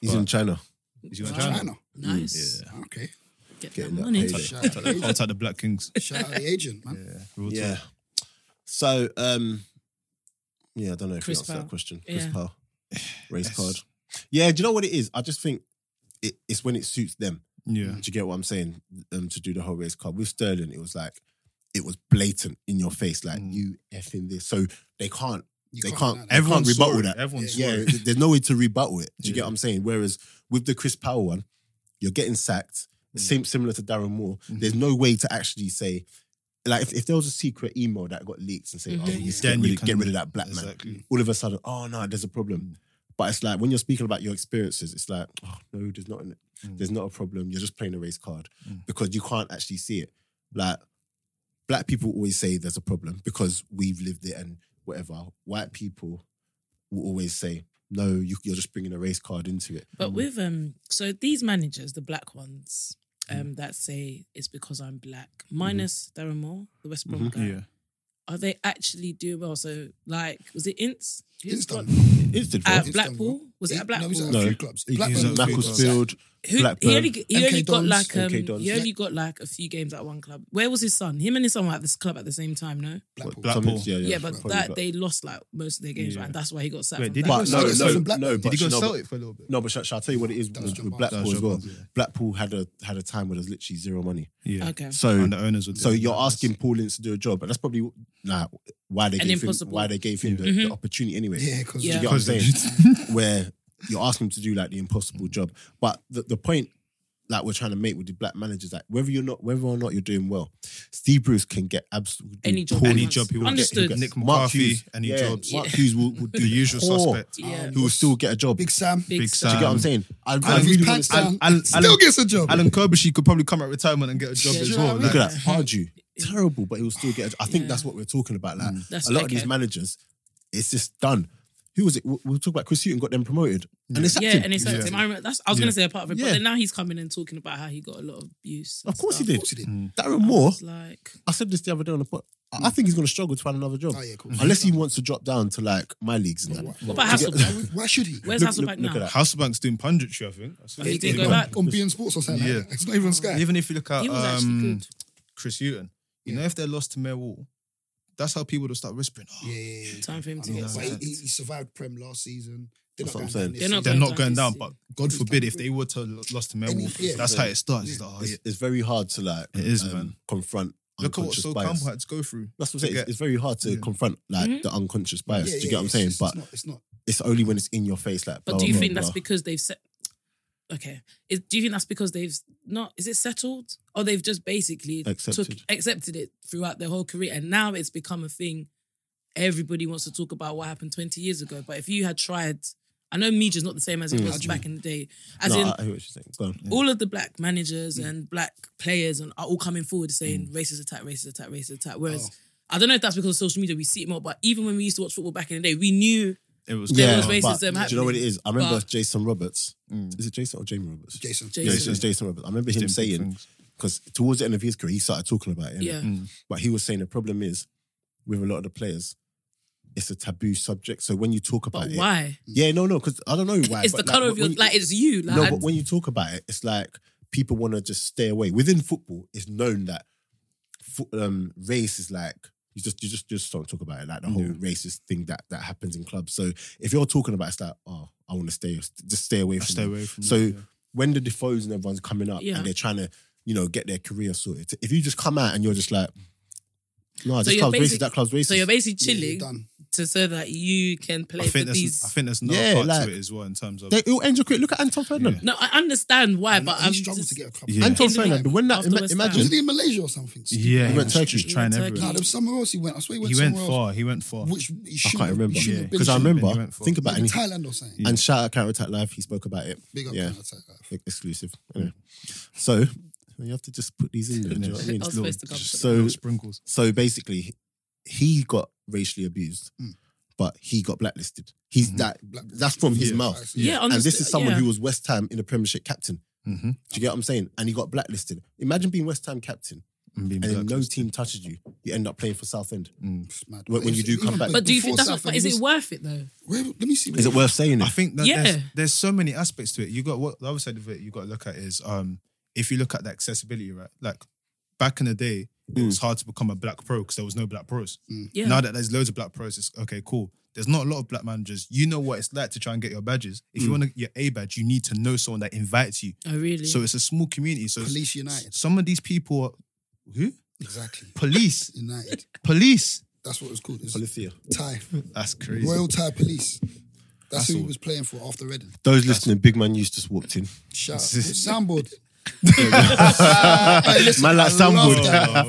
He's in China. is you in China? China? China. Nice. Okay. Get Get that that money. payday. Shout out the agent. Contact the Black Kings. Shout out the agent, man. Yeah, real Yeah. talk. So, um, yeah, I don't know if Chris you answered Powell. that question. Chris Yeah. Powell, race Yes. card. Yeah, do you know what it is? I just think it, it's when it suits them. yeah, Do you get what I'm saying? Um, to do the whole race card with Sterling, it was like it was blatant in your face, like Mm. you effing this. So they can't. You They can't- deny that. Everyone can't rebuttal saw it. that. Everyone saw yeah, it. there's no way to rebuttal it. Do you Yeah. get what I'm saying? Whereas with the Chris Powell one, you're getting sacked. Mm. Same similar to Darren Moore. Mhm. There's no way to actually say. Like if, if there was a secret email that got leaked and say, "Oh, Mhm. we need to Mm. Then get you rid, of- get can- rid of that black man," Exactly. all of a sudden, oh no, there's a problem. But it's like when you're speaking about your experiences, it's like, oh no, there's not an, Mm. there's not a problem. You're just playing a race card Mm. because you can't actually see it. Like black people always say there's a problem because we've lived it and whatever. White people will always say, no, you, you're just bringing a race card into it. But with um, so these managers, the black ones, um, that say it's because I'm black, minus Darren Moore, the West Brom Mm. guy, Mm-hmm. Yeah, are they actually doing well? So, like, was it Ince? Who's Ince done got- It's the At Ince done Blackpool, Was it at No, Blackpool? he's at No. a few clubs. He- Blackburn he's at was good. Macclesfield, Who, Blackburn. he only, he MK only got Dons. like um, MK Dons. he only got like a few games at one club. Where was his son? Him and his son were at this club at the same time, no? Blackpool. Black- something- Yeah, Yeah, yeah, but probably that got- they lost like most of their games, Yeah. right? And that's why he got sacked. Wait, from did he that. But go no, Blackburn. no, Blackburn. no, but Did he you go know, sell but- it for a little bit? no, but shall, shall I tell you what it is with, That was with John Barnes. That Blackpool was as John well? Barnes, yeah. Blackpool had a had a time where there's literally zero money. Yeah. Okay. So And the owners would. So you're asking Paul Lynch to do a job, and that's probably like why they An gave him, impossible- Mm-hmm. why they gave him the, the opportunity anyway. Yeah, because Do you Yeah. get what I'm Because they saying? Where you're asking him to do like the impossible job, but the, the point like we're trying to make with the black managers, like whether you're not whether or not you're doing well, Steve Bruce can get absolutely Any job. any Paul- job he will Understood. get. Nick Mark McCarthy, Hughes, any yeah, jobs. Mark Hughes will, will do The usual poor, suspect. Yeah. Who will still get a job? Big Sam. Big Big Do Sam. Sam. you get what I'm saying? I, I If he's really want pants to down, Alan- still gets a job. Alan Kirbushi could probably come out of retirement and get a job Yeah. as well. Look at like- that, Pardew, terrible, but he will still get. A, I think Yeah. Mm. that's what we're talking about. Like That's- a lot of okay. these managers, it's just done. Who was it? We'll, we'll talk about Chris Hughton got them promoted, and it's Yeah, him. and it's Yeah. hurt him. I, remember, that's, I was Yeah. going to say apart from it, Yeah. but then now he's coming and talking about how he got a lot of abuse. and of course he stuff. did. Of course he did. Oh. Darren Moore. It's like, I said this the other day on the pod. I I think he's going to struggle to find another job Oh, yeah, cool. unless he wants to drop down to like my leagues and that. what about Hasselbank? Why- Why should he? Where's Look- Hasselbank look- look now? at that. Hasselbank's doing punditry, I think. I saw He it. didn't Like, go back. on being sports or something. Yeah. Like that. It's not even on Sky. Even if you look at He was actually um, good. Chris Hutton, you know, if they're lost to Mayor Wall, that's how people will start whispering. Oh, Yeah, yeah, yeah. Time for him to I know, get but he, sacked. he he survived Prem last season. They're That's not what I'm going down saying. this They're season. not They're going not going down, this but year. God forbid if they were to lo- lost to Mayor Any- Wall, yeah. that's how it starts. It's like, oh, It's, yeah. it's very hard to like. um, It is, man. Confront. Look at what unconscious So bias. Campbell had to go through. That's what I'm saying. to It's, it's very hard to Yeah. confront like Mhm. the unconscious bias. Yeah, do you yeah, get what I'm it's saying? just- but it's not, it's not. it's only when it's in your face. Like, But blah, do you blah, think blah. that's because they've set? Okay, is, do you think that's because they've not? Is it settled, or they've just basically took Accepted. accepted it throughout their whole career, and now it's become a thing. Everybody wants to talk about what happened twenty years ago, but if you had tried, I know media's not the same as it Mm. was back in the day. As no, in, I, I hear what you're saying. Go on. all of the black managers and black players and are all coming forward saying racist attack, racist attack, racist attack. Whereas Oh. I don't know if that's because of social media we see it more, but even when we used to watch football back in the day, we knew It was There was but racism Do happening. you know what it is? I remember But- Jason Roberts. Is it Jason or Jamie Roberts? Jason. Jason. Jason. it's Jason Roberts. I remember him Mm. Different saying things. Mm. because towards the end of his career, he started talking about it. innit? Yeah. but he was saying the problem is with a lot of the players, it's a taboo subject. So when you talk about but it, why? yeah, no, no, because I don't know why. It's the but color of your when you- like. It's you. Like, no, I- but when you talk about it, it's like people want to just stay away. Within football, it's known that fo- um, race is like you just you just just don't talk about it. Like the whole racist thing that that happens in clubs. So if you're talking about it, it's like oh, I want to stay just stay away from. Stay it. away from So it, yeah. when the Defoes and everyone's coming up Yeah. and they're trying to you know get their career sorted, if you just come out and you're just like. No, this you're club's basic- racist. That club's racist. so you're basically Yeah, you're chilling done. to so that you can play I for think, these. there's, I think there's another Yeah, part like- to it as well in terms of. they, it'll end your career. Look at Anton Ferdinand. Yeah. no, I understand why, but he I'm struggled just, to get a club. Yeah. Anton In the- Ferdinand. When that After West Ham. imagine Wasn't he in Malaysia or something? yeah, He he went was Turkey. just trying He went everything. Nah, there was somewhere else he went. I swear he went He went somewhere else. far. He went far. Which he I shouldn't can't have- remember He shouldn't have been because I to. shouldn't have been, remember. he went for Think it. about Maybe it. And, Thailand or something. he- and shout out Counter Attack Live. He spoke about it. Big up yeah, Thailand, Thailand. ex- exclusive. Anyway. So you have to just put these in. There, do you know what I mean? I was supposed to come. Just to So little sprinkles. so basically, he got racially abused, Mm. but he got blacklisted. He's that. Black- That's from his Yeah. mouth. yeah, honestly, and this is someone yeah. who was West Ham in the Premiership captain. Mhm. Do you get what I'm saying? And he got blacklisted. Imagine being West Ham captain Mm-hmm. And being Mm. and then no blacklisted. team touches you. You end up playing for Southend. It's mad. When- when you do Even come back- But do you think before Mm. that's what, Southend, but is he it was- worth it though? Wait, Let me see. Is it worth saying I it? think that Yeah. there's, there's so many aspects to it. You got what the other side of it you got to look at is um if you look at the accessibility, right? Like back in the day, it Mm. was hard to become a black pro because there was no black pros. Yeah, Now that there's loads of black pros, it's okay, cool. There's not a lot of black managers. You know what it's like to try and get your badges. If Mm. you want to, your A badge, you need to know someone that invites you. oh really? So it's a small community. So it's- Police United? some of these people are who? Exactly. Police. United. Police. That's what it's called. It's Polythea. Thai. That's crazy. Royal Thai Police. That's, That's who he all. was playing for after Reading. Those listening, Big Man Hughes just walked in. Shout out. Soundboard. Man like I love Samwood. that. Oh,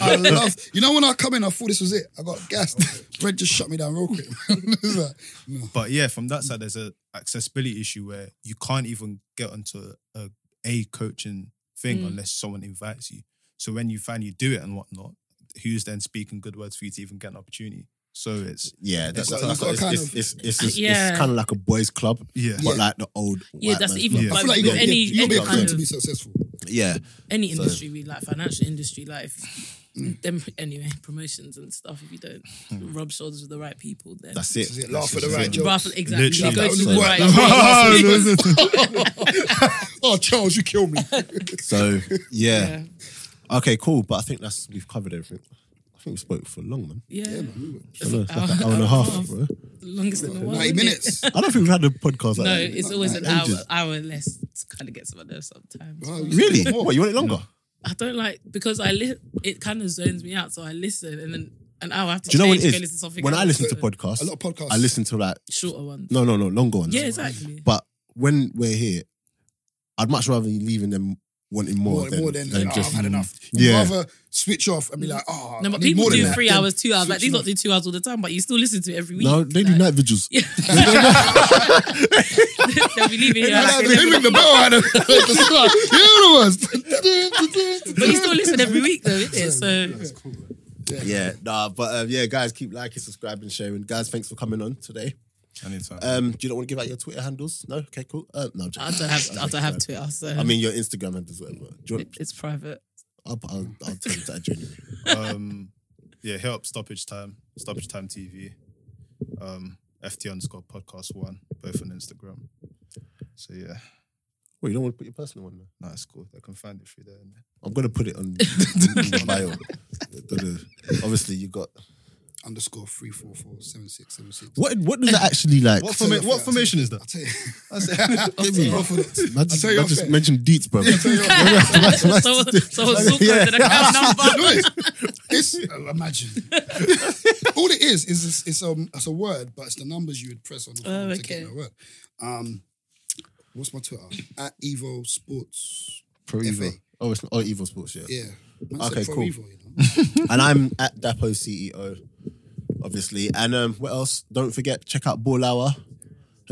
I love. You know when I come in, I thought this was it. I got gassed. Brent just shut me down real quick. It's like, no. But yeah, from that side, there's a accessibility issue where you can't even get onto a, a coaching thing Mm. unless someone invites you. So when you finally do it and whatnot, who's then speaking good words for you to even get an opportunity? So it's Yeah, that's, It's like- that's you've it's, got a it's, kind it's, it's, it's, Yeah. kind of like a boys' club, yeah, but like the old. yeah, white that's man's even Yeah. club. I like, feel like you with got to any be, you gotta any be a kind coach to of be successful. Yeah, any So- Mm. industry, really, like financial industry, like if Then anyway, promotions and stuff. If you don't rub shoulders with the right people, then Hmm. That's it. This is it. Laugh at That's the right it. jokes. Rough- exactly. Literally. You go to That the right. was what- Oh, no, no, no. Oh, Charles, you killed me. So yeah. Yeah. Okay, cool. But I think that's we've covered everything. I think we spoke for long, man. Yeah. I don't know, it's like an hour and a half, bro. Longest in the world. 90 isn't it? minutes. I don't think we've had a podcast like No, that. it's always an hour, Ages. hour less. Kind of gets on my nerves sometimes. Oh, you- Really? What, you want it longer? I don't like because I li- it kind of zones me out. So I listen, and then an hour after Do you know what it change, go listen to is? something When I else. listen to A lot podcasts, of podcasts. I listen to like shorter ones. no, no, no, longer ones. yeah, exactly. But when we're here, I'd much rather you leaving them wanting more, more, than, more than, than oh, just I've had enough. You'd Yeah. rather switch off and be like, oh, No, I but need people more than do that. three Then- hours, two hours. Like switching these lot off. do two hours all the time, but you still listen to it every week. No, they do Like, night vigils. Yeah. They'll be leaving here. Like, like, they ring the bell and the but you still listen every week, though, isn't it? So Yeah, nah, but um, yeah, guys, keep liking, subscribing, sharing. Guys, thanks for coming on today. Anytime. Um, do you not want to give out your Twitter handles? No, okay, cool. Uh, no, I'm joking. I don't have I don't have Okay, Twitter. So I mean your Instagram handles, whatever. Do you it- want, it's private. I'll, I'll, I'll tell you that during. the- um, yeah, hit up Stoppage Time, Stoppage Time TV, um, FT underscore podcast one, both on Instagram. So yeah, Wait, you don't want to put your personal one? There? nice it's cool. They can find it through there. innit? I'm gonna put it on the bio. Obviously, you got Underscore three four four seven six seven six. what? What does that actually like? What, tell forma- you what off- formation is that? I'll tell you. Give me. I'll tell you. I I'll just, tell you I off just air. mentioned Deets, bro. Someone someone zoom Yeah. the account number. No, it's, it's- uh, imagine. All it is is it's, it's um it's a word, but it's the numbers you would press on the phone Oh, to get okay. that word. Um, what's my Twitter? At Evo Sports. Pro Evo. FA. Oh, it's not, oh, Evo Sports, yeah. Yeah. Man Okay, said for cool. Evo, you know? and I'm at Dapo CEO, obviously. And um, what else? Don't forget, check out Ball Hour. Have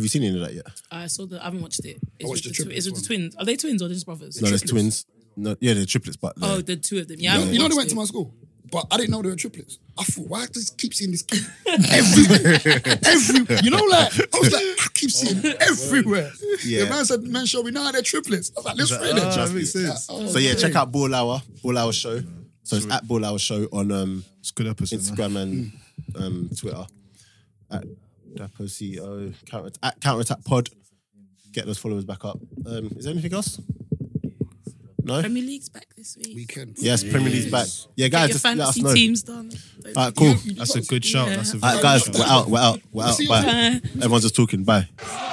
you seen any of that yet? I saw the. I haven't watched it. It's watched with the, twi- the triplets it's with the one. twins. Are they twins or are they just brothers? No, there's twins. No, yeah, they're triplets, but they're- Oh, the two of them. Yeah, I You know, haven't you know they watched went it. to my school, but I didn't know they were triplets. I thought, why I just keep seeing this kid everywhere, everywhere. You know, like I was like, I keep Oh seeing them everywhere. Yeah. uh, The man said, man, show me now they're triplets. I was like, let's read Ah, it. oh, Just- makes sense. so yeah, check out Ball Hour, Ball Hour Show. So it's at Ball Hour Show on um, It's a good episode. man. Instagram and um, Twitter. At Dapo CEO, counter, at Counterattack Pod. Get those followers back up. Um, is there anything else? No? Premier League's back this week. Weekend. Yes, Premier League's back. Yeah, Get guys, your just let us fantasy know. teams done. All right, cool. That's a good shout. Yeah. That's a All very right, good guys, shout. we're out, we're out, we're out. See you Bye. Bye. Everyone's just talking. Bye.